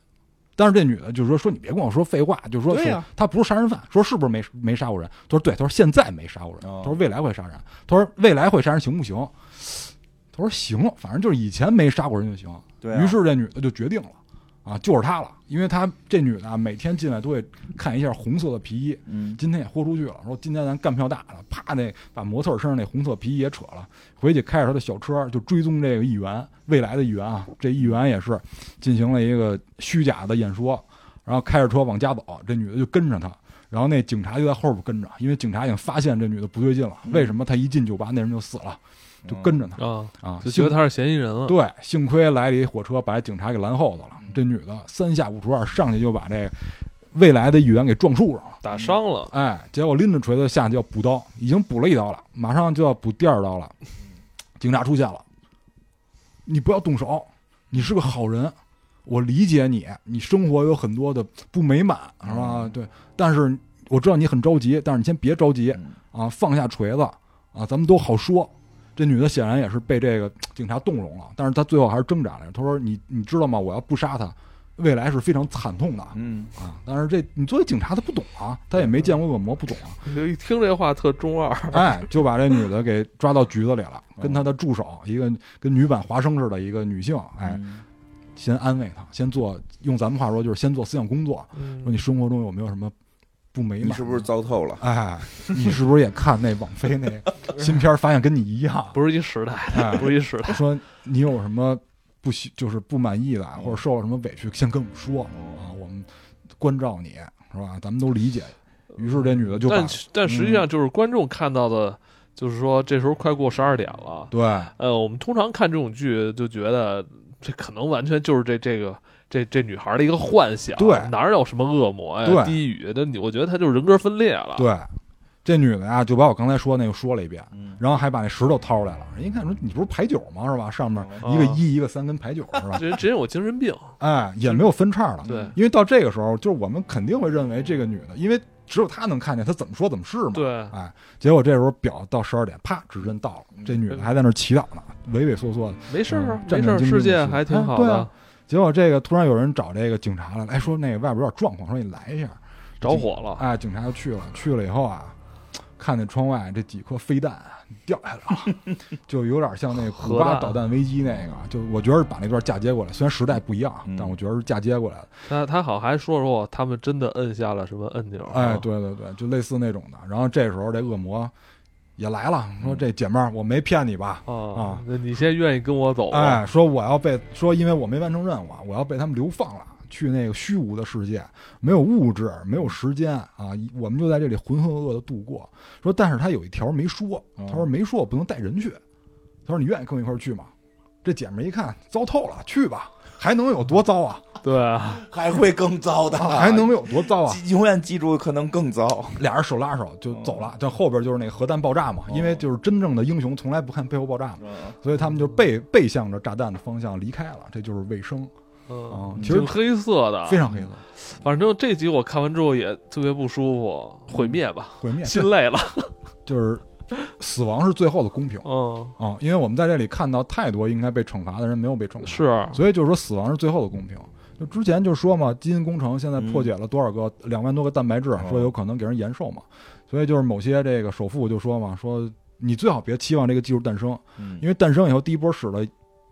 [SPEAKER 3] 但是这女的就说说你别跟我说废话，就说
[SPEAKER 2] 对呀
[SPEAKER 3] 说她不是杀人犯，说是不是没没杀过人？她说对，她说现在没杀过人，
[SPEAKER 2] 哦
[SPEAKER 3] 她说未来会杀人，她说未来会杀人行不行？她说行，反正就是以前没杀过人就行。
[SPEAKER 2] 对啊
[SPEAKER 3] 于是这女的就决定了，啊，就是她了，因为她这女的啊每天进来都会看一下红色的皮衣，
[SPEAKER 2] 嗯，
[SPEAKER 3] 今天也豁出去了，说今天咱干票大了，啪那把模特身上那红色皮衣也扯了，回去开着他的小车就追踪这个议员，未来的议员啊，这议员也是进行了一个虚假的演说，然后开着车往家走，这女的就跟着他，然后那警察就在后边跟着，因为警察已经发现这女的不对劲了，
[SPEAKER 1] 嗯
[SPEAKER 3] 为什么她一进酒吧那人就死了，就跟着她
[SPEAKER 1] 啊，
[SPEAKER 3] 啊，
[SPEAKER 1] 就觉得
[SPEAKER 3] 幸
[SPEAKER 1] 他是嫌疑人了。
[SPEAKER 3] 对，幸亏来了一火车把警察给拦后头
[SPEAKER 1] 嗯
[SPEAKER 3] 了，这女的三下五除二上去就把这未来的议员给撞树上了。
[SPEAKER 1] 打伤了，
[SPEAKER 3] 哎，结果拎着锤子下去要补刀，已经补了一刀了，马上就要补第二刀了。警察出现了，你不要动手，你是个好人，我理解你，你生活有很多的不美满，是吧？对，但是我知道你很着急，但是你先别着急
[SPEAKER 2] 嗯
[SPEAKER 3] 啊，放下锤子啊，咱们都好说。这女的显然也是被这个警察动容了，但是她最后还是挣扎来着。她说：“你你知道吗？我要不杀他，未来是非常惨痛的。”
[SPEAKER 2] 嗯，
[SPEAKER 3] 啊，但是这你作为警察他不懂啊，他也没见过恶魔，不懂啊，
[SPEAKER 1] 就一听这话特中二，
[SPEAKER 3] 哎，就把这女的给抓到局子里了，
[SPEAKER 2] 嗯
[SPEAKER 3] 跟她的助手一个跟女版华生似的一个女性，哎，
[SPEAKER 2] 嗯，
[SPEAKER 3] 先安慰她，先做用咱们话说就是先做思想工作，
[SPEAKER 1] 嗯
[SPEAKER 3] 说你生活中有没有什么不美满
[SPEAKER 2] 你
[SPEAKER 3] 的？
[SPEAKER 2] 是不是糟透了？
[SPEAKER 3] 哎，你是不是也看那网飞 那新片儿，发现跟你一样？
[SPEAKER 1] 不是一时代，
[SPEAKER 3] 哎，
[SPEAKER 1] 不是一时代。
[SPEAKER 3] 说你有什么不喜就是不满意的，或者受了什么委屈，先跟我们说啊，我们关照你是吧？咱们都理解。于是这女的就把
[SPEAKER 1] 嗯但但实际上就是观众看到的，就是说这时候快过十二点了。
[SPEAKER 3] 对，
[SPEAKER 1] 呃，我们通常看这种剧就觉得这可能完全就是这这个这这女孩的一个幻想，
[SPEAKER 3] 对
[SPEAKER 1] 哪有什么恶魔呀、
[SPEAKER 3] 对
[SPEAKER 1] 低语？那你我觉得她就是人格分裂了，
[SPEAKER 3] 对，这女的呀、啊就把我刚才说那个说了一遍，
[SPEAKER 2] 嗯，
[SPEAKER 3] 然后还把那石头掏出来了。人一看说：“你不是牌九吗？是吧？上面
[SPEAKER 1] 哦
[SPEAKER 3] 一个一，一个三，跟牌九是吧
[SPEAKER 1] 这人真有精神病。？”
[SPEAKER 3] 哎，也没有分叉了。
[SPEAKER 1] 对
[SPEAKER 3] 因为到这个时候，就是我们肯定会认为这个女的，因为只有她能看见，她怎么说怎么是嘛。
[SPEAKER 1] 对，
[SPEAKER 3] 哎，结果这时候表到十二点，啪，指针到了，
[SPEAKER 1] 嗯
[SPEAKER 3] 这女的还在那儿祈祷呢，畏畏缩缩的。
[SPEAKER 1] 没事儿啊，
[SPEAKER 3] 嗯
[SPEAKER 1] 没事
[SPEAKER 3] 战战
[SPEAKER 1] 儿，
[SPEAKER 3] 兢兢
[SPEAKER 1] 世界
[SPEAKER 3] 的
[SPEAKER 1] 还挺好
[SPEAKER 3] 哎对
[SPEAKER 1] 的
[SPEAKER 3] 啊。结果这个突然有人找这个警察来了，哎，说那个外边有点状况，说你来一下。
[SPEAKER 1] 着火了，
[SPEAKER 3] 哎，警察就去了，去了以后啊，看见窗外这几颗飞弹掉下来了，就有点像那古
[SPEAKER 1] 核
[SPEAKER 3] 巴
[SPEAKER 1] 弹
[SPEAKER 3] 导弹危机那个，就我觉得把那段嫁接过来，虽然时代不一样
[SPEAKER 2] 嗯，
[SPEAKER 3] 但我觉得是嫁接过来的。
[SPEAKER 1] 他他好还说说他们真的摁下了什么按钮，啊
[SPEAKER 3] 哎，，对对对，就类似那种的。然后这时候这恶魔也来了，说这姐妹儿我没骗你吧？
[SPEAKER 1] 啊
[SPEAKER 3] 啊，
[SPEAKER 1] 那你先愿意跟我走啊吗？
[SPEAKER 3] 哎，说我要被说，因为我没完成任务啊，我要被他们流放了，去那个虚无的世界，没有物质，没有时间啊，一我们就在这里浑浑噩噩的度过。说，但是他有一条没说，他说没说我不能带人去，他说你愿意跟我一块儿去吗？这姐们儿一看糟透了，去吧，还能有多糟啊？
[SPEAKER 1] 对啊，
[SPEAKER 2] 还会更糟的，
[SPEAKER 3] 还 能有多糟啊？
[SPEAKER 2] 记永远记住可能更糟。
[SPEAKER 3] 俩人手拉手就走了，哦这后边就是那核弹爆炸嘛，因为就是真正的英雄从来不看背后爆炸嘛，所以他们就背背向着炸弹的方向离开了，这就是卫生，
[SPEAKER 1] 嗯
[SPEAKER 3] 哦，其实
[SPEAKER 1] 挺黑色的，
[SPEAKER 3] 非常黑色，
[SPEAKER 1] 反正这集我看完之后也特别不舒服，毁灭吧，
[SPEAKER 3] 毁灭，
[SPEAKER 1] 心累了。
[SPEAKER 3] 就是死亡是最后的公平
[SPEAKER 1] 嗯，
[SPEAKER 3] 啊，因为我们在这里看到太多应该被惩罚的人没有被惩罚，
[SPEAKER 1] 是，啊
[SPEAKER 3] 所以就是说死亡是最后的公平。就之前就说嘛，基因工程现在破解了多少个两万多个蛋白质，说有可能给人延寿嘛，所以就是某些这个首富就说嘛，说你最好别期望这个技术诞生。
[SPEAKER 2] 嗯
[SPEAKER 3] 因为诞生以后第一波使的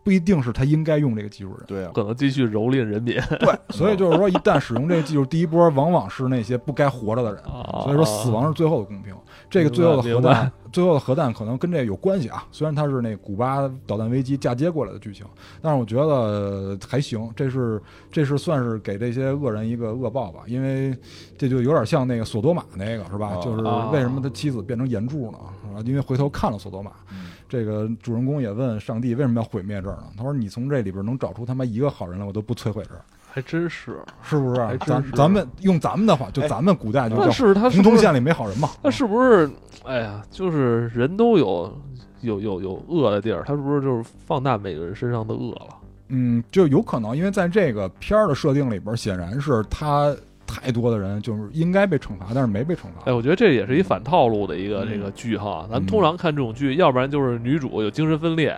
[SPEAKER 3] 不一定是他应该用这个技术人，
[SPEAKER 2] 对啊，
[SPEAKER 1] 可能继续蹂躏人民。
[SPEAKER 3] 对，所以就是说一旦使用这个技术，第一波往往是那些不该活着的人， 所
[SPEAKER 1] 所
[SPEAKER 3] 以说死亡是最后的公平。这个最后的核
[SPEAKER 1] 啊明白明
[SPEAKER 3] 弹，最后的核弹可能跟这有关系啊，虽然它是那古巴导弹危机嫁接过来的剧情，但是我觉得呃还行，这是这是算是给这些恶人一个恶报吧，因为这就有点像那个索多玛那个是吧
[SPEAKER 2] 啊？
[SPEAKER 3] 就是
[SPEAKER 1] 啊
[SPEAKER 3] 为什么他妻子变成岩柱呢？啊，因为回头看了索多玛，
[SPEAKER 2] 嗯
[SPEAKER 3] 这个主人公也问上帝为什么要毁灭这儿呢？他说：“你从这里边能找出他妈一个好人来，我都不摧毁这儿，
[SPEAKER 1] 还真是，
[SPEAKER 3] 是
[SPEAKER 1] 还
[SPEAKER 3] 不是？
[SPEAKER 1] 哎真
[SPEAKER 3] 咱
[SPEAKER 1] 是
[SPEAKER 3] 咱们用咱们的话，就咱们古代就
[SPEAKER 1] 但
[SPEAKER 3] 嗯叫
[SPEAKER 1] 是他是
[SPEAKER 3] 红
[SPEAKER 1] 啊不
[SPEAKER 3] 铜
[SPEAKER 1] 是
[SPEAKER 3] 县里没好人嘛。
[SPEAKER 1] 他是不是？哎呀，就是人都有有有有恶的地儿，他是不是就是放大每个人身上的恶了？
[SPEAKER 3] 嗯，就有可能，因为在这个片儿的设定里边，显然是他太多的人就是应该被惩罚，但是没被惩罚。
[SPEAKER 1] 哎，我觉得这也是一反套路的一个
[SPEAKER 2] 嗯
[SPEAKER 1] 这个剧哈。咱们
[SPEAKER 3] 嗯
[SPEAKER 1] 通常看这种剧，要不然就是女主有精神分裂，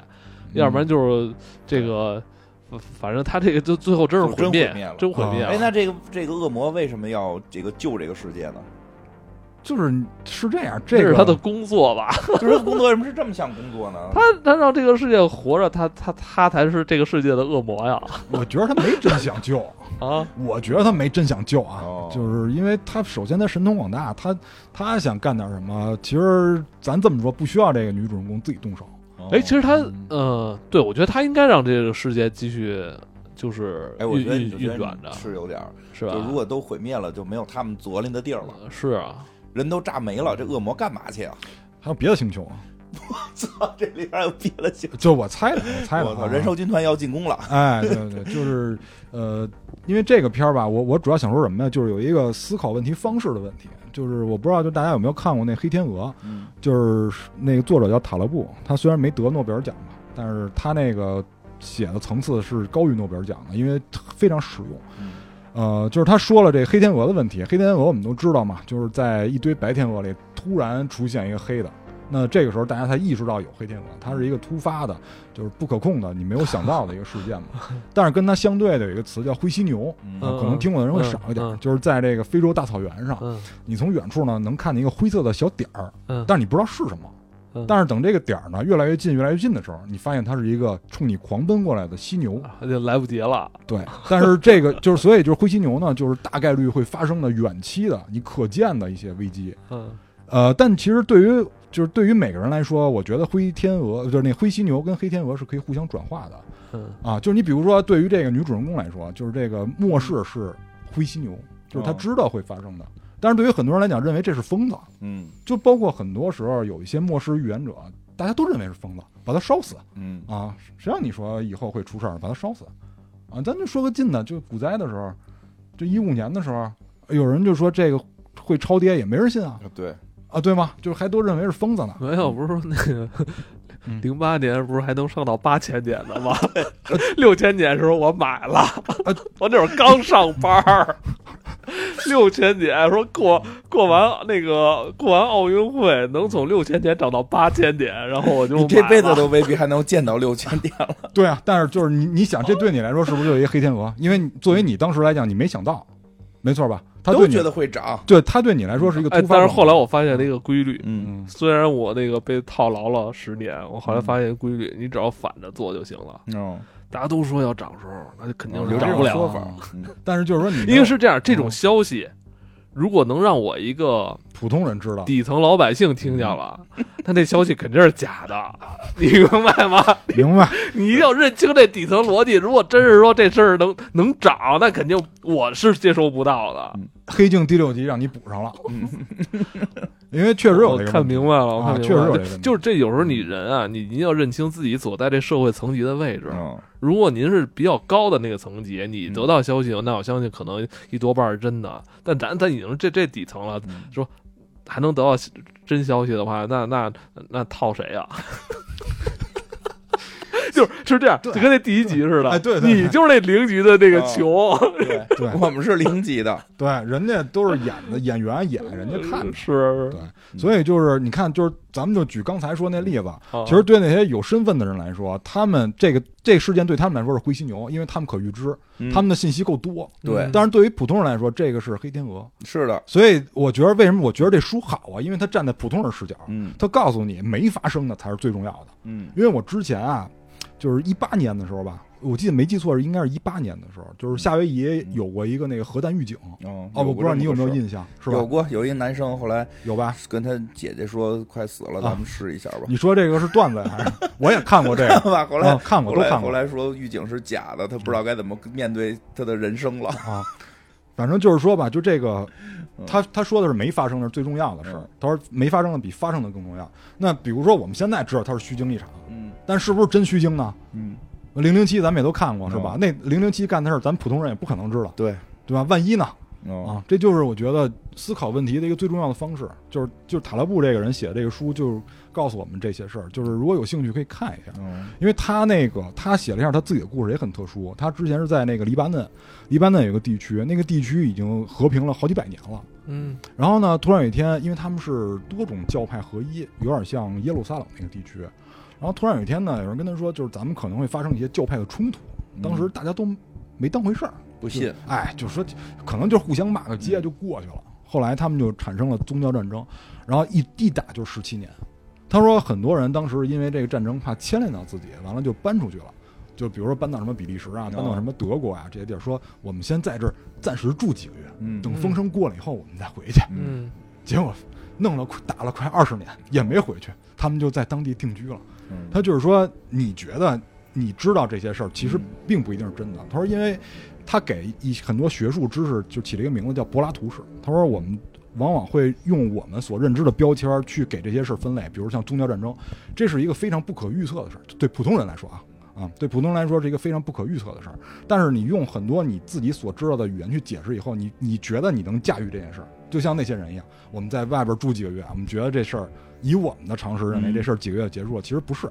[SPEAKER 3] 嗯
[SPEAKER 1] 要不然就是这个，反反正他这个就最后真是
[SPEAKER 2] 就真
[SPEAKER 1] 毁灭
[SPEAKER 2] 毁灭了，
[SPEAKER 1] 真毁灭
[SPEAKER 3] 啊
[SPEAKER 1] 了。
[SPEAKER 2] 哎，那这个这个恶魔为什么要这个救这个世界呢？
[SPEAKER 3] 就是是这样，
[SPEAKER 1] 这
[SPEAKER 3] 这
[SPEAKER 1] 是
[SPEAKER 3] 个啊
[SPEAKER 1] 他的工作吧？
[SPEAKER 2] 就是工作为什么是这么像工作呢？
[SPEAKER 1] 他他让这个世界活着，他他他才是这个世界的恶魔 呀！
[SPEAKER 3] 我觉得他没真 想救。
[SPEAKER 1] 啊，
[SPEAKER 3] 我觉得他没真想救啊，
[SPEAKER 2] 哦
[SPEAKER 3] 就是因为他首先他神通广大，他他想干点什么，其实咱这么说，不需要这个女主人公自己动手。
[SPEAKER 2] 哦
[SPEAKER 1] 哎，其实他
[SPEAKER 3] 嗯
[SPEAKER 1] 呃，对我觉得他应该让这个世界继续就是
[SPEAKER 2] 哎，我
[SPEAKER 1] 运
[SPEAKER 2] 觉得
[SPEAKER 1] 运
[SPEAKER 2] 你
[SPEAKER 1] 运转着，
[SPEAKER 2] 是有点儿，
[SPEAKER 1] 是吧
[SPEAKER 2] 就？如果都毁灭了，就没有他们琢磨的地儿了，
[SPEAKER 1] 呃是啊，
[SPEAKER 2] 人都炸没了，这恶魔干嘛去啊？
[SPEAKER 3] 还有别的星球啊？
[SPEAKER 2] 操，这里边有别的星，
[SPEAKER 3] 就我猜的，我猜的、
[SPEAKER 2] 我
[SPEAKER 3] 啊。
[SPEAKER 2] 操，人兽军团要进宫了，
[SPEAKER 3] 哎，对对对，就是呃，因为这个片儿吧，我我主要想说什么呢？就是有一个思考问题方式的问题，就是我不知道就大家有没有看过那《黑天鹅》，
[SPEAKER 2] 嗯
[SPEAKER 3] 就是那个作者叫塔勒布，他虽然没得诺贝尔奖吧，但是他那个写的层次是高于诺贝尔奖的，因为非常实用。呃，就是他说了这黑天鹅的问题。黑天鹅我们都知道嘛，就是在一堆白天鹅里突然出现一个黑的，那这个时候大家才意识到有黑天鹅，它是一个突发的，就是不可控的，你没有想到的一个 事件嘛。但是跟它相对的有一个词叫灰犀牛，啊
[SPEAKER 1] 嗯
[SPEAKER 3] 可能听过的人会少一点，
[SPEAKER 1] 嗯嗯
[SPEAKER 3] 就是在这个非洲大草原上，
[SPEAKER 1] 嗯
[SPEAKER 3] 你从远处呢能看见一个灰色的小点儿，
[SPEAKER 1] 嗯，
[SPEAKER 3] 但是你不知道是什么。
[SPEAKER 1] 嗯
[SPEAKER 3] 但是等这个点儿呢越来越近，越来越近的时候，你发现它是一个冲你狂奔过来的犀牛。
[SPEAKER 1] 啊就来不及了。
[SPEAKER 3] 对，但是这个就是，所以就是灰犀牛呢，就是大概率会发生的远期的你可见的一些危机。
[SPEAKER 1] 嗯
[SPEAKER 3] 呃，但其实对于就是对于每个人来说，我觉得灰天鹅就是那灰犀牛跟黑天鹅是可以互相转化的
[SPEAKER 1] 嗯
[SPEAKER 3] 啊。就是你比如说，对于这个女主人公来说，就是这个末世是灰犀牛，就是她
[SPEAKER 2] 哦
[SPEAKER 3] 知道会发生的。但是对于很多人来讲，认为这是疯子，
[SPEAKER 2] 嗯
[SPEAKER 3] 就包括很多时候有一些末世预言者，大家都认为是疯子，把他烧死。
[SPEAKER 2] 嗯
[SPEAKER 3] 啊，谁让你说以后会出事儿，把他烧死啊？咱就说个近的，就股灾的时候，就一五年的时候，有人就说这个会超跌，也没人信啊
[SPEAKER 2] 对，
[SPEAKER 3] 啊，对吗？就是还都认为是疯子呢。
[SPEAKER 1] 没有，不是说那个
[SPEAKER 3] 嗯
[SPEAKER 1] 零八年不是还能上到八千点的吗？ 六千点的时候我买了，
[SPEAKER 2] 啊
[SPEAKER 1] 我那会儿刚上班 儿。六千点，说过过完那个过完奥运会能从六千点涨到八千点，然后我就
[SPEAKER 2] 你这
[SPEAKER 1] 买
[SPEAKER 2] 辈子
[SPEAKER 1] 了
[SPEAKER 2] 都未必还能见到六千点了，
[SPEAKER 3] 对啊，但是就是你你想，这对你来说是不是就一黑天鹅？因为你作为你当时来讲，你没想到，没错吧？ 他
[SPEAKER 2] 都
[SPEAKER 3] 对你
[SPEAKER 2] 觉得会涨。
[SPEAKER 3] 对他对你来说是一个
[SPEAKER 1] 哎
[SPEAKER 3] 突，发
[SPEAKER 1] 但
[SPEAKER 3] 状况。
[SPEAKER 1] 是后来我发现了一个规律，
[SPEAKER 2] 嗯，
[SPEAKER 3] 嗯，
[SPEAKER 1] 虽然我那个被套牢了十年，我后来发现规律，你只要反着做就行了。
[SPEAKER 3] 嗯
[SPEAKER 2] 哦，
[SPEAKER 1] 大家都说要涨时候，那就肯定
[SPEAKER 3] 哦
[SPEAKER 1] 是
[SPEAKER 3] 有
[SPEAKER 1] 涨
[SPEAKER 3] 这
[SPEAKER 1] 不
[SPEAKER 3] 种
[SPEAKER 1] 了。
[SPEAKER 3] 说法嗯
[SPEAKER 2] 啊嗯
[SPEAKER 3] 但是就是说你没有
[SPEAKER 1] 因为是这样，这种消息如果能让我一个
[SPEAKER 3] 普通人知道，
[SPEAKER 1] 底层老百姓听见了，
[SPEAKER 3] 嗯
[SPEAKER 1] 那这消息肯定是假的，你明白吗？
[SPEAKER 3] 明白？
[SPEAKER 1] 你一定要认清这底层逻辑。如果真是说这事儿能能涨，那肯定我是接收不到的。
[SPEAKER 3] 黑镜第六集让你补上了，
[SPEAKER 2] 嗯
[SPEAKER 3] 因为确实有
[SPEAKER 1] 我
[SPEAKER 3] 这个
[SPEAKER 1] 看
[SPEAKER 3] 问题
[SPEAKER 1] 明白了，我
[SPEAKER 3] 啊
[SPEAKER 1] 看明
[SPEAKER 3] 确
[SPEAKER 1] 白
[SPEAKER 3] 实
[SPEAKER 1] 了，
[SPEAKER 3] 有这个问题
[SPEAKER 1] 就是这有时候你人啊，你一定要认清自己所在这社会层级的位置。
[SPEAKER 2] 嗯
[SPEAKER 1] 如果您是比较高的那个层级，
[SPEAKER 3] 嗯
[SPEAKER 1] 你得到消息，那我相信可能一多半是真的。但咱咱已经是这这底层了，
[SPEAKER 2] 嗯
[SPEAKER 1] 还能得到真消息的话，那那那套谁啊？ 就是是这样，就
[SPEAKER 3] 对
[SPEAKER 1] 跟那第一集似的。
[SPEAKER 3] 哎对对对
[SPEAKER 1] 你就是那零级的那个
[SPEAKER 2] 哦
[SPEAKER 1] 球，
[SPEAKER 2] 对，
[SPEAKER 3] 嗯对
[SPEAKER 2] 我们是零级的，
[SPEAKER 3] 对，人家都是演的演员演，人家看的。
[SPEAKER 1] 是
[SPEAKER 3] 对，所以就是你看，就是咱们就举刚才说那例子，
[SPEAKER 1] 啊
[SPEAKER 2] 嗯
[SPEAKER 3] 其实对那些有身份的人来说，他们这个这事件对他们来说是灰犀牛，因为他们可预知，
[SPEAKER 2] 嗯
[SPEAKER 3] 他们的信息够多。
[SPEAKER 2] 对
[SPEAKER 3] 但是对于普通人来说，这个是黑天鹅。
[SPEAKER 2] 是的，
[SPEAKER 3] 所以我觉得为什么我觉得这书好啊？因为它站在普通人视角，
[SPEAKER 2] 嗯
[SPEAKER 3] 它告诉你没发生的才是最重要的。
[SPEAKER 2] 嗯
[SPEAKER 3] 因为我之前啊，就是一八年的时候吧，我记得没记错是应该是一八年的时候，
[SPEAKER 2] 嗯
[SPEAKER 3] 就是夏威夷有过一个那个核弹预警。
[SPEAKER 2] 哦
[SPEAKER 3] 哦，我不知道你有没有
[SPEAKER 2] 思，
[SPEAKER 3] 印象，是吧
[SPEAKER 2] 有？过有一男生后来
[SPEAKER 3] 有吧？
[SPEAKER 2] 跟他姐姐说快死了，
[SPEAKER 3] 啊
[SPEAKER 2] 咱们试一下吧。
[SPEAKER 3] 你说这个是段子呀 还是？我也看过这个
[SPEAKER 2] 吧，后来
[SPEAKER 3] 哦看过
[SPEAKER 2] 后来
[SPEAKER 3] 都看过
[SPEAKER 2] 后来说预警是假的，他不知道该怎么面对他的人生 了。
[SPEAKER 3] 啊。反正就是说吧，就这个
[SPEAKER 2] 嗯，
[SPEAKER 3] 他他说的是没发生的是最重要的事儿
[SPEAKER 2] 嗯。
[SPEAKER 3] 他说没发生的比发生的更重要。那比如说我们现在知道它是虚惊一场，
[SPEAKER 2] 嗯
[SPEAKER 3] 但是不是真虚惊呢？
[SPEAKER 2] 嗯，
[SPEAKER 3] 零零七咱们也都看过是
[SPEAKER 2] 嗯
[SPEAKER 3] 吧？那零零七干的事儿，咱普通人也不可能知道，
[SPEAKER 2] 对，
[SPEAKER 3] 对吧？万一呢？
[SPEAKER 2] 哦，
[SPEAKER 3] 啊，这就是我觉得思考问题的一个最重要的方式，就是就是塔勒布这个人写的这个书，就是告诉我们这些事儿。就是如果有兴趣可以看一下，
[SPEAKER 2] 嗯
[SPEAKER 3] 因为他那个他写了一下他自己的故事，也很特殊。他之前是在那个黎巴嫩，黎巴嫩有个地区，那个地区已经和平了好几百年了。
[SPEAKER 1] 嗯
[SPEAKER 3] 然后呢，突然有一天，因为他们是多种教派合一，有点像耶路撒冷那个地区。然后突然有一天呢，有人跟他说，就是咱们可能会发生一些教派的冲突。当时大家都没当回事儿，
[SPEAKER 2] 不信，
[SPEAKER 3] 哎，就说可能就互相骂个街啊就过去了。后来他们就产生了宗教战争，然后一一打就十七年。他说很多人当时因为这个战争怕牵连到自己，完了就搬出去了。就比如说搬到什么比利时啊，搬到什么德国啊这些地儿，说我们先在这儿暂时住几个月，
[SPEAKER 2] 嗯
[SPEAKER 3] 等风声过了以后我们再回去。
[SPEAKER 2] 嗯
[SPEAKER 1] 嗯，
[SPEAKER 3] 结果弄了快打了快二十年也没回去，他们就在当地定居了。
[SPEAKER 2] 嗯
[SPEAKER 3] 他就是说，你觉得你知道这些事儿，其实
[SPEAKER 2] 嗯
[SPEAKER 3] 并不一定是真的。他说，因为他给一很多学术知识就起了一个名字叫柏拉图式。他说，我们往往会用我们所认知的标签儿去给这些事儿分类，比如像宗教战争，这是一个非常不可预测的事儿，对普通人来说啊。啊，对普通人来说是一个非常不可预测的事儿，但是你用很多你自己所知道的语言去解释以后，你你觉得你能驾驭这件事儿，就像那些人一样，我们在外边住几个月，我们觉得这事儿以我们的常识认为
[SPEAKER 2] 嗯
[SPEAKER 3] 这事儿几个月结束了，其实不是，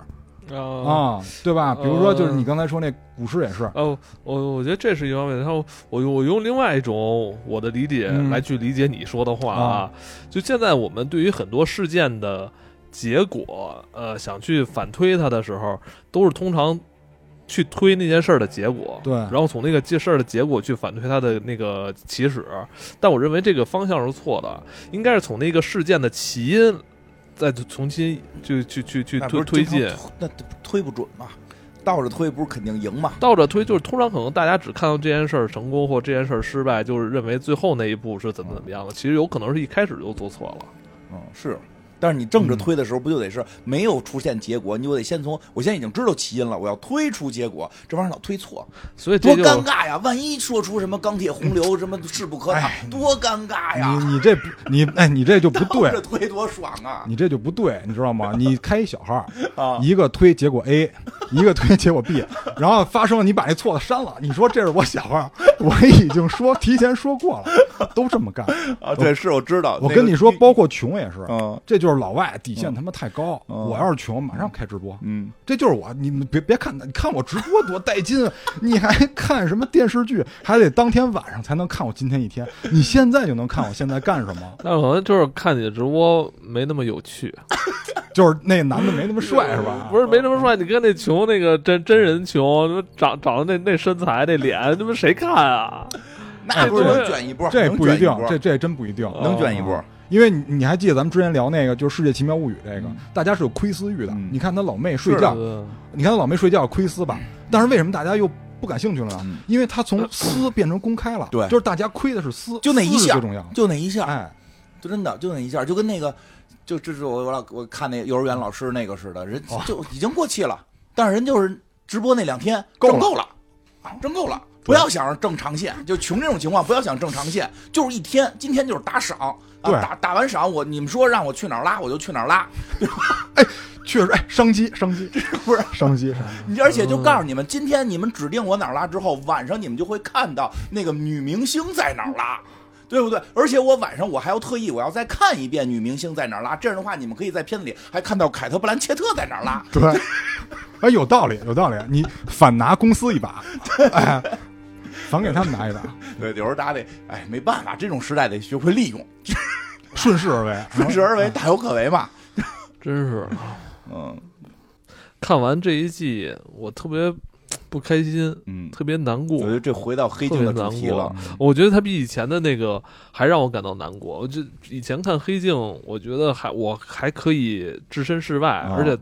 [SPEAKER 1] 啊。
[SPEAKER 3] 啊，对吧？
[SPEAKER 2] 嗯
[SPEAKER 3] 比如说，就是你刚才说那股市也是，
[SPEAKER 1] 哦，我我觉得这是一方面，然后我用我用另外一种我的理解
[SPEAKER 3] 嗯
[SPEAKER 1] 来去理解你说的话
[SPEAKER 3] 啊。
[SPEAKER 1] 就现在我们对于很多事件的结果，呃，想去反推它的时候，都是通常去推那件事儿的结果，
[SPEAKER 3] 对
[SPEAKER 1] 然后从那个这事儿的结果去反推它的那个起始。但我认为这个方向是错的，应该是从那个事件的起因。再重新就去去去
[SPEAKER 3] 哎
[SPEAKER 2] 那不
[SPEAKER 1] 推
[SPEAKER 2] 是
[SPEAKER 1] 推
[SPEAKER 2] 经
[SPEAKER 1] 进，
[SPEAKER 2] 常推，那推不准嘛，倒着推不是肯定赢嘛？
[SPEAKER 1] 倒着推就是通常可能大家只看到这件事儿成功或这件事儿失败，就是认为最后那一步是怎么怎么样的，其实有可能是一开始就做错了。
[SPEAKER 2] 嗯，是。但是你正着
[SPEAKER 3] 嗯
[SPEAKER 2] 推的时候，不就得是没有出现结果？你就得先从我现在已经知道起因了，我要推出结果，这玩意儿老推错，
[SPEAKER 1] 所以这
[SPEAKER 2] 多
[SPEAKER 1] 就
[SPEAKER 2] 尴尬呀！万一说出什么钢铁洪流，什么势不可挡，多尴尬呀！
[SPEAKER 3] 嗯哎你你这不你哎，你这就不
[SPEAKER 2] 倒着
[SPEAKER 3] 对，
[SPEAKER 2] 推多爽啊！
[SPEAKER 3] 你这就不对，你知道吗？你开一小号儿，
[SPEAKER 2] 啊，
[SPEAKER 3] 一个推结果 A，一个推结果 B，然后发生了你把那错的删了，你说这是我小号儿，我已经说提前说过了，都这么干。
[SPEAKER 2] 啊，对，是我知道。
[SPEAKER 3] 我
[SPEAKER 2] 那
[SPEAKER 3] 跟
[SPEAKER 2] 个
[SPEAKER 3] 你说，包括穷也是。
[SPEAKER 2] 嗯
[SPEAKER 3] 这就是老外底线
[SPEAKER 2] 嗯
[SPEAKER 3] 他妈太高，
[SPEAKER 2] 嗯
[SPEAKER 3] 我要是穷，马上开直播。
[SPEAKER 2] 嗯，
[SPEAKER 3] 这就是我，你们别别看，你看我直播多带劲，啊你还看什么电视剧，还得当天晚上才能看我今天一天，你现在就能看我现在干什么，
[SPEAKER 1] 但可能就是看你的直播没那么有趣，
[SPEAKER 2] 啊
[SPEAKER 3] 就是那男的没那么帅是吧？
[SPEAKER 1] 不是没那么帅。你跟那穷那个真真人穷，他妈长长得那那身材那脸，他妈谁看啊？
[SPEAKER 2] 那不是
[SPEAKER 1] 对
[SPEAKER 2] 能卷一波，
[SPEAKER 3] 哎这
[SPEAKER 2] 能
[SPEAKER 3] 不一
[SPEAKER 2] 卷一
[SPEAKER 3] 定，
[SPEAKER 2] 波
[SPEAKER 3] 这这真不一定。
[SPEAKER 1] 哦
[SPEAKER 2] 能卷一波。
[SPEAKER 3] 因为你你还记得咱们之前聊那个，就是《世界奇妙物语》这个
[SPEAKER 2] 嗯，
[SPEAKER 3] 大家是有窥私欲的
[SPEAKER 2] 嗯。
[SPEAKER 3] 你看他老妹睡
[SPEAKER 2] 是
[SPEAKER 3] 觉
[SPEAKER 2] 的，
[SPEAKER 1] 对
[SPEAKER 3] 你看他老妹睡觉窥私吧，但是为什么大家又不感兴趣了呢？
[SPEAKER 2] 嗯
[SPEAKER 3] 因为他从私变成公开了，
[SPEAKER 2] 对
[SPEAKER 3] 就是大家窥的是私，
[SPEAKER 2] 就那一
[SPEAKER 3] 私是
[SPEAKER 2] 下
[SPEAKER 3] 最重要的。
[SPEAKER 2] 就那一下，
[SPEAKER 3] 哎，
[SPEAKER 2] 就真的就那一下，就跟那个，就这是我我老我看那幼儿园老师那个似的，人
[SPEAKER 3] 哦
[SPEAKER 2] 就已经过气了，但是人就是直播那两天
[SPEAKER 3] 够了
[SPEAKER 2] 挣够了，啊挣够了。不要想着挣长线，就穷这种情况，不要想挣长线，就是一天，今天就是打赏啊，
[SPEAKER 3] 对
[SPEAKER 2] 打打完赏，我你们说让我去哪儿拉，我就去哪儿拉，
[SPEAKER 3] 确实，哎，商 机，商机，
[SPEAKER 2] 不是
[SPEAKER 3] 商机，
[SPEAKER 2] 你而且就
[SPEAKER 1] 嗯
[SPEAKER 2] 告诉你们，今天你们指定我哪儿拉之后，晚上你们就会看到那个女明星在哪儿拉，对不对？而且我晚上我还要特意我要再看一遍女明星在哪儿拉，这样的话你们可以在片子里还看到凯特·布兰切特在哪儿拉。
[SPEAKER 3] 对，哎，有道理，有道理，你反拿公司一把，哎，反给他们拿一把，
[SPEAKER 1] 嗯
[SPEAKER 2] 对，有时候大家得哎没办法，这种时代得学会利用，
[SPEAKER 3] 顺势而为，
[SPEAKER 2] 顺势
[SPEAKER 1] 嗯
[SPEAKER 2] 而为，大有可为嘛。
[SPEAKER 1] 真是
[SPEAKER 2] 嗯
[SPEAKER 1] 看完这一季，我特别不开心，
[SPEAKER 2] 嗯，
[SPEAKER 1] 特别难
[SPEAKER 2] 我觉
[SPEAKER 1] 过。
[SPEAKER 2] 得这回到黑
[SPEAKER 1] 特
[SPEAKER 2] 镜
[SPEAKER 1] 别
[SPEAKER 2] 的主
[SPEAKER 1] 难
[SPEAKER 2] 题
[SPEAKER 1] 过
[SPEAKER 2] 了。
[SPEAKER 1] 我觉得它比以前的那个还让我感到难过。我这以前看《黑镜》，我觉得还我还可以置身事外，
[SPEAKER 2] 啊
[SPEAKER 1] 而且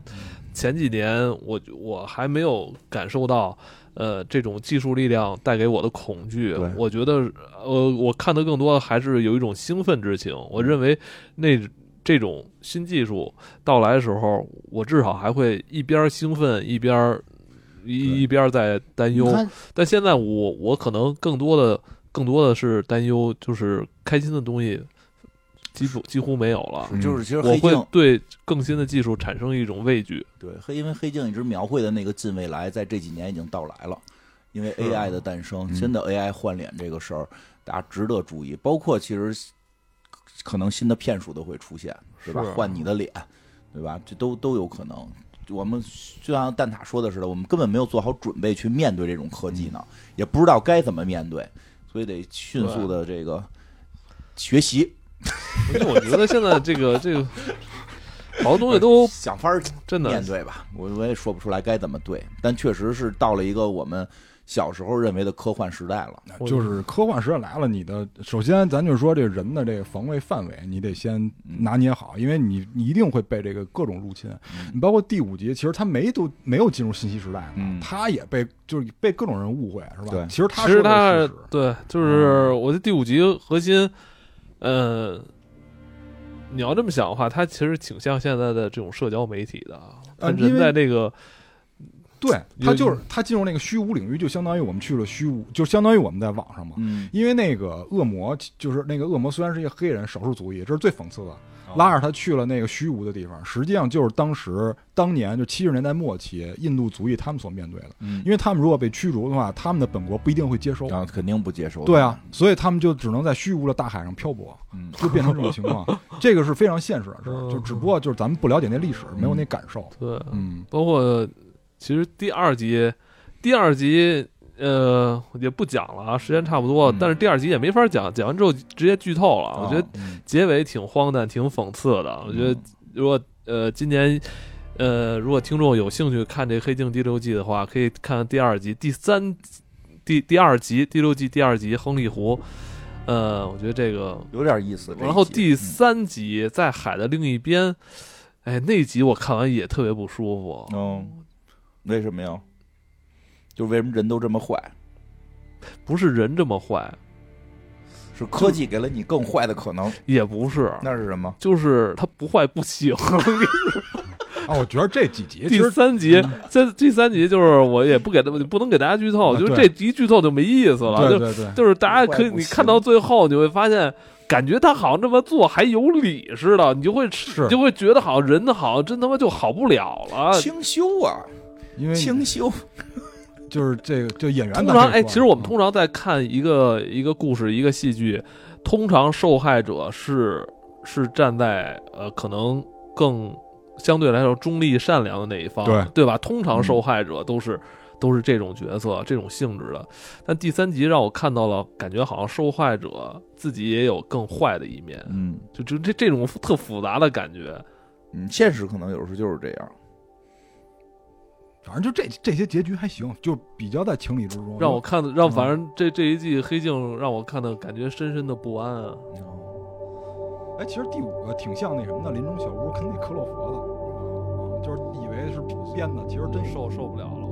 [SPEAKER 1] 前几年我我还没有感受到。呃，这种技术力量带给我的恐惧
[SPEAKER 2] 对，
[SPEAKER 1] 我觉得，呃，我看的更多还是有一种兴奋之情。我认为那这种新技术到来的时候，我至少还会一边兴奋一边
[SPEAKER 2] 对
[SPEAKER 1] 一一边在担忧。
[SPEAKER 2] 你看
[SPEAKER 1] 但现在我我可能更多的更多的是担忧，就是开心的东西几乎几乎没有了。
[SPEAKER 2] 就是其实
[SPEAKER 1] 我
[SPEAKER 2] 黑
[SPEAKER 1] 会
[SPEAKER 2] 镜
[SPEAKER 1] 对更新的技术产生一种畏惧。
[SPEAKER 2] 对，黑因为黑镜一直描绘的那个近未来，在这几年已经到来了。因为
[SPEAKER 1] 是啊
[SPEAKER 2] AI 的诞生，
[SPEAKER 3] 嗯
[SPEAKER 2] 真的 AI 换脸这个事儿，大家值得注意。包括其实可能新的骗术都会出现，对吧
[SPEAKER 1] 是？啊
[SPEAKER 2] 换你的脸，对吧？这都都有可能。我们就像蛋挞说的似的，我们根本没有做好准备去面对这种科技
[SPEAKER 1] 嗯
[SPEAKER 2] 呢，也不知道该怎么面对，所以得迅速的这个学习，
[SPEAKER 1] 而且我觉得现在这个这个 好多东西 都
[SPEAKER 2] 想法儿
[SPEAKER 1] 真的
[SPEAKER 2] 面对吧，我我也说不出来该怎么对，但确实是到了一个我们小时候认为的科幻时代了。
[SPEAKER 1] 我
[SPEAKER 3] 就是科幻时代来了，你的首先咱就说这人的这个防卫范围，你得先拿捏好，因为你你一定会被这个各种入侵。你包括第五集，其实他没都没有进入信息时代嘛，
[SPEAKER 2] 嗯
[SPEAKER 3] 他也被就是被各种人误会，是吧？
[SPEAKER 2] 对
[SPEAKER 3] 其实他
[SPEAKER 1] 其实
[SPEAKER 3] 说的
[SPEAKER 1] 他
[SPEAKER 3] 是事实嗯
[SPEAKER 1] 对，就是我的第五集核心，呃，你要这么想的话，它其实挺像现在的这种社交媒体的啊，它
[SPEAKER 3] 因
[SPEAKER 1] 人
[SPEAKER 3] 为
[SPEAKER 1] 在这个
[SPEAKER 3] 对
[SPEAKER 1] 有
[SPEAKER 3] 他就是他进入那个虚无领域，就相当于我们去了虚无，就相当于我们在网上嘛。
[SPEAKER 2] 嗯，
[SPEAKER 3] 因为那个恶魔，就是那个恶魔，虽然是一个黑人少数族裔，这是最讽刺的。拉着他去了那个虚无的地方，实际上就是当时当年就七十年代末期印度族裔他们所面对的。
[SPEAKER 2] 嗯
[SPEAKER 3] 因为他们如果被驱逐的话，他们的本国不一定会接收。
[SPEAKER 2] 然后肯定不接受。
[SPEAKER 3] 对，啊，所以他们就只能在虚无的大海上漂泊，
[SPEAKER 2] 嗯
[SPEAKER 3] 就变成这种情 况。这个是非常现实的事儿，
[SPEAKER 1] 嗯
[SPEAKER 3] 就只不过就是咱们不了解那历史，没有那感受。
[SPEAKER 1] 对，
[SPEAKER 3] 嗯，
[SPEAKER 1] 包括其实第二集，第二集呃也不讲了啊，时间差不多，
[SPEAKER 2] 嗯
[SPEAKER 1] 但是第二集也没法讲，讲完之后直接剧透了。
[SPEAKER 3] 哦
[SPEAKER 1] 我觉得
[SPEAKER 2] 嗯
[SPEAKER 1] 结尾挺荒诞、挺讽刺的。我觉得如果呃今年。呃，如果听众有兴趣看这《黑镜》第六季的话，可以看第二集、第三、第第二集、第六季第二集《亨利湖》。呃，我觉得这个
[SPEAKER 2] 有点意思。这一集
[SPEAKER 1] 然后第
[SPEAKER 2] 嗯
[SPEAKER 1] 三集在海的另一边，哎，那集我看完也特别不舒服。
[SPEAKER 2] 哦，为什么呀？就为什么人都这么坏？
[SPEAKER 1] 不是人这么坏，
[SPEAKER 2] 是科技给了你更坏的可能，
[SPEAKER 1] 也不是，
[SPEAKER 2] 那是什么？
[SPEAKER 1] 就是他不坏不 行。
[SPEAKER 3] 啊，我觉得这几集其
[SPEAKER 1] 第
[SPEAKER 3] 实嗯
[SPEAKER 1] 三集，这第三集就是我也不给他们，不能给大家剧透，
[SPEAKER 3] 啊
[SPEAKER 1] 就是这
[SPEAKER 3] 对
[SPEAKER 1] 一剧透就没意思了。
[SPEAKER 3] 对
[SPEAKER 1] 就
[SPEAKER 3] 对对，
[SPEAKER 1] 就是大家可以
[SPEAKER 2] 不坏不
[SPEAKER 1] 你
[SPEAKER 2] 行
[SPEAKER 1] 看到最后，你会发现。感觉他好像这么做还有理似的，你就会
[SPEAKER 3] 是
[SPEAKER 1] 你就会觉得好像人好像真他妈就好不了了。
[SPEAKER 2] 清修啊，
[SPEAKER 3] 因为
[SPEAKER 2] 清修。
[SPEAKER 3] 就是这个就演员
[SPEAKER 1] 通
[SPEAKER 3] 咱
[SPEAKER 1] 常，
[SPEAKER 3] 可以说
[SPEAKER 1] 哎，其实我们
[SPEAKER 3] 嗯
[SPEAKER 1] 通常在看一个一个故事、一个戏剧，通常受害者是是站在呃可能更相对来说中立、善良的那一方，
[SPEAKER 3] 对嗯
[SPEAKER 1] 吧？通常受害者都是、都是这种角色、这种性质的。但第三集让我看到了，感觉好像受害者自己也有更坏的一面，
[SPEAKER 2] 嗯
[SPEAKER 1] 就就这这种特复杂的感觉。
[SPEAKER 2] 嗯，现实可能有时候就是这样。
[SPEAKER 3] 反正就这这些结局还行，就比较在情理之中。
[SPEAKER 1] 让我看的，让
[SPEAKER 3] 嗯
[SPEAKER 1] 反正这这一季黑镜让我看的感觉深深的不安啊。
[SPEAKER 3] 哎，其实第五个挺像那什么的，嗯林中小屋跟那克洛佛的，啊，就是以为是编的，其实真
[SPEAKER 1] 受受不了了。